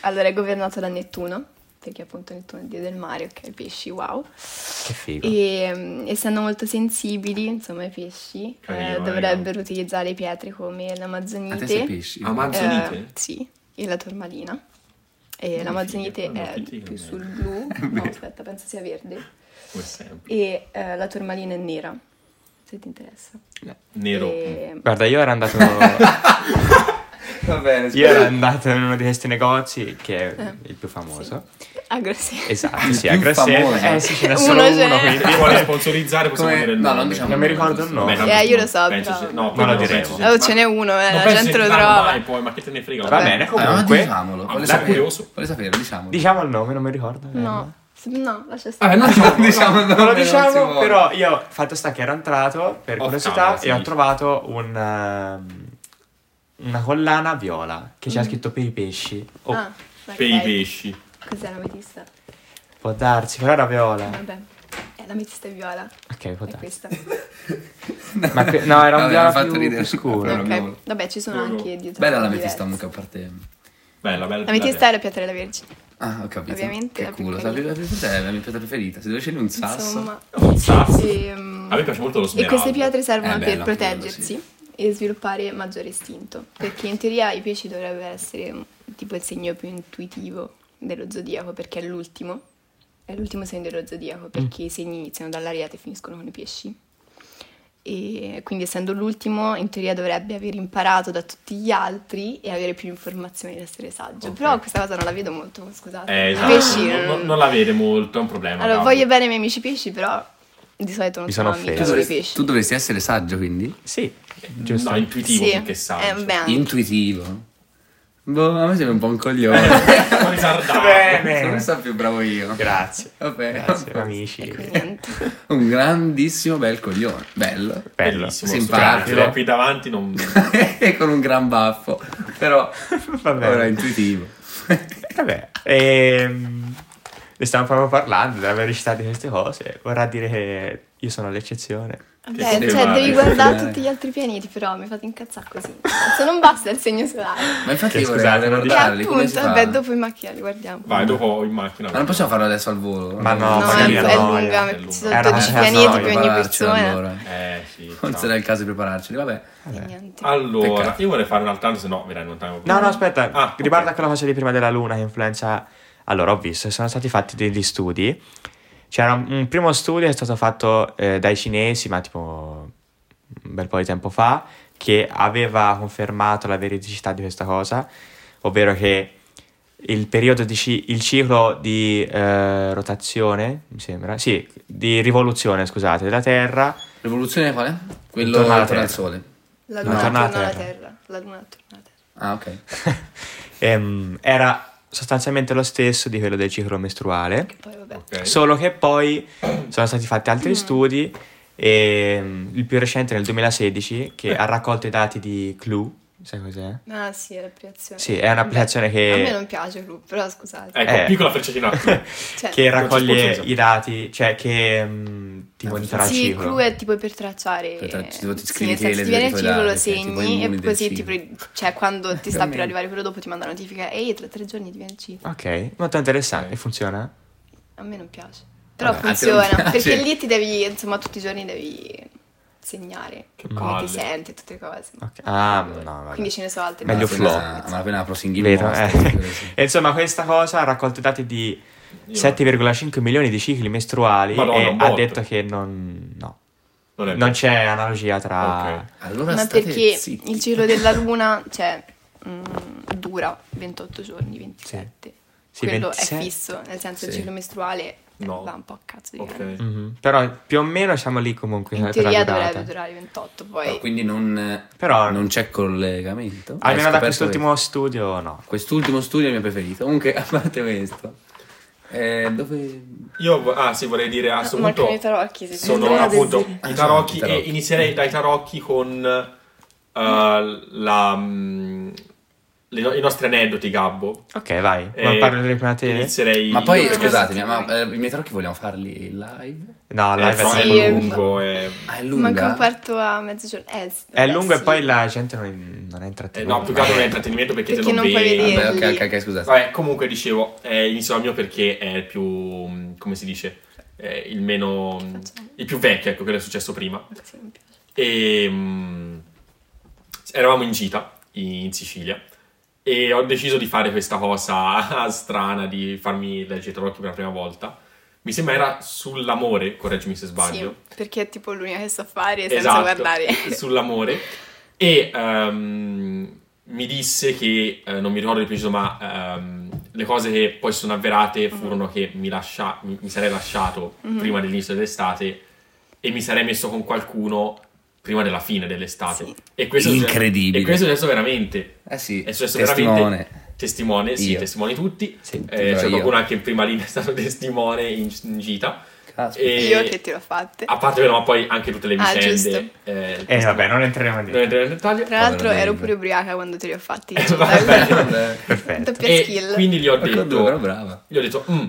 [SPEAKER 4] Allora è governato da Nettuno, perché appunto Nettuno è il dio del mare, ok, pesci, wow.
[SPEAKER 3] Che figo.
[SPEAKER 4] E mm, essendo molto sensibili, insomma, i pesci eh,
[SPEAKER 2] Carino, eh,
[SPEAKER 4] dovrebbero utilizzare pietre come
[SPEAKER 1] A te sei
[SPEAKER 4] l'amazzonite.
[SPEAKER 1] pesci.
[SPEAKER 2] Amazzonite?
[SPEAKER 4] eh, sì, e la tormalina. E
[SPEAKER 2] Oh,
[SPEAKER 4] l'amazzonite
[SPEAKER 2] figa,
[SPEAKER 4] è
[SPEAKER 2] guarda, che
[SPEAKER 4] più
[SPEAKER 2] figa.
[SPEAKER 4] sul blu, no, aspetta, penso sia verde.
[SPEAKER 2] Come sempre.
[SPEAKER 4] E eh, la tormalina è nera, se ti interessa.
[SPEAKER 2] Nero.
[SPEAKER 4] E-
[SPEAKER 3] Guarda, io ero andato...
[SPEAKER 1] Va bene,
[SPEAKER 3] Io ero andato in uno di questi negozi che è il più famoso.
[SPEAKER 4] Ah, grazie.
[SPEAKER 3] Esatto, sì,
[SPEAKER 1] Eh. Il
[SPEAKER 3] a
[SPEAKER 1] più famoso.
[SPEAKER 3] Grosseto. Eh sì, ce n'è
[SPEAKER 4] Uno
[SPEAKER 3] solo
[SPEAKER 4] ce
[SPEAKER 3] uno,
[SPEAKER 4] n'è.
[SPEAKER 3] quindi
[SPEAKER 2] Se vuole sponsorizzare possiamo
[SPEAKER 1] Come-
[SPEAKER 2] dire il
[SPEAKER 1] no,
[SPEAKER 2] nome.
[SPEAKER 1] non diciamo
[SPEAKER 3] non mi ricordo il nome.
[SPEAKER 2] Vabbè,
[SPEAKER 4] Eh, io lo so,
[SPEAKER 2] penso
[SPEAKER 4] però-
[SPEAKER 2] se- no,
[SPEAKER 3] Ma lo
[SPEAKER 2] penso
[SPEAKER 3] diremo.
[SPEAKER 2] se-
[SPEAKER 4] Oh, ce n'è uno, eh,
[SPEAKER 2] non
[SPEAKER 4] la
[SPEAKER 2] penso
[SPEAKER 4] gente lo
[SPEAKER 2] di sentirlo
[SPEAKER 4] trova.
[SPEAKER 2] mai poi, ma che te ne frega.
[SPEAKER 3] Va bene,
[SPEAKER 1] Allora,
[SPEAKER 3] comunque.
[SPEAKER 1] diciamolo,
[SPEAKER 2] Ah,
[SPEAKER 1] vuole
[SPEAKER 2] sono
[SPEAKER 1] sapere,
[SPEAKER 2] curioso.
[SPEAKER 1] vuole sapere, diciamolo.
[SPEAKER 3] Diciamo il nome, non mi ricordo. eh,
[SPEAKER 4] No, se- no, lascia
[SPEAKER 2] Vabbè,
[SPEAKER 4] stare.
[SPEAKER 2] non diciamo-
[SPEAKER 1] diciamo, il
[SPEAKER 3] Non
[SPEAKER 1] nome,
[SPEAKER 3] lo
[SPEAKER 1] non si
[SPEAKER 3] diciamo,
[SPEAKER 1] vuole.
[SPEAKER 3] però io fatto sta che ero entrato per
[SPEAKER 2] Off
[SPEAKER 3] curiosità
[SPEAKER 2] camera,
[SPEAKER 3] e ho
[SPEAKER 2] sì.
[SPEAKER 3] trovato un, ehm, una collana viola che
[SPEAKER 1] Mm.
[SPEAKER 3] c'era scritto per i pesci. Oh,
[SPEAKER 4] Ah, ok.
[SPEAKER 2] Per i pesci.
[SPEAKER 4] Cos'è l'ametista?
[SPEAKER 3] Può darsi, però era
[SPEAKER 1] Mm.
[SPEAKER 3] viola.
[SPEAKER 4] Vabbè, eh, l'ametista è viola,
[SPEAKER 3] Ok, può
[SPEAKER 4] è
[SPEAKER 3] darsi.
[SPEAKER 4] questa.
[SPEAKER 3] Ma que- no, era un
[SPEAKER 1] Vabbè,
[SPEAKER 3] viola
[SPEAKER 1] mi ha fatto
[SPEAKER 3] più-
[SPEAKER 1] ridere.
[SPEAKER 3] più scuro.
[SPEAKER 1] Però
[SPEAKER 4] Ok,
[SPEAKER 1] abbiamo-
[SPEAKER 4] Vabbè, ci sono
[SPEAKER 2] Loro-
[SPEAKER 4] anche dietro.
[SPEAKER 1] Bella la
[SPEAKER 4] diversi.
[SPEAKER 1] metista, mica per te.
[SPEAKER 2] Bella, bella.
[SPEAKER 4] L'ametista è la pietra della Vergine.
[SPEAKER 1] Ah, ho capito.
[SPEAKER 4] Ovviamente
[SPEAKER 1] Che
[SPEAKER 4] la più
[SPEAKER 1] culo. La
[SPEAKER 4] carina.
[SPEAKER 1] mia pietra è la mia pietra preferita. Se devo scegliere un sasso.
[SPEAKER 4] Insomma,
[SPEAKER 2] Un sasso.
[SPEAKER 4] e,
[SPEAKER 2] A me piace molto lo
[SPEAKER 4] e
[SPEAKER 2] smeraldo.
[SPEAKER 4] queste pietre servono
[SPEAKER 1] Eh,
[SPEAKER 4] per
[SPEAKER 1] bello,
[SPEAKER 4] proteggersi e sviluppare maggiore istinto. Perché in teoria i pesci dovrebbero essere un- tipo il segno più intuitivo dello zodiaco, perché è l'ultimo. È l'ultimo segno dello zodiaco,
[SPEAKER 2] Mm.
[SPEAKER 4] perché i segni iniziano dall'ariete e finiscono con i pesci. E quindi, essendo l'ultimo, in teoria dovrebbe aver imparato da tutti gli altri e avere più informazioni ed essere saggio.
[SPEAKER 2] Ok.
[SPEAKER 4] Però questa cosa non la vedo molto, scusate.
[SPEAKER 2] Eh,
[SPEAKER 4] I
[SPEAKER 2] esatto.
[SPEAKER 4] pesci
[SPEAKER 2] non,
[SPEAKER 4] non-
[SPEAKER 2] non- non la vede molto, è un problema.
[SPEAKER 4] allora,
[SPEAKER 2] cavolo.
[SPEAKER 4] voglio bene i miei amici pesci, però di solito non
[SPEAKER 3] Mi
[SPEAKER 4] sono
[SPEAKER 3] sono
[SPEAKER 1] tu,
[SPEAKER 3] offeso.
[SPEAKER 4] amica con i
[SPEAKER 1] cioè, dovresti,
[SPEAKER 4] pesci.
[SPEAKER 1] tu dovresti essere saggio, quindi.
[SPEAKER 3] Sì, giusto.
[SPEAKER 2] No, intuitivo
[SPEAKER 4] Sì,
[SPEAKER 2] più che saggio.
[SPEAKER 4] eh, beh, anche.
[SPEAKER 1] Intuitivo. Boh, a me sembra un po' un coglione.
[SPEAKER 2] Sono ritardato.
[SPEAKER 1] Sono
[SPEAKER 3] Bene.
[SPEAKER 1] stato più bravo io.
[SPEAKER 3] Grazie.
[SPEAKER 1] Vabbè.
[SPEAKER 3] Grazie, amici.
[SPEAKER 4] Quindi niente.
[SPEAKER 1] Un grandissimo bel coglione. Bello.
[SPEAKER 3] Bello.
[SPEAKER 2] Bellissimo.
[SPEAKER 1] Simpatico.
[SPEAKER 2] scusate, da qui davanti non...
[SPEAKER 1] e con un gran baffo. Però
[SPEAKER 3] Va bene.
[SPEAKER 1] ora è intuitivo.
[SPEAKER 3] Eh, Vabbè, ehm, ne stiamo proprio parlando della velocità di queste cose. Vorrà dire che io sono l'eccezione.
[SPEAKER 4] Beh,
[SPEAKER 2] Che
[SPEAKER 4] cioè,
[SPEAKER 2] male.
[SPEAKER 4] devi guardare
[SPEAKER 1] Che
[SPEAKER 4] tutti gli altri pianeti, però mi fate incazzare così. Se non basta il segno solare.
[SPEAKER 1] Ma infatti
[SPEAKER 3] Che
[SPEAKER 1] io vorrei
[SPEAKER 3] scusate, non
[SPEAKER 4] Che
[SPEAKER 1] guardarli, come si
[SPEAKER 4] appunto,
[SPEAKER 1] fa?
[SPEAKER 4] vabbè, dopo in macchina li guardiamo.
[SPEAKER 2] Vai, dopo in macchina.
[SPEAKER 1] Ma non possiamo farlo adesso al volo?
[SPEAKER 3] Ma no,
[SPEAKER 4] No, è,
[SPEAKER 3] magari
[SPEAKER 4] è
[SPEAKER 3] la noia,
[SPEAKER 4] lunga,
[SPEAKER 2] è
[SPEAKER 4] perché
[SPEAKER 2] lunga.
[SPEAKER 4] ci sono
[SPEAKER 3] Eh, no,
[SPEAKER 4] 12
[SPEAKER 3] c'è la
[SPEAKER 4] pianeti
[SPEAKER 3] noia,
[SPEAKER 4] per ogni persona.
[SPEAKER 1] Allora.
[SPEAKER 2] Eh, sì.
[SPEAKER 1] Non
[SPEAKER 2] ciao.
[SPEAKER 1] sarà il caso di prepararceli, vabbè.
[SPEAKER 4] E niente.
[SPEAKER 3] Eh.
[SPEAKER 2] Allora,
[SPEAKER 1] Peccato.
[SPEAKER 2] io vorrei fare un'altra, se no, verrai non time.
[SPEAKER 3] No, no, aspetta,
[SPEAKER 2] Ah, ok.
[SPEAKER 3] riguardo a quella cosa di prima della Luna che influenza... Allora, ho visto, sono stati fatti degli studi. C'era un, un primo studio che è stato fatto eh, dai cinesi, ma tipo un bel po' di tempo fa, che aveva confermato la veridicità di questa cosa, ovvero che il periodo di ci- il ciclo di eh, rotazione, mi sembra, sì, di rivoluzione, scusate, della Terra
[SPEAKER 1] Rivoluzione quale? Quello
[SPEAKER 3] Intorno alla
[SPEAKER 1] intorno al
[SPEAKER 3] Terra.
[SPEAKER 1] sole.
[SPEAKER 4] La
[SPEAKER 3] No.
[SPEAKER 4] luna
[SPEAKER 3] Torna
[SPEAKER 4] torna
[SPEAKER 3] alla
[SPEAKER 4] alla
[SPEAKER 3] Terra.
[SPEAKER 4] Terra. La luna torna alla Terra.
[SPEAKER 1] Ah, ok.
[SPEAKER 3] ehm, era sostanzialmente lo stesso di quello del ciclo mestruale.
[SPEAKER 4] Che poi, vabbè.
[SPEAKER 2] Ok.
[SPEAKER 3] Solo che poi sono stati fatti
[SPEAKER 4] Mm.
[SPEAKER 3] altri studi, e, mm, il più recente nel 2016,
[SPEAKER 4] Eh.
[SPEAKER 3] che ha raccolto i dati di Clue, sai cos'è?
[SPEAKER 4] Ah, sì, è l'applicazione.
[SPEAKER 3] Sì, è un'applicazione che-
[SPEAKER 4] A me non piace Club, però scusate.
[SPEAKER 2] Ecco,
[SPEAKER 3] Eh.
[SPEAKER 2] piccola frecciatina.
[SPEAKER 4] Cioè,
[SPEAKER 3] che
[SPEAKER 2] non ci
[SPEAKER 3] raccoglie
[SPEAKER 2] sponsorizza.
[SPEAKER 3] i dati, cioè che mm, ti
[SPEAKER 1] Ah,
[SPEAKER 3] monitora il
[SPEAKER 4] sì,
[SPEAKER 3] ciclo.
[SPEAKER 4] Club è tipo per tracciare. eh,
[SPEAKER 1] Per tra- ti- ti
[SPEAKER 4] sì,
[SPEAKER 1] scrivi
[SPEAKER 4] nel
[SPEAKER 1] che
[SPEAKER 4] senso,
[SPEAKER 1] le
[SPEAKER 4] ti viene
[SPEAKER 1] tue
[SPEAKER 4] il ciclo, lo
[SPEAKER 1] date, cioè, tipo i
[SPEAKER 4] segni
[SPEAKER 1] numeri
[SPEAKER 4] e
[SPEAKER 1] del
[SPEAKER 4] così ti
[SPEAKER 1] ciclo.
[SPEAKER 4] pre- cioè, quando ti sta
[SPEAKER 1] Più o
[SPEAKER 4] per
[SPEAKER 1] meno.
[SPEAKER 4] arrivare quello dopo ti manda la notifica. Ehi, tra tre giorni ti viene il ciclo.
[SPEAKER 3] Ok, molto interessante.
[SPEAKER 2] Ok.
[SPEAKER 3] E funziona?
[SPEAKER 4] A me non piace. Però
[SPEAKER 1] Vabbè, a te non
[SPEAKER 4] funziona,
[SPEAKER 1] piace.
[SPEAKER 4] perché lì ti devi, insomma, tutti i giorni devi segnare
[SPEAKER 2] Che
[SPEAKER 4] come
[SPEAKER 2] palle.
[SPEAKER 4] ti senti, tutte cose.
[SPEAKER 3] Ok. Ah, no, vabbè.
[SPEAKER 4] Quindi ce ne so altre.
[SPEAKER 3] Meglio
[SPEAKER 1] Ma
[SPEAKER 4] cose.
[SPEAKER 3] flow.
[SPEAKER 1] appena- Ma appena prosinghi il
[SPEAKER 3] Vero, eh.
[SPEAKER 1] mostro. sì.
[SPEAKER 3] E Insomma, questa cosa ha raccolto i dati di
[SPEAKER 2] Io-
[SPEAKER 3] 7,5 milioni di cicli mestruali
[SPEAKER 2] Madonna,
[SPEAKER 3] e
[SPEAKER 2] un
[SPEAKER 3] ha
[SPEAKER 2] botto.
[SPEAKER 3] detto che non, no,
[SPEAKER 2] Non è
[SPEAKER 3] non c'è analogia tra...
[SPEAKER 2] Ok.
[SPEAKER 1] Allora
[SPEAKER 4] Ma
[SPEAKER 1] state
[SPEAKER 4] perché
[SPEAKER 1] zitti.
[SPEAKER 4] il giro della luna, cioè, mh, dura 28 giorni, 27.
[SPEAKER 3] Sì,
[SPEAKER 4] Quello
[SPEAKER 3] 27.
[SPEAKER 4] è fisso, nel senso il
[SPEAKER 1] Sì.
[SPEAKER 4] ciclo mestruale eh,
[SPEAKER 2] No.
[SPEAKER 4] va un po' a cazzo di cane.
[SPEAKER 2] Ok.
[SPEAKER 3] Mhm. Però più o meno siamo lì comunque.
[SPEAKER 4] In
[SPEAKER 3] tra
[SPEAKER 4] teoria
[SPEAKER 3] la
[SPEAKER 4] dovrebbe
[SPEAKER 3] durata.
[SPEAKER 4] durare 28,
[SPEAKER 1] No,
[SPEAKER 4] poi
[SPEAKER 1] Ah, quindi non,
[SPEAKER 3] Però-
[SPEAKER 1] non c'è collegamento.
[SPEAKER 3] Almeno
[SPEAKER 1] Hai
[SPEAKER 3] da
[SPEAKER 1] scoperto
[SPEAKER 3] quest'ultimo studio no.
[SPEAKER 1] questo. Quest'ultimo studio è il mio preferito. Comunque, a parte questo, eh, dove...
[SPEAKER 2] Io, vo- ah sì, vorrei dire a questo
[SPEAKER 4] Marco
[SPEAKER 2] punto
[SPEAKER 4] dei tarocchi, se
[SPEAKER 2] sono
[SPEAKER 4] sembra
[SPEAKER 2] appunto
[SPEAKER 4] del-
[SPEAKER 2] i tarocchi
[SPEAKER 1] Ah, sono
[SPEAKER 2] e
[SPEAKER 1] i tarocchi.
[SPEAKER 2] inizierei dai tarocchi con eh, la, mm, le no- i nostri aneddoti, Gabbo.
[SPEAKER 3] Ok, vai.
[SPEAKER 2] Eh,
[SPEAKER 3] Non parli prima te?
[SPEAKER 2] Inizierei...
[SPEAKER 1] Ma poi,
[SPEAKER 4] Io-
[SPEAKER 1] scusatemi, ma eh, i miei tarocchi vogliamo farli live?
[SPEAKER 3] No,
[SPEAKER 2] Eh,
[SPEAKER 3] live
[SPEAKER 2] no,
[SPEAKER 3] è
[SPEAKER 4] sì,
[SPEAKER 2] è
[SPEAKER 4] eh,
[SPEAKER 2] lungo, è...
[SPEAKER 1] Ah, è
[SPEAKER 4] Manca
[SPEAKER 1] lunga?
[SPEAKER 4] un quarto a mezzogiorno. Eh, s-
[SPEAKER 3] È
[SPEAKER 4] vabbè,
[SPEAKER 3] lungo e
[SPEAKER 4] sì.
[SPEAKER 3] poi la gente non, non è
[SPEAKER 2] eh,
[SPEAKER 3] intrattenuta.
[SPEAKER 2] no, più che altro non è intrattenimento perché,
[SPEAKER 4] Perché
[SPEAKER 2] te non,
[SPEAKER 4] non puoi
[SPEAKER 2] vedi.
[SPEAKER 4] vedere.
[SPEAKER 1] Vabbè, ok, ok, ok, scusate.
[SPEAKER 2] Vabbè, comunque dicevo, eh, inizio dal mio perché è il più, mm, come si dice, eh, il meno...
[SPEAKER 4] facciamo?
[SPEAKER 2] il più vecchio, ecco, quello è successo prima.
[SPEAKER 4] Sì, mi piace.
[SPEAKER 2] e mm, eravamo in gita in Sicilia e ho deciso di fare questa cosa strana di farmi leggere i tarocchi per la prima volta. Mi sembra era sull'amore, correggimi se sbaglio.
[SPEAKER 4] Sì, perché è tipo l'unica che so fare senza
[SPEAKER 2] Esatto,
[SPEAKER 4] guardare.
[SPEAKER 2] sull'amore. E ehm, mi disse che, eh, non mi ricordo di preciso, ma ehm, le cose che poi sono avverate
[SPEAKER 4] Mhm.
[SPEAKER 2] furono che mi, lascia- mi- mi sarei lasciato prima dell'inizio dell'estate e mi sarei messo con qualcuno prima della fine dell'estate.
[SPEAKER 4] Sì.
[SPEAKER 2] E questo è successo-
[SPEAKER 1] Incredibile.
[SPEAKER 2] E questo è successo veramente.
[SPEAKER 1] Eh sì,
[SPEAKER 2] È successo
[SPEAKER 1] testimone.
[SPEAKER 2] veramente. cioè, Testimone, sì,
[SPEAKER 1] Io.
[SPEAKER 2] testimoni tutti.
[SPEAKER 3] Sì,
[SPEAKER 2] Eh,
[SPEAKER 1] però
[SPEAKER 2] c'è
[SPEAKER 1] io.
[SPEAKER 2] qualcuno anche in prima linea è stato testimone in, in gita.
[SPEAKER 1] Caspita.
[SPEAKER 2] E-
[SPEAKER 4] Io che te l'ho fatte.
[SPEAKER 3] Ah,
[SPEAKER 2] a parte quello, ma poi anche tutte le
[SPEAKER 4] Ah,
[SPEAKER 2] vicende.
[SPEAKER 4] giusto.
[SPEAKER 2] eh,
[SPEAKER 3] Eh vabbè, non entriamo in
[SPEAKER 2] non
[SPEAKER 3] dettaglio.
[SPEAKER 2] entrare nel dettaglio.
[SPEAKER 4] Tra l'altro
[SPEAKER 1] Povero
[SPEAKER 4] ero
[SPEAKER 1] Dave.
[SPEAKER 4] pure ubriaca quando te li ho fatti.
[SPEAKER 2] Eh,
[SPEAKER 4] cioè,
[SPEAKER 2] vabbè.
[SPEAKER 1] Vabbè.
[SPEAKER 3] Perfetto.
[SPEAKER 4] Doppia
[SPEAKER 2] E
[SPEAKER 4] skill.
[SPEAKER 2] quindi gli ho
[SPEAKER 1] Ecco due, però
[SPEAKER 2] detto,
[SPEAKER 1] brava.
[SPEAKER 2] gli ho detto "Mm,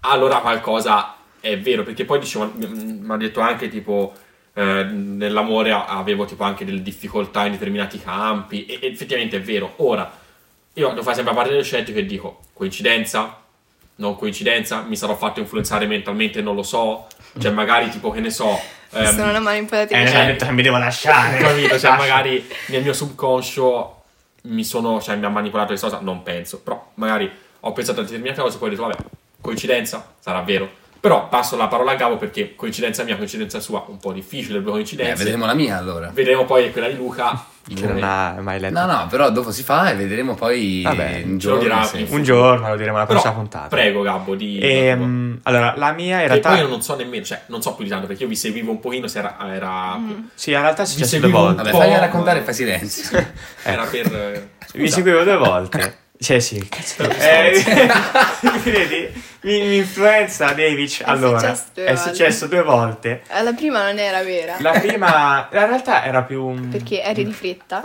[SPEAKER 2] allora qualcosa è vero, perché poi dicevo, mi- mi ha detto anche tipo, eh, nell'amore a- avevo tipo anche delle difficoltà in determinati campi, e, e effettivamente è vero. Ora, io devo fare sempre a parte dello scettico e dico, coincidenza? Non coincidenza? Mi sarò fatto influenzare mentalmente? Non lo so. Cioè magari tipo, che ne so... ehm,
[SPEAKER 4] Sono una mano impalata
[SPEAKER 3] Eh,
[SPEAKER 4] di
[SPEAKER 3] non ha detto che mi devo lasciare.
[SPEAKER 2] capito? Cioè,
[SPEAKER 3] Lascia.
[SPEAKER 2] magari nel mio subconscio mi sono, cioè, mi ha manipolato questa cosa, non penso, però magari ho pensato a determinate cose e poi ho detto, vabbè, coincidenza, sarà vero. Però passo la parola a Gabo perché coincidenza mia, coincidenza sua, un po' difficile, due
[SPEAKER 1] Eh,
[SPEAKER 2] coincidenze.
[SPEAKER 1] vedremo la mia allora.
[SPEAKER 2] Vedremo poi quella di Luca.
[SPEAKER 3] Che non ha mai letto.
[SPEAKER 1] No, no, però dopo si fa e vedremo poi
[SPEAKER 3] Vabbè,
[SPEAKER 1] un
[SPEAKER 2] ce lo dirà
[SPEAKER 1] giorno. se-
[SPEAKER 2] in-
[SPEAKER 3] Un giorno lo diremo alla
[SPEAKER 2] Però,
[SPEAKER 3] prossima puntata.
[SPEAKER 2] prego Gabbo di...
[SPEAKER 3] E, mm, allora, la mia in
[SPEAKER 2] e poi io
[SPEAKER 3] realtà...
[SPEAKER 2] non so nemmeno, cioè, non so più di tanto perché io vi seguivo un pochino se era, era,
[SPEAKER 3] Sì, in realtà è successo due
[SPEAKER 2] seguivo un
[SPEAKER 3] volte.
[SPEAKER 1] Vabbè,
[SPEAKER 2] po',
[SPEAKER 1] fagli
[SPEAKER 2] ma-
[SPEAKER 1] raccontare e fai silenzio.
[SPEAKER 2] era per... eh,
[SPEAKER 3] Mi
[SPEAKER 2] scusa.
[SPEAKER 3] seguivo due volte. Cioè, sì. cazzo.
[SPEAKER 2] Però mi
[SPEAKER 3] Eh, vedi? Mi, mi influenza David. Allora,
[SPEAKER 4] successo due
[SPEAKER 3] è
[SPEAKER 4] volte.
[SPEAKER 3] successo due volte.
[SPEAKER 4] cioè, La prima non era vera.
[SPEAKER 3] La prima, in realtà era più... un-
[SPEAKER 4] Perché eri di fretta.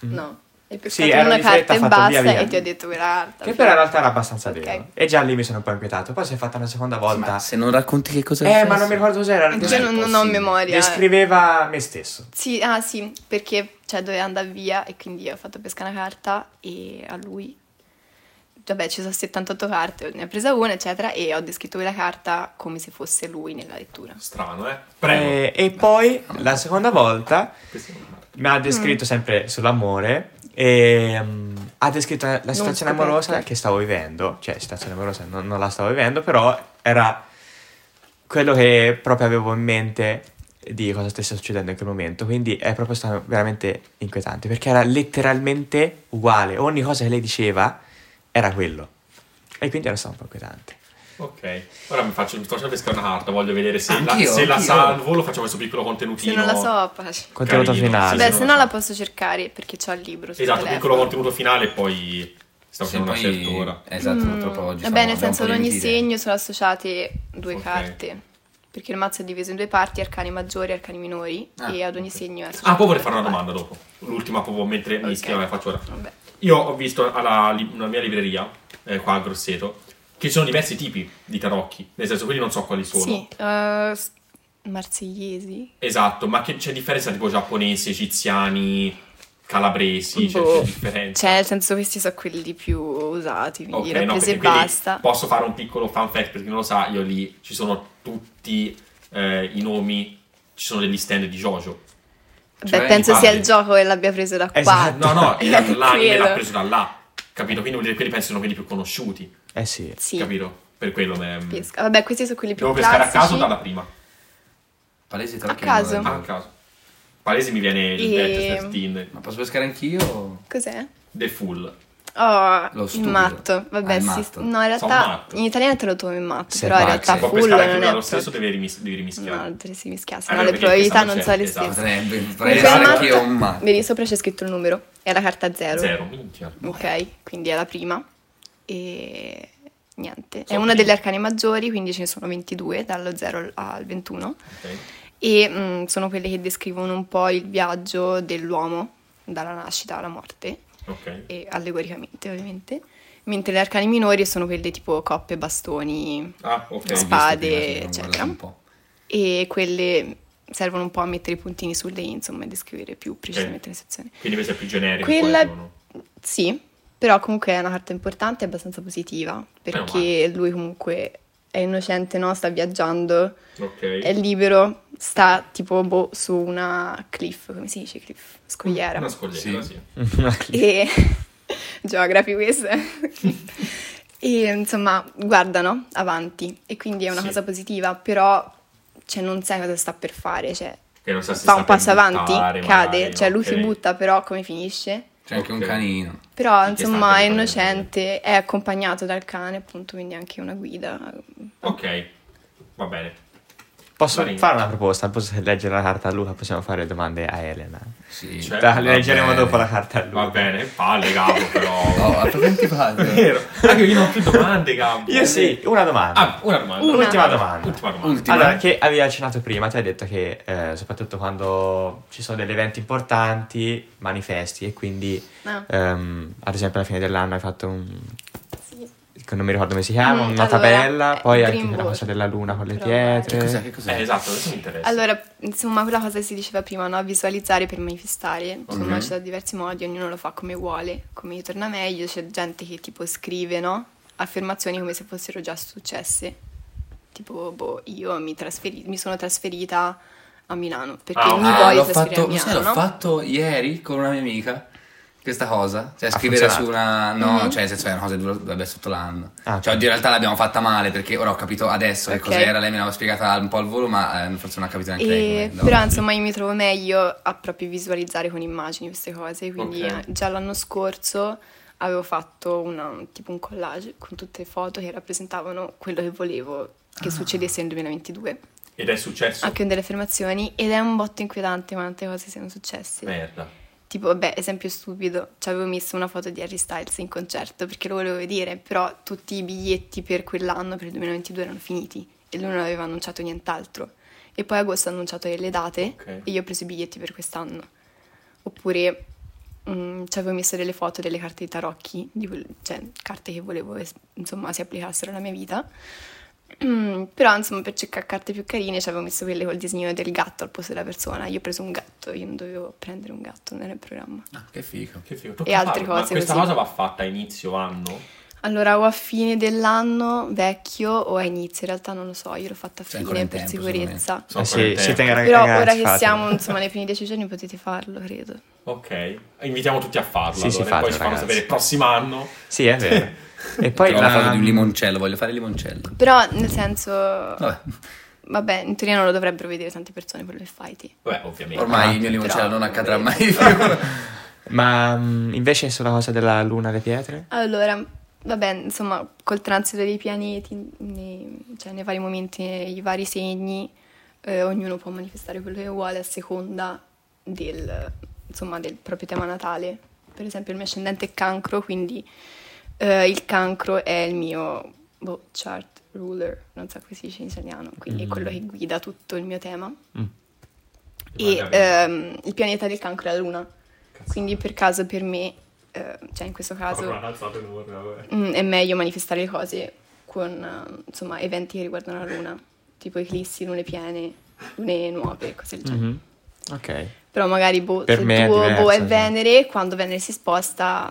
[SPEAKER 4] No. Hai
[SPEAKER 3] Mm. Sì,
[SPEAKER 4] pescato
[SPEAKER 3] ero
[SPEAKER 4] una
[SPEAKER 3] in fretta,
[SPEAKER 4] carta
[SPEAKER 3] ho
[SPEAKER 4] e
[SPEAKER 3] fatto
[SPEAKER 4] basta
[SPEAKER 3] via, via.
[SPEAKER 4] e ti ho detto guarda.
[SPEAKER 3] Che però in realtà era abbastanza
[SPEAKER 4] Ok.
[SPEAKER 3] vero. E già lì mi sono un po' inquietato. Poi si è fatta una seconda volta.
[SPEAKER 1] Ma se non racconti che cosa è
[SPEAKER 3] eh, ma
[SPEAKER 1] successo?
[SPEAKER 3] non mi ricordo cos'era.
[SPEAKER 4] Anch'io Cioè, non, non
[SPEAKER 3] Cioè,
[SPEAKER 4] ho
[SPEAKER 1] possibile.
[SPEAKER 4] memoria.
[SPEAKER 3] Descriveva me stesso.
[SPEAKER 4] Sì, ah sì, perché cioè, doveva andare via e quindi ho fatto pescare una carta e a lui, vabbè ci sono 78 carte, ne ha presa una eccetera e ho descritto quella carta come se fosse lui nella lettura.
[SPEAKER 2] Strano, eh? Prego.
[SPEAKER 3] E, e poi la seconda volta
[SPEAKER 2] Questa è una parte.
[SPEAKER 3] mi ha descritto sempre sull'amore e mm, ha descritto la situazione
[SPEAKER 4] scoperto.
[SPEAKER 3] amorosa che stavo vivendo. Cioè, situazione amorosa non, non la stavo vivendo, però era quello che proprio avevo in mente di cosa stesse succedendo in quel momento. Quindi è proprio stato veramente inquietante perché era letteralmente uguale. Ogni cosa che lei diceva era quello. E quindi era stato un po' inquietante.
[SPEAKER 2] Ok, ora mi faccio, mi faccio pescare una carta, voglio vedere se, la,
[SPEAKER 1] Anch'io,
[SPEAKER 2] se la
[SPEAKER 1] anch'io.
[SPEAKER 2] salvo, lo faccio questo piccolo contenutino.
[SPEAKER 4] Se non la so, pace.
[SPEAKER 3] Contenuto
[SPEAKER 2] Carino,
[SPEAKER 3] finale.
[SPEAKER 2] sì,
[SPEAKER 4] Beh,
[SPEAKER 2] non
[SPEAKER 4] se
[SPEAKER 2] la
[SPEAKER 4] no
[SPEAKER 2] so.
[SPEAKER 4] la posso cercare perché c'ho il libro. sul
[SPEAKER 2] Esatto,
[SPEAKER 4] telefono.
[SPEAKER 2] piccolo contenuto finale e poi stiamo
[SPEAKER 1] Sì,
[SPEAKER 2] facendo una
[SPEAKER 1] poi-
[SPEAKER 2] certa ora.
[SPEAKER 1] Esatto,
[SPEAKER 2] diciamo,
[SPEAKER 1] purtroppo oggi
[SPEAKER 4] Mm. Vabbè,
[SPEAKER 1] siamo-
[SPEAKER 4] nel
[SPEAKER 1] abbiamo
[SPEAKER 4] senso
[SPEAKER 1] un
[SPEAKER 4] ad
[SPEAKER 1] po' di
[SPEAKER 4] ogni
[SPEAKER 1] limiti.
[SPEAKER 4] segno sono associate due
[SPEAKER 2] Ok.
[SPEAKER 4] carte. Perché il mazzo è diviso in due parti, arcani maggiori e arcani minori,
[SPEAKER 1] Ah,
[SPEAKER 4] e ad ogni segno è associato.
[SPEAKER 2] Ah, poi vorrei fare
[SPEAKER 4] due
[SPEAKER 2] una
[SPEAKER 4] parti.
[SPEAKER 2] domanda dopo. L'ultima proprio mentre mi
[SPEAKER 4] Ok.
[SPEAKER 2] iscrivo, la faccio ora.
[SPEAKER 4] Vabbè.
[SPEAKER 2] Io ho visto alla li- una mia libreria, eh, qua a Grosseto, che ci sono diversi tipi di tarocchi, nel senso quelli non so quali sono.
[SPEAKER 4] Sì, eh, s- marsigliesi.
[SPEAKER 2] Esatto, ma che c'è differenza tipo giapponesi, egiziani, calabresi, c'è-
[SPEAKER 4] Boh.
[SPEAKER 2] c'è differenza.
[SPEAKER 4] Cioè, nel senso questi sono quelli più usati,
[SPEAKER 2] Ok,
[SPEAKER 4] quindi li ho
[SPEAKER 2] no,
[SPEAKER 4] presi
[SPEAKER 2] perché
[SPEAKER 4] e
[SPEAKER 2] quelli-
[SPEAKER 4] basta.
[SPEAKER 2] Posso fare un piccolo fan fact per chi non lo sa, io lì ci sono tutti eh, i nomi, ci sono degli stand di Jojo.
[SPEAKER 1] cioè,
[SPEAKER 4] Beh, penso
[SPEAKER 2] infatti-
[SPEAKER 4] sia il gioco che l'abbia preso da qua.
[SPEAKER 3] Esatto.
[SPEAKER 2] No, no,
[SPEAKER 4] Eh,
[SPEAKER 2] l'anime l'ha
[SPEAKER 4] quello.
[SPEAKER 2] preso da là, capito? Quindi vuol dire che quelli penso sono quelli più conosciuti,
[SPEAKER 3] Eh sì.
[SPEAKER 4] Sì,
[SPEAKER 2] capito? Per quello me...
[SPEAKER 4] pesca. Vabbè, questi sono quelli più
[SPEAKER 2] Devo pescare a
[SPEAKER 4] classici.
[SPEAKER 2] caso dalla prima.
[SPEAKER 1] Palesi
[SPEAKER 4] A
[SPEAKER 1] tracchino.
[SPEAKER 4] caso.
[SPEAKER 2] Ah, a caso. Palese mi viene il
[SPEAKER 4] E-
[SPEAKER 2] Death Stain,
[SPEAKER 1] Ma posso pescare anch'io?
[SPEAKER 4] Cos'è?
[SPEAKER 2] The Full.
[SPEAKER 4] Oh,
[SPEAKER 1] Lo
[SPEAKER 4] il
[SPEAKER 1] stupido.
[SPEAKER 4] matto. Vabbè,
[SPEAKER 1] Ah, il
[SPEAKER 4] sì.
[SPEAKER 1] matto.
[SPEAKER 4] No, in realtà
[SPEAKER 2] matto.
[SPEAKER 4] in italiano te lo trovi il matto,
[SPEAKER 3] Sì,
[SPEAKER 4] però in
[SPEAKER 3] ma
[SPEAKER 4] realtà
[SPEAKER 3] sì.
[SPEAKER 2] Può
[SPEAKER 4] full non
[SPEAKER 2] pescare anche
[SPEAKER 4] è
[SPEAKER 2] lui allo
[SPEAKER 4] proprio-
[SPEAKER 2] stesso, devi, rimis- devi rischiare.
[SPEAKER 4] No, altri si mischiassero.
[SPEAKER 2] Ah,
[SPEAKER 4] No,
[SPEAKER 2] no,
[SPEAKER 4] le
[SPEAKER 2] perché
[SPEAKER 4] probabilità
[SPEAKER 2] questa
[SPEAKER 4] non
[SPEAKER 2] non
[SPEAKER 4] sono
[SPEAKER 2] c'è,
[SPEAKER 4] le
[SPEAKER 2] esatto.
[SPEAKER 4] stesse.
[SPEAKER 1] Potrebbe,
[SPEAKER 4] Con
[SPEAKER 1] potrei
[SPEAKER 4] quel
[SPEAKER 1] pescare
[SPEAKER 2] esatto.
[SPEAKER 1] anch'io
[SPEAKER 4] matto,
[SPEAKER 1] un matto.
[SPEAKER 4] vedi sopra c'è scritto il numero, è la carta zero.
[SPEAKER 2] Zero, minchia.
[SPEAKER 4] Ok, quindi è la prima. E niente, è
[SPEAKER 2] Sono
[SPEAKER 4] una
[SPEAKER 2] prima.
[SPEAKER 4] delle arcane maggiori, quindi ce ne sono 22, dallo 0 al 21.
[SPEAKER 2] Ok.
[SPEAKER 4] E mm, sono quelle che descrivono un po' il viaggio dell'uomo dalla nascita alla morte,
[SPEAKER 2] Ok.
[SPEAKER 4] e allegoricamente ovviamente. Mentre le arcane minori sono quelle tipo coppe, bastoni,
[SPEAKER 2] Ah, ok.
[SPEAKER 1] Ho visto
[SPEAKER 4] spade,
[SPEAKER 1] prima, sì, non
[SPEAKER 4] eccetera.
[SPEAKER 1] guardavo un po'.
[SPEAKER 4] e quelle servono un po' a mettere i puntini sulle i, insomma, e descrivere più precisamente le situazioni.
[SPEAKER 2] Quindi invece è più generico.
[SPEAKER 4] Quella
[SPEAKER 2] quello, no?
[SPEAKER 4] sì, però comunque è una carta importante e abbastanza positiva, perché lui comunque è innocente, no? Sta viaggiando,
[SPEAKER 2] Ok.
[SPEAKER 4] è libero, sta tipo boh, su una cliff, come si dice cliff? Scogliera.
[SPEAKER 2] Una scogliera,
[SPEAKER 1] Sì.
[SPEAKER 2] sì.
[SPEAKER 4] E geografi questa. e insomma, guardano avanti e quindi è una
[SPEAKER 2] Sì.
[SPEAKER 4] cosa positiva, però cioè, non sai cosa sta per fare, cioè
[SPEAKER 2] Che non so se
[SPEAKER 4] fa
[SPEAKER 2] sta
[SPEAKER 4] un passo
[SPEAKER 2] per
[SPEAKER 4] avanti,
[SPEAKER 2] buttare,
[SPEAKER 4] cade,
[SPEAKER 2] magari,
[SPEAKER 4] cioè lui
[SPEAKER 2] ok.
[SPEAKER 4] si butta, però come finisce?
[SPEAKER 1] C'è anche un
[SPEAKER 2] Ok.
[SPEAKER 1] canino.
[SPEAKER 4] Però
[SPEAKER 2] Sì, che
[SPEAKER 4] insomma
[SPEAKER 2] sta
[SPEAKER 4] è
[SPEAKER 2] anche nel
[SPEAKER 4] innocente, è accompagnato dal cane, appunto, quindi anche una guida.
[SPEAKER 2] Ok, va bene.
[SPEAKER 3] Posso
[SPEAKER 2] Marina.
[SPEAKER 3] fare una proposta? Posso leggere la carta a Luca? Possiamo fare domande a Elena.
[SPEAKER 1] Sì.
[SPEAKER 2] Cioè,
[SPEAKER 3] Dai,
[SPEAKER 2] va
[SPEAKER 3] leggeremo
[SPEAKER 1] bene.
[SPEAKER 3] dopo la carta a Luca.
[SPEAKER 2] Va bene, palle Gabo però.
[SPEAKER 1] Oh, a presenti padre.
[SPEAKER 3] Eh,
[SPEAKER 2] Vero. Anche io non ho più domande, Gabo.
[SPEAKER 3] Io sì, una domanda.
[SPEAKER 2] Ah, una domanda.
[SPEAKER 4] Una.
[SPEAKER 3] Ultima domanda.
[SPEAKER 2] Ultima domanda.
[SPEAKER 1] Ultima.
[SPEAKER 3] Allora, che avevi accennato prima, ti hai detto che eh, soprattutto quando ci sono degli eventi importanti, manifesti e quindi,
[SPEAKER 4] Ah.
[SPEAKER 3] ehm, ad esempio alla fine dell'anno hai fatto un...
[SPEAKER 2] Eh,
[SPEAKER 4] Sì.
[SPEAKER 3] che non mi ricordo come si chiama,
[SPEAKER 4] Mm,
[SPEAKER 3] una
[SPEAKER 4] allora,
[SPEAKER 3] tabella,
[SPEAKER 4] eh,
[SPEAKER 3] poi anche
[SPEAKER 4] Dream
[SPEAKER 3] quella
[SPEAKER 4] Board.
[SPEAKER 3] cosa della luna con le
[SPEAKER 4] Però-
[SPEAKER 3] pietre.
[SPEAKER 1] Che cos'è? Che cos'è?
[SPEAKER 2] Eh, esatto, adesso mi interessa.
[SPEAKER 4] Allora, insomma, quella cosa che si diceva prima, no? Visualizzare per manifestare. Insomma,
[SPEAKER 1] Ok.
[SPEAKER 4] ci sono diversi modi, ognuno lo fa come vuole, come gli torna meglio. C'è gente che tipo scrive, no? Affermazioni come se fossero già successe. Tipo, boh, io mi, trasferi- mi sono trasferita a Milano, perché
[SPEAKER 2] Ah, ok.
[SPEAKER 4] mi
[SPEAKER 1] Ah,
[SPEAKER 4] voglio
[SPEAKER 1] l'ho
[SPEAKER 4] trasferire
[SPEAKER 1] fatto,
[SPEAKER 4] a
[SPEAKER 1] lo sai,
[SPEAKER 4] Milano,
[SPEAKER 1] l'ho
[SPEAKER 4] no?
[SPEAKER 1] fatto ieri con una mia amica. Questa cosa, cioè
[SPEAKER 3] Ha
[SPEAKER 1] scrivere su
[SPEAKER 3] funzionato?
[SPEAKER 1] una. No,
[SPEAKER 4] Mhm.
[SPEAKER 1] cioè, nel senso, è una cosa che dovrebbe essere tutto l'anno.
[SPEAKER 3] Ah, ok.
[SPEAKER 1] Cioè, oggi in realtà l'abbiamo fatta male perché ora ho capito adesso
[SPEAKER 4] Ok.
[SPEAKER 1] che cos'era. Lei me l'aveva spiegata un po' al volo, ma eh, forse non ha capito neanche lei.
[SPEAKER 4] E,
[SPEAKER 1] come- no.
[SPEAKER 4] però insomma io mi trovo meglio a proprio visualizzare con immagini queste cose, quindi
[SPEAKER 2] Ok.
[SPEAKER 4] eh, già l'anno scorso avevo fatto una- tipo un collage con tutte le foto che rappresentavano quello che volevo che succedesse nel 2022,
[SPEAKER 2] Ed è successo.
[SPEAKER 4] anche con delle affermazioni ed è un botto inquietante quante cose siano successe.
[SPEAKER 2] Merda.
[SPEAKER 4] Tipo, vabbè, esempio stupido, ci avevo messo una foto di Harry Styles in concerto perché lo volevo vedere, però tutti i biglietti per quell'anno, per il 2022, erano finiti e lui non aveva annunciato nient'altro. E poi agosto ha annunciato delle date
[SPEAKER 2] Ok.
[SPEAKER 4] e io ho preso i biglietti per quest'anno. Oppure mm, ci avevo messo delle foto delle carte di tarocchi, di quel- cioè carte che volevo es- insomma si applicassero alla mia vita. Mm, però insomma per cercare carte più carine ci avevo messo quelle col disegno del gatto al posto della persona. Io ho preso un gatto, io non dovevo prendere un gatto, non era il programma.
[SPEAKER 1] Ah, che figo.
[SPEAKER 2] Che figo.
[SPEAKER 4] E altre
[SPEAKER 2] Ma
[SPEAKER 4] cose
[SPEAKER 2] questa
[SPEAKER 4] così.
[SPEAKER 2] cosa va fatta a inizio anno?
[SPEAKER 4] Allora, o a fine dell'anno vecchio o a inizio, in realtà non lo so, io l'ho fatta a
[SPEAKER 1] C'è
[SPEAKER 4] fine
[SPEAKER 1] ancora
[SPEAKER 4] per
[SPEAKER 1] in tempo, secondo
[SPEAKER 4] sicurezza.
[SPEAKER 2] So
[SPEAKER 3] Eh
[SPEAKER 2] quel
[SPEAKER 3] sì,
[SPEAKER 2] tempo.
[SPEAKER 3] si tenga
[SPEAKER 4] Però
[SPEAKER 3] ragazzi,
[SPEAKER 4] ora che
[SPEAKER 3] fatelo.
[SPEAKER 4] siamo insomma nei primi dieci giorni potete farlo, credo.
[SPEAKER 2] Ok. Invitiamo tutti a farlo.
[SPEAKER 3] Sì,
[SPEAKER 2] allora,
[SPEAKER 3] sì,
[SPEAKER 2] e
[SPEAKER 3] fatelo,
[SPEAKER 2] poi ci fanno
[SPEAKER 3] ragazzi.
[SPEAKER 2] sapere il prossimo anno.
[SPEAKER 3] Sì, è vero. E poi
[SPEAKER 1] Poi la
[SPEAKER 3] la...
[SPEAKER 1] foto di un limoncello, voglio fare il limoncello.
[SPEAKER 4] Però nel senso,
[SPEAKER 1] Vabbè,
[SPEAKER 4] vabbè, in teoria non lo dovrebbero vedere tante persone quello che fai te.
[SPEAKER 2] Beh, ovviamente.
[SPEAKER 1] ormai il mio limoncello
[SPEAKER 4] però-
[SPEAKER 1] non accadrà mai più.
[SPEAKER 3] Ma mm, invece sulla cosa della luna e le pietre?
[SPEAKER 4] Allora, vabbè, insomma, col transito dei pianeti, nei, cioè nei vari momenti, nei vari segni, eh, ognuno può manifestare quello che vuole a seconda del, insomma, del proprio tema natale. Per esempio, il mio ascendente è cancro, quindi eh, il cancro è il mio boh, chart ruler, non so come si dice in italiano, quindi è quello che guida tutto il mio tema.
[SPEAKER 3] Mm.
[SPEAKER 4] E
[SPEAKER 2] Magari.
[SPEAKER 4] ehm, il pianeta del cancro è la luna, quindi per caso per me, eh, cioè in questo caso...
[SPEAKER 2] Qualcuno ha alzato il muro, vabbè.
[SPEAKER 4] Mm, è meglio manifestare le cose con eh, insomma, eventi che riguardano la luna, tipo eclissi, lune piene, lune nuove, cose del genere.
[SPEAKER 3] Mhm. Ok.
[SPEAKER 4] Però magari boh,
[SPEAKER 3] Per
[SPEAKER 4] se
[SPEAKER 3] me è
[SPEAKER 4] il tuo boh,
[SPEAKER 3] diverso,
[SPEAKER 4] è
[SPEAKER 3] sì.
[SPEAKER 4] Venere, quando Venere si sposta,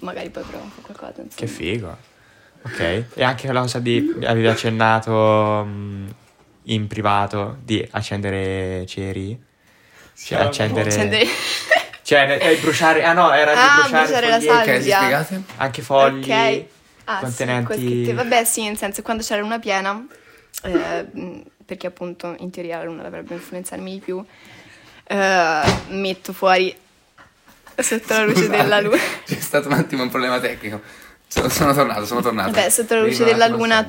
[SPEAKER 4] magari poi provo a fare qualcosa.
[SPEAKER 3] Che
[SPEAKER 4] Insomma.
[SPEAKER 3] figo. Ok. E anche la cosa di... Avevi accennato mm, in privato di accendere ceri? Cioè,
[SPEAKER 2] Siamo-
[SPEAKER 3] accendere...
[SPEAKER 4] Accendere-
[SPEAKER 3] Cioè, eh, bruciare... Ah no, era
[SPEAKER 4] Ah,
[SPEAKER 3] di bruciare,
[SPEAKER 4] bruciare la
[SPEAKER 3] fogliette,
[SPEAKER 1] Ok, ci
[SPEAKER 4] Salvia.
[SPEAKER 1] spiegate?
[SPEAKER 3] Anche fogli.
[SPEAKER 4] Ok. Ah, sì,
[SPEAKER 3] contenenti-
[SPEAKER 4] quel che te- Vabbè, sì, nel senso, quando c'era luna piena, eh, mh, perché appunto in teoria la luna dovrebbe influenzarmi di più, eh, metto fuori sotto la luce
[SPEAKER 1] Scusate,
[SPEAKER 4] della luna.
[SPEAKER 1] C'è stato un attimo un problema tecnico. Sono, sono tornato, sono tornato.
[SPEAKER 4] Vabbè, sotto la luce
[SPEAKER 1] Devi
[SPEAKER 4] della
[SPEAKER 1] tornare sulla scena.
[SPEAKER 4] luna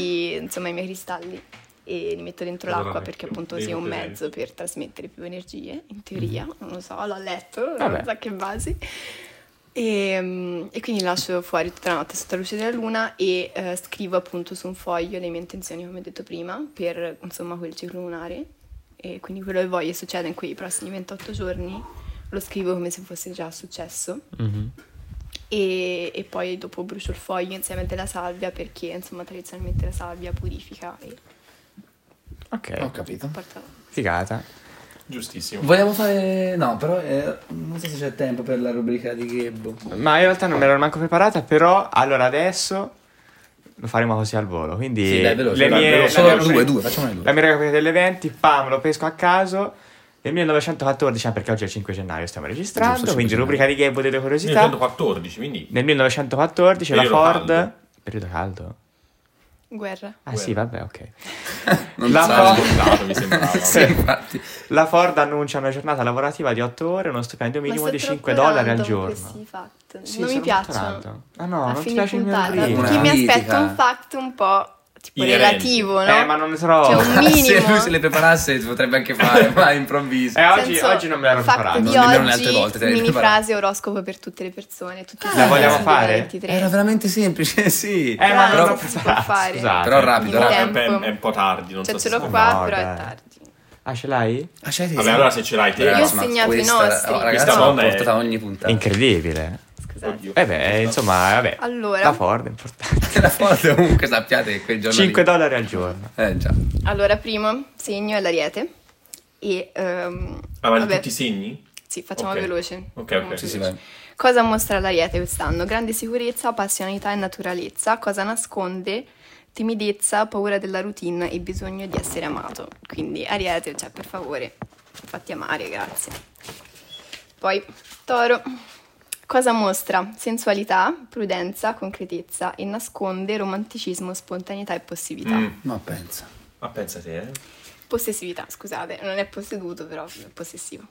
[SPEAKER 4] tutti insomma, i miei cristalli e li metto dentro
[SPEAKER 2] Allora,
[SPEAKER 4] l'acqua
[SPEAKER 2] metti-
[SPEAKER 4] perché appunto
[SPEAKER 2] devi
[SPEAKER 4] sia un
[SPEAKER 2] mettere
[SPEAKER 4] mezzo per trasmettere più energie, in teoria, non lo so, l'ho letto,
[SPEAKER 3] Vabbè.
[SPEAKER 4] non so a che basi. E, mm, e quindi lascio fuori tutta la notte sotto la luce della luna e eh, scrivo appunto su un foglio le mie intenzioni, come ho detto prima, per insomma quel ciclo lunare. E quindi quello che voglio succeda in quei prossimi 28 giorni lo scrivo come se fosse già successo
[SPEAKER 3] Mhm.
[SPEAKER 4] e, e poi dopo brucio il foglio insieme alla salvia perché insomma tradizionalmente la salvia purifica e
[SPEAKER 3] Ok.
[SPEAKER 1] Ho capito.
[SPEAKER 4] porta
[SPEAKER 3] Figata.
[SPEAKER 2] Giustissimo.
[SPEAKER 1] Vogliamo fare... No, però eh, non so se c'è tempo per la rubrica di Gebo.
[SPEAKER 3] Ma in realtà non me l'ero manco preparata, però allora adesso lo faremo così al volo. Quindi
[SPEAKER 1] Sì, dai, veloce.
[SPEAKER 3] le
[SPEAKER 1] dai,
[SPEAKER 3] mie-
[SPEAKER 1] veloce.
[SPEAKER 3] la mia
[SPEAKER 1] Solo due,
[SPEAKER 3] rubrica-
[SPEAKER 1] due, facciamone due.
[SPEAKER 3] La mia raccolta degli eventi, pam, lo pesco a caso. Nel 1914, ah, perché oggi è il 5 gennaio, stiamo registrando,
[SPEAKER 1] Giusto, 5
[SPEAKER 3] quindi
[SPEAKER 1] gennaio.
[SPEAKER 3] rubrica di Gabbo delle
[SPEAKER 2] Io
[SPEAKER 3] curiosità.
[SPEAKER 2] sono 14, quindi...
[SPEAKER 3] Nel 1914 la
[SPEAKER 2] Periodo
[SPEAKER 3] Ford...
[SPEAKER 2] caldo.
[SPEAKER 3] Periodo caldo?
[SPEAKER 4] guerra.
[SPEAKER 3] Ah sì, vabbè, ok.
[SPEAKER 1] Non
[SPEAKER 3] La
[SPEAKER 1] so.
[SPEAKER 3] fa-
[SPEAKER 2] Scontato, mi sembrava.
[SPEAKER 1] Sì, infatti.
[SPEAKER 3] La Ford annuncia una giornata lavorativa di 8 ore e uno stipendio minimo
[SPEAKER 4] sta
[SPEAKER 3] di
[SPEAKER 4] troppo
[SPEAKER 3] 5 dollari al
[SPEAKER 4] random
[SPEAKER 3] giorno.
[SPEAKER 4] questi fact.
[SPEAKER 3] Sì,
[SPEAKER 4] non mi
[SPEAKER 3] sono
[SPEAKER 4] piacciono.
[SPEAKER 3] tornato. Ah no,
[SPEAKER 4] A
[SPEAKER 3] non ti
[SPEAKER 4] fine
[SPEAKER 3] piace il mio
[SPEAKER 4] puntata.
[SPEAKER 1] rubrica?
[SPEAKER 3] rubrico?
[SPEAKER 4] Perché mi
[SPEAKER 1] Analitica.
[SPEAKER 4] aspetto un fact un po' tipo
[SPEAKER 2] Inerente.
[SPEAKER 4] relativo, no?
[SPEAKER 3] Eh, ma non ne trovo.
[SPEAKER 4] C'è un minimo.
[SPEAKER 1] Se lui se le preparasse si potrebbe anche fare, ma improvviso.
[SPEAKER 3] Eh,
[SPEAKER 4] Nel
[SPEAKER 3] oggi,
[SPEAKER 4] senso,
[SPEAKER 3] oggi non me l'ero
[SPEAKER 4] fact
[SPEAKER 3] preparata.
[SPEAKER 4] di
[SPEAKER 1] Non nemmeno le
[SPEAKER 4] oggi,
[SPEAKER 1] altre volte te le
[SPEAKER 4] mini
[SPEAKER 1] preparavi.
[SPEAKER 4] frase oroscopo per tutte le persone, tutti i
[SPEAKER 3] La vogliamo
[SPEAKER 4] giorni,
[SPEAKER 3] fare?
[SPEAKER 4] 23.
[SPEAKER 1] Era veramente semplice, sì.
[SPEAKER 3] Eh, ma
[SPEAKER 4] Però-
[SPEAKER 3] non
[SPEAKER 4] si
[SPEAKER 3] so
[SPEAKER 4] può
[SPEAKER 3] fare.
[SPEAKER 4] fare.
[SPEAKER 3] Scusate.
[SPEAKER 1] Però rapido,
[SPEAKER 4] Di
[SPEAKER 2] Però
[SPEAKER 1] rapido.
[SPEAKER 2] è, è-
[SPEAKER 4] tempo.
[SPEAKER 2] è un po' tardi, non
[SPEAKER 4] Cioè
[SPEAKER 2] so
[SPEAKER 4] ce
[SPEAKER 2] se...
[SPEAKER 4] l'ho qua,
[SPEAKER 3] No,
[SPEAKER 4] però
[SPEAKER 3] dai.
[SPEAKER 4] è tardi.
[SPEAKER 3] Ah, ce l'hai?
[SPEAKER 1] Ah, c'è
[SPEAKER 2] Vabbè, allora se ce l'hai te...
[SPEAKER 4] Io ho
[SPEAKER 1] ma
[SPEAKER 4] segnato i
[SPEAKER 1] questa-
[SPEAKER 4] nostri.
[SPEAKER 1] oh, Ragazzi,
[SPEAKER 2] Questa
[SPEAKER 1] l'ho
[SPEAKER 2] donna è-
[SPEAKER 1] portata ogni puntata.
[SPEAKER 3] Incredibile.
[SPEAKER 4] Scusate.
[SPEAKER 2] Oddio.
[SPEAKER 3] Eh beh, insomma, vabbè.
[SPEAKER 4] Allora.
[SPEAKER 3] La Ford è importante.
[SPEAKER 1] La forza comunque sappiate che quel giorno
[SPEAKER 3] 5
[SPEAKER 1] lì-
[SPEAKER 3] dollari al giorno.
[SPEAKER 1] Eh già.
[SPEAKER 4] Allora, primo segno è l'ariete. E ehm,
[SPEAKER 2] Ah, ma di
[SPEAKER 4] vabbè,
[SPEAKER 2] tutti i segni?
[SPEAKER 4] sì, facciamo
[SPEAKER 2] Ok.
[SPEAKER 4] veloce.
[SPEAKER 2] Ok,
[SPEAKER 4] Facciamo
[SPEAKER 2] ok.
[SPEAKER 4] molto
[SPEAKER 1] Sì, sì,
[SPEAKER 4] veloce.
[SPEAKER 1] vai.
[SPEAKER 4] Cosa mostra l'ariete quest'anno? Grande sicurezza, passionalità e naturalezza. Cosa nasconde? Timidezza, paura della routine e bisogno di essere amato. Quindi, ariete, cioè, per favore, fatti amare, grazie. Poi, toro. Cosa mostra? Sensualità, prudenza, concretezza e nasconde romanticismo, spontaneità e possibilità.
[SPEAKER 2] Mm.
[SPEAKER 1] Ma pensa.
[SPEAKER 2] Ma pensa te, eh.
[SPEAKER 4] Possessività, scusate, non è posseduto, però è possessivo.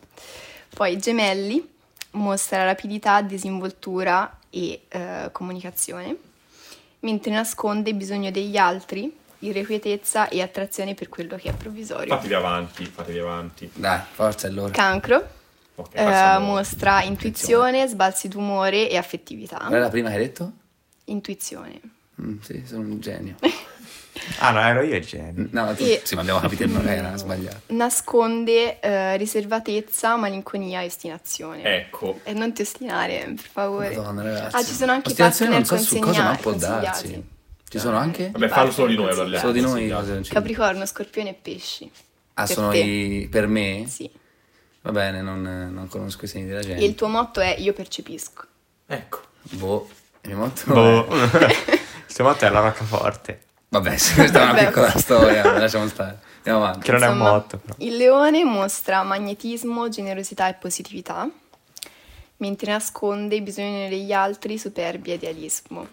[SPEAKER 4] Poi gemelli mostra rapidità, disinvoltura e eh, comunicazione, mentre nasconde bisogno degli altri, irrequietezza e attrazione per quello che è provvisorio.
[SPEAKER 2] Fatevi avanti, fatevi avanti.
[SPEAKER 1] Dai, forza allora.
[SPEAKER 4] Cancro
[SPEAKER 2] Ok,
[SPEAKER 4] eh,
[SPEAKER 2] passiamo-
[SPEAKER 4] mostra intuizione, sbalzi
[SPEAKER 1] Eh.
[SPEAKER 4] d'umore e affettività.
[SPEAKER 1] Qual è la prima che hai detto?
[SPEAKER 4] Intuizione.
[SPEAKER 1] Mm, sì, sono un genio.
[SPEAKER 3] Ah, no, ero io il genio.
[SPEAKER 1] No, tu-
[SPEAKER 4] E-
[SPEAKER 1] sì, ma abbiamo capito che non era sbagliato.
[SPEAKER 4] Nasconde eh, riservatezza, malinconia e ostinazione.
[SPEAKER 1] Eh,
[SPEAKER 2] Ecco.
[SPEAKER 4] E non ti ostinare, per favore.
[SPEAKER 1] Madonna, ragazzi.
[SPEAKER 4] Ah, ci sono anche
[SPEAKER 1] Ostinazione non so
[SPEAKER 4] partner
[SPEAKER 1] su cosa, ma può
[SPEAKER 4] consegna-
[SPEAKER 1] darsi.
[SPEAKER 4] consigliati.
[SPEAKER 1] Ci sono anche?
[SPEAKER 2] Vabbè, fallo solo di noi, allora.
[SPEAKER 1] Solo di noi
[SPEAKER 2] Sì,
[SPEAKER 1] cose non ci-
[SPEAKER 4] Capricorno, scorpione e pesci.
[SPEAKER 1] Ah,
[SPEAKER 4] Per
[SPEAKER 1] sono
[SPEAKER 4] te.
[SPEAKER 1] i... per me?
[SPEAKER 4] Sì.
[SPEAKER 1] Va bene, non, non conosco i segni della gente.
[SPEAKER 4] E il tuo motto è io percepisco.
[SPEAKER 2] Ecco.
[SPEAKER 1] Boh, il motto
[SPEAKER 3] Boh.
[SPEAKER 1] è-
[SPEAKER 3] Il tuo motto è la roccaforte.
[SPEAKER 1] Vabbè, sì, questa è una
[SPEAKER 4] Vabbè.
[SPEAKER 1] piccola storia, lasciamo stare. Andiamo avanti.
[SPEAKER 3] Che non è un
[SPEAKER 4] Insomma,
[SPEAKER 3] motto, però.
[SPEAKER 4] Il leone mostra magnetismo, generosità e positività, mentre nasconde i bisogni degli altri, superbia e idealismo.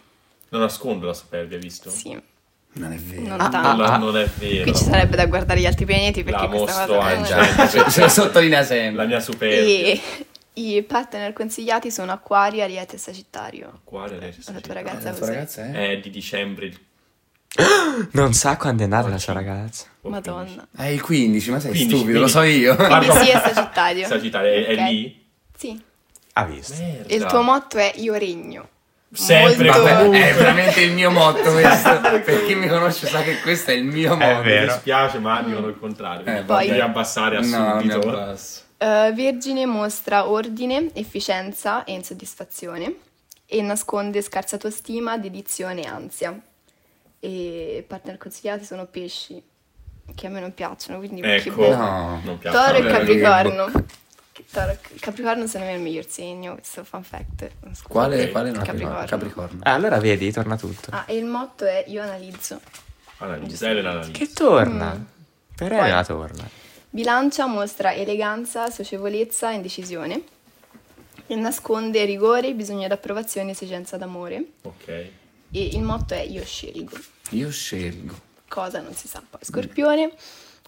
[SPEAKER 2] Non nascondo la superbia, visto?
[SPEAKER 4] Sì,
[SPEAKER 1] Non è vero.
[SPEAKER 4] non
[SPEAKER 2] Non
[SPEAKER 4] tanto.
[SPEAKER 1] Ah,
[SPEAKER 2] la- non è vero.
[SPEAKER 4] Qui ci sarebbe da guardare gli altri pianeti
[SPEAKER 2] La
[SPEAKER 4] perché questa
[SPEAKER 2] mostro
[SPEAKER 4] cosa...
[SPEAKER 2] anche.
[SPEAKER 1] Eh,
[SPEAKER 2] Eh,
[SPEAKER 1] già,
[SPEAKER 2] perché-
[SPEAKER 1] se lo sottolinea sempre.
[SPEAKER 2] La mia superbia.
[SPEAKER 4] E i partner consigliati sono Acquario, Ariete e Sagittario.
[SPEAKER 2] Quale adesso?
[SPEAKER 4] La tua
[SPEAKER 1] Eh,
[SPEAKER 4] ragazza
[SPEAKER 1] La tua
[SPEAKER 4] cos'è?
[SPEAKER 1] ragazza è?
[SPEAKER 2] È di dicembre. il-
[SPEAKER 3] Non sa quando è nata la sua ragazza.
[SPEAKER 2] o
[SPEAKER 4] Madonna.
[SPEAKER 1] Ah, il 15, ma sei
[SPEAKER 2] 15,
[SPEAKER 1] stupido, lo so
[SPEAKER 2] 15.
[SPEAKER 1] io.
[SPEAKER 2] Guarda-
[SPEAKER 4] Quindi sì, è Sagittario.
[SPEAKER 2] Sagittario, è, è
[SPEAKER 4] Ok.
[SPEAKER 2] lì?
[SPEAKER 4] Sì.
[SPEAKER 3] Ha visto.
[SPEAKER 2] Merda.
[SPEAKER 4] E il tuo motto è io regno.
[SPEAKER 2] Sempre
[SPEAKER 4] Molto- eh,
[SPEAKER 1] Vabbè,
[SPEAKER 2] comunque.
[SPEAKER 1] è veramente il mio motto questo. per chi mi conosce sa che questo è il mio motto.
[SPEAKER 2] Mi
[SPEAKER 3] vero.
[SPEAKER 2] dispiace, ma dicono il contrario.
[SPEAKER 1] Eh,
[SPEAKER 2] Devi
[SPEAKER 4] poi-
[SPEAKER 2] abbassare a
[SPEAKER 1] No, mi
[SPEAKER 2] subito.
[SPEAKER 1] abbasso.
[SPEAKER 4] Eh, Vergine mostra ordine, efficienza e insoddisfazione e nasconde scarsa autostima, dedizione e ansia. E partner consigliati sono pesci, che a me non piacciono, quindi che
[SPEAKER 2] Ecco.
[SPEAKER 4] bello.
[SPEAKER 1] No.
[SPEAKER 2] Non piace.
[SPEAKER 4] Toro e
[SPEAKER 1] Vabbè,
[SPEAKER 4] Capricorno. Che Toro e Capricorno secondo me è il miglior segno, questo fun fact. Scusate.
[SPEAKER 1] Quale,
[SPEAKER 2] Ok,
[SPEAKER 1] quale non
[SPEAKER 4] Capricorno.
[SPEAKER 1] Capricorno.
[SPEAKER 3] Ah, allora vedi, torna tutto.
[SPEAKER 4] Ah, e il motto è io analizzo.
[SPEAKER 2] Analizza, Elena analizza.
[SPEAKER 3] Che torna. Per
[SPEAKER 4] Mm. Poi-
[SPEAKER 3] Elena torna.
[SPEAKER 4] Bilancia mostra eleganza, socievolezza e indecisione e nasconde rigore, bisogno d'approvazione e esigenza d'amore.
[SPEAKER 2] Ok.
[SPEAKER 4] E il motto è io scelgo,
[SPEAKER 1] Io scelgo.
[SPEAKER 4] cosa non si sa poi. Scorpione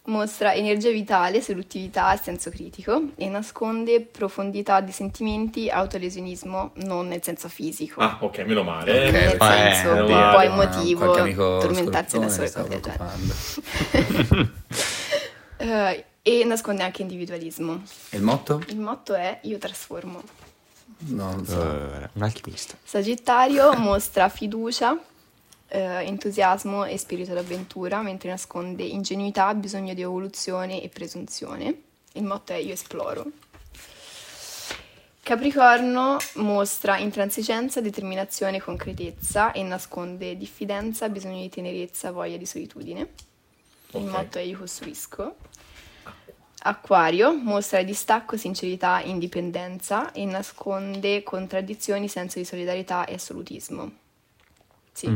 [SPEAKER 4] mostra energia vitale, seduttività e senso critico e nasconde profondità di sentimenti, autolesionismo, non nel senso fisico.
[SPEAKER 2] Ah, ok, meno male.
[SPEAKER 1] Ok.
[SPEAKER 2] Eh,
[SPEAKER 4] nel
[SPEAKER 3] eh,
[SPEAKER 4] senso
[SPEAKER 2] meno
[SPEAKER 4] un
[SPEAKER 2] male,
[SPEAKER 4] po'
[SPEAKER 2] Poi
[SPEAKER 1] Ah,
[SPEAKER 4] emotivo,
[SPEAKER 1] qualche amico
[SPEAKER 4] tormentarsi da
[SPEAKER 1] scorpione
[SPEAKER 4] sole,
[SPEAKER 1] mi stava
[SPEAKER 4] cose del genere.
[SPEAKER 1] preoccupando.
[SPEAKER 4] Eh, e nasconde anche individualismo.
[SPEAKER 1] E il motto?
[SPEAKER 4] Il motto è io trasformo.
[SPEAKER 1] No, non
[SPEAKER 4] Eh.
[SPEAKER 1] so.
[SPEAKER 3] Allora, un alchimista.
[SPEAKER 4] Sagittario mostra fiducia, eh, entusiasmo e spirito d'avventura, mentre nasconde ingenuità, bisogno di evoluzione e presunzione. Il motto è io esploro. Capricorno mostra intransigenza, determinazione e concretezza e nasconde diffidenza, bisogno di tenerezza, voglia di solitudine. Il
[SPEAKER 2] Ok.
[SPEAKER 4] motto è io costruisco. Acquario mostra distacco, sincerità, indipendenza e nasconde contraddizioni, senso di solidarietà e assolutismo. Sì.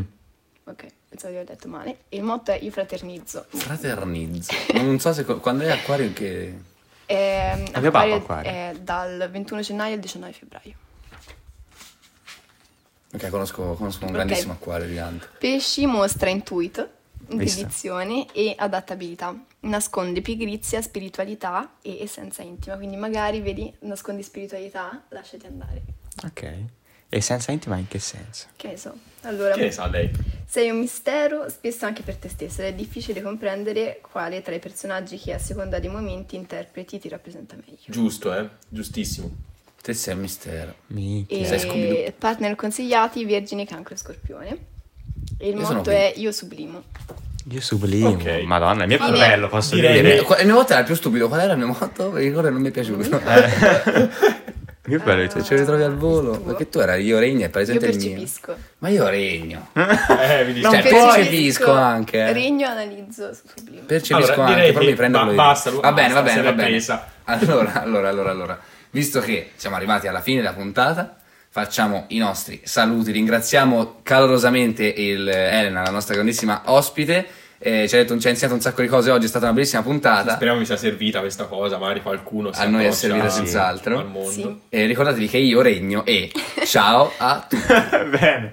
[SPEAKER 4] Ok, pensavo di aver detto male. Il motto è io fraternizzo.
[SPEAKER 1] Fraternizzo. Non so se co- quando è acquario che...
[SPEAKER 4] Ehm,
[SPEAKER 3] mio papà,
[SPEAKER 4] Acquario
[SPEAKER 3] Acquario.
[SPEAKER 4] è dal 21 gennaio al 19 febbraio.
[SPEAKER 1] Ok, conosco, conosco un
[SPEAKER 4] Ok.
[SPEAKER 1] grandissimo acquario di Dante.
[SPEAKER 4] Pesci mostra intuito,
[SPEAKER 3] Vista.
[SPEAKER 4] dedizione e adattabilità. Nasconde pigrizia, spiritualità e essenza intima. Quindi magari, vedi, nascondi spiritualità, lasciati andare.
[SPEAKER 3] Ok. E senza intima in che senso?
[SPEAKER 4] Che ne so. Allora,
[SPEAKER 2] Che ne sa lei?
[SPEAKER 4] Sei un mistero, spesso anche per te stesso, ed è difficile comprendere quale tra i personaggi che a seconda dei momenti interpreti ti rappresenta meglio.
[SPEAKER 2] Giusto, eh? Giustissimo.
[SPEAKER 1] Te sei un mistero.
[SPEAKER 3] Minchia.
[SPEAKER 1] Sei Scooby-Doo.
[SPEAKER 4] E partner consigliati, Vergine, Cancro e Scorpione. E il
[SPEAKER 1] Io sono
[SPEAKER 4] motto
[SPEAKER 1] qui.
[SPEAKER 4] è Io sublimo.
[SPEAKER 3] Io sublimo.
[SPEAKER 2] Ok.
[SPEAKER 3] Madonna, il mio
[SPEAKER 4] Direi-
[SPEAKER 3] coltello, posso
[SPEAKER 2] direi-
[SPEAKER 3] dire.
[SPEAKER 1] Eh, qua- Il mio motto era il più stupido. Qual era il mio motto? Perché quello non mi è piaciuto.
[SPEAKER 4] Mm.
[SPEAKER 3] Il mio
[SPEAKER 4] Ah.
[SPEAKER 3] bello cioè, è
[SPEAKER 1] Se
[SPEAKER 3] tutto.
[SPEAKER 1] ci ritrovi al volo.
[SPEAKER 4] Il tuo.
[SPEAKER 1] Perché tu era io regno e
[SPEAKER 4] Io
[SPEAKER 1] presente il mio.
[SPEAKER 4] percepisco.
[SPEAKER 1] Ma io regno.
[SPEAKER 2] Eh, mi dice.
[SPEAKER 1] Cioè,
[SPEAKER 4] Percepisco,
[SPEAKER 1] percepisco anche, eh.
[SPEAKER 4] Regno, analizzo, sublimo.
[SPEAKER 1] Percepisco
[SPEAKER 2] Allora,
[SPEAKER 1] anche,
[SPEAKER 2] direi
[SPEAKER 1] però
[SPEAKER 2] che
[SPEAKER 1] mi prendo
[SPEAKER 2] ba-
[SPEAKER 1] lui.
[SPEAKER 2] basta, Lu-
[SPEAKER 1] va bene, va
[SPEAKER 2] basta,
[SPEAKER 1] bene,
[SPEAKER 2] se
[SPEAKER 1] va
[SPEAKER 2] l'è
[SPEAKER 1] bene.
[SPEAKER 2] presa.
[SPEAKER 1] Allora, allora, allora, allora. Visto che siamo arrivati alla fine della puntata, facciamo i nostri saluti. Ringraziamo calorosamente il Elena, la nostra grandissima ospite. Eh, ci, ha detto, ci ha insegnato un sacco di cose oggi, è stata una bellissima puntata.
[SPEAKER 2] Speriamo mi sia servita questa cosa, magari qualcuno si
[SPEAKER 1] A noi è
[SPEAKER 2] approccia
[SPEAKER 1] servita
[SPEAKER 2] al-
[SPEAKER 1] senz'altro.
[SPEAKER 2] Al mondo.
[SPEAKER 4] Sì.
[SPEAKER 1] Eh, ricordatevi che io regno e ciao a tutti.
[SPEAKER 3] Bene.